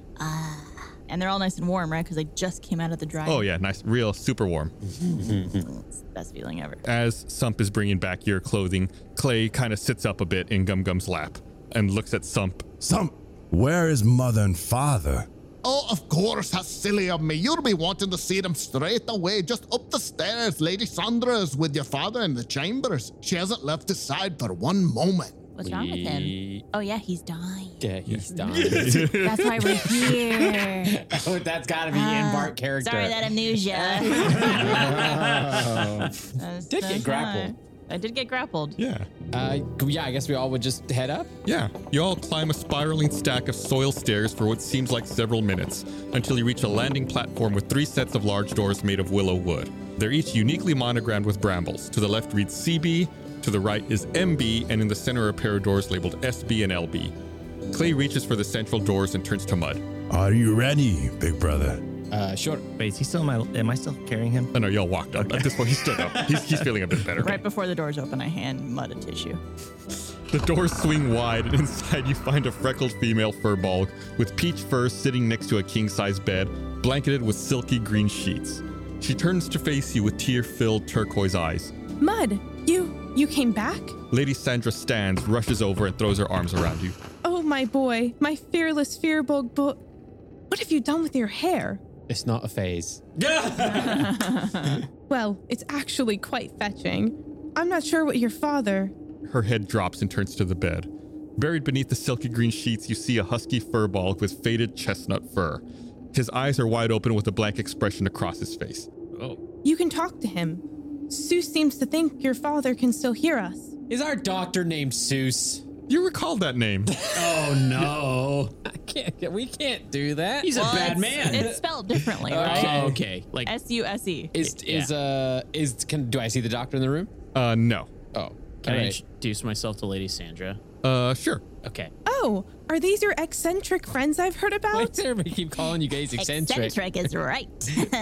[SPEAKER 3] And they're all nice and warm, right? Because they just came out of the dryer.
[SPEAKER 2] Oh, yeah, nice, real, super warm.
[SPEAKER 3] It's the best feeling ever.
[SPEAKER 2] As Sump is bringing back your clothing, Clay kind of sits up a bit in Gum Gum's lap and looks at Sump.
[SPEAKER 9] Some. Where is mother and father?
[SPEAKER 10] Oh, of course, how silly of me. You'll be wanting to see them straight away. Just up the stairs. Lady Sandra is with your father in the chambers. She hasn't left his side for one moment.
[SPEAKER 3] What's wrong with him?
[SPEAKER 7] We-
[SPEAKER 3] Oh, yeah, he's dying.
[SPEAKER 6] Yeah, he's done.
[SPEAKER 3] That's why we're here.
[SPEAKER 6] oh, that's got to be in Bart character.
[SPEAKER 8] Ah, Sorry, that amnesia.
[SPEAKER 3] That's
[SPEAKER 6] Did get
[SPEAKER 3] so
[SPEAKER 6] grappled.
[SPEAKER 3] high. I did get grappled.
[SPEAKER 2] Yeah.
[SPEAKER 6] Uh, yeah, I guess we all would just head up.
[SPEAKER 2] Yeah, you all climb a spiraling stack of soil stairs for what seems like several minutes until you reach a landing platform with three sets of large doors made of willow wood. They're each uniquely monogrammed with brambles. To the left reads CB, to the right is MB, and in the center are a pair of doors labeled SB and LB. Clay reaches for the central doors and turns to mud.
[SPEAKER 9] Are you ready, big brother?
[SPEAKER 6] Uh, sure.
[SPEAKER 5] Wait, is he still in my? Am I still carrying him?
[SPEAKER 2] Oh no, y'all walked up. At this point, he stood up. He's, he's feeling a bit better.
[SPEAKER 3] Right before the doors open, I hand Mud a tissue.
[SPEAKER 2] The doors swing wide, and inside you find a freckled female furbolg with peach fur sitting next to a king size bed, blanketed with silky green sheets. She turns to face you with tear filled turquoise eyes.
[SPEAKER 11] Mud, you you came back?
[SPEAKER 2] Lady Sandra stands, rushes over, and throws her arms around you.
[SPEAKER 11] Oh my boy, my fearless fearbog book. What have you done with your hair?
[SPEAKER 6] It's not a phase.
[SPEAKER 11] Well, it's actually quite fetching. I'm not sure what your father.
[SPEAKER 2] Her head drops and turns to the bed. Buried beneath the silky green sheets, you see a husky furbolg with faded chestnut fur. His eyes are wide open with a blank expression across his face.
[SPEAKER 11] You can talk to him. Sue seems to think your father can still hear us.
[SPEAKER 6] Is our doctor named Seuss?
[SPEAKER 2] You recall that name.
[SPEAKER 7] Oh, no.
[SPEAKER 6] I can't. We can't do that.
[SPEAKER 7] He's a bad man.
[SPEAKER 3] It's spelled differently, right?
[SPEAKER 7] Oh, okay. Like,
[SPEAKER 3] S U S E.
[SPEAKER 6] is is uh is can do I see the doctor in the room?
[SPEAKER 2] Uh, no.
[SPEAKER 6] Oh,
[SPEAKER 7] can I
[SPEAKER 6] alright.
[SPEAKER 7] introduce myself to Lady Sandra?
[SPEAKER 2] Uh, sure.
[SPEAKER 7] Okay.
[SPEAKER 11] Oh, are these your eccentric friends I've heard
[SPEAKER 3] Oh.
[SPEAKER 6] Why
[SPEAKER 11] about?
[SPEAKER 6] does everybody keep calling you guys eccentric?
[SPEAKER 8] Eccentric is right.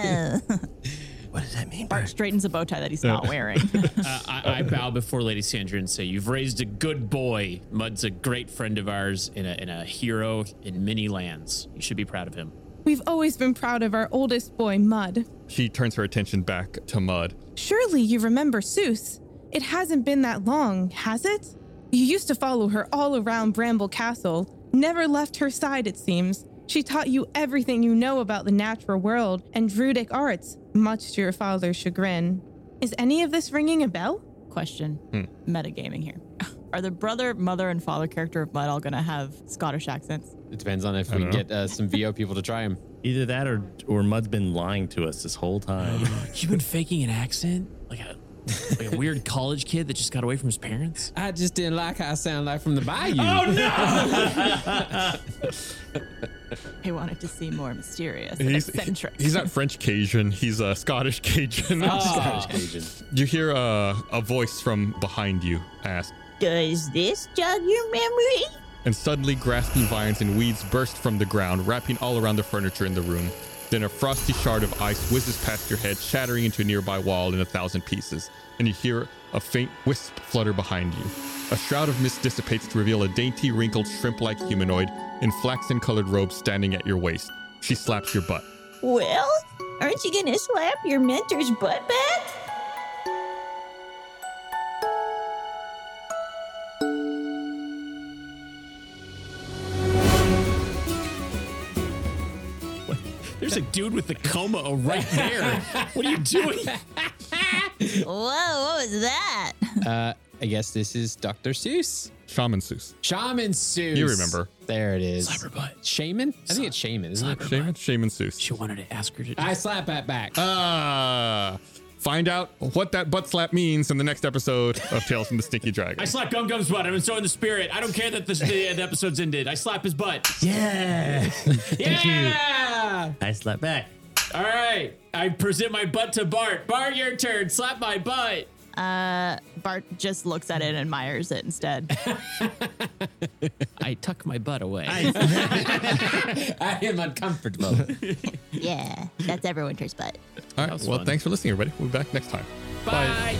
[SPEAKER 5] What does that mean?
[SPEAKER 3] Straightens a bow tie that he's not wearing.
[SPEAKER 7] Uh, I, I bow before Lady Sandra and say, You've raised a good boy. Mud's a great friend of ours and a, and a hero in many lands. You should be proud of him.
[SPEAKER 11] We've always been proud of our oldest boy, Mud.
[SPEAKER 2] She turns her attention back to Mud.
[SPEAKER 11] Surely you remember Seuss. It hasn't been that long, has it? You used to follow her all around Bramble Castle, never left her side, it seems. She taught you everything you know about the natural world and druidic arts, much to your father's chagrin. Is any of this ringing a bell?
[SPEAKER 3] Question metagaming here. Are the brother, mother, and father character of Mud all going to have Scottish accents?
[SPEAKER 6] It depends on if we can get uh, some VO people to try him.
[SPEAKER 5] Either that or or Mud's been lying to us this whole time.
[SPEAKER 7] You've been faking an accent? Like a, like a weird college kid that just got away from his parents?
[SPEAKER 6] I just didn't like how I sound like from the bayou.
[SPEAKER 3] I wanted to see more mysterious and
[SPEAKER 2] He's,
[SPEAKER 3] eccentric.
[SPEAKER 2] he's not French Cajun. He's a Scottish Cajun.
[SPEAKER 5] Ah.
[SPEAKER 2] You hear uh, a, a voice from behind you ask,
[SPEAKER 8] Does this jog your memory?
[SPEAKER 2] and suddenly grasping vines and weeds burst from the ground, wrapping all around the furniture in the room. Then a frosty shard of ice whizzes past your head, shattering into a nearby wall in a thousand pieces, and you hear a faint wisp flutter behind you. A shroud of mist dissipates to reveal a dainty, wrinkled, shrimp like humanoid in flaxen colored robes standing at your waist. She slaps your butt.
[SPEAKER 8] Well, aren't you gonna slap your mentor's butt back?
[SPEAKER 4] There's a dude with a coma right there. what are you doing?
[SPEAKER 8] Whoa, what was that?
[SPEAKER 6] Uh, I guess this is Dr. Seuss.
[SPEAKER 2] Shaman Seuss.
[SPEAKER 6] Shaman Seuss.
[SPEAKER 2] You remember.
[SPEAKER 6] There it is.
[SPEAKER 4] Cyberbutt.
[SPEAKER 6] Shaman? I think it's Shaman, isn't it?
[SPEAKER 2] Shaman, Shaman Seuss.
[SPEAKER 4] She wanted to ask her to.
[SPEAKER 6] I slap that back.
[SPEAKER 2] Ah. find out what that butt slap means in the next episode of Tales from the Stinky Dragon.
[SPEAKER 4] I slapped Gum Gum's butt. I'm so in the spirit. I don't care that this, the, the episode's ended. I slap his butt.
[SPEAKER 5] Yeah.
[SPEAKER 4] Yeah.
[SPEAKER 5] I slap back.
[SPEAKER 4] All right. I present my butt to Bart. Bart, your turn. Slap my butt.
[SPEAKER 3] Uh, Bart just looks at it and admires it instead.
[SPEAKER 4] I tuck my butt away.
[SPEAKER 6] I am uncomfortable.
[SPEAKER 8] Yeah, that's everyone's butt.
[SPEAKER 2] All right. Well,
[SPEAKER 4] fun.
[SPEAKER 2] thanks for listening, everybody. We'll be back next time.
[SPEAKER 4] Bye.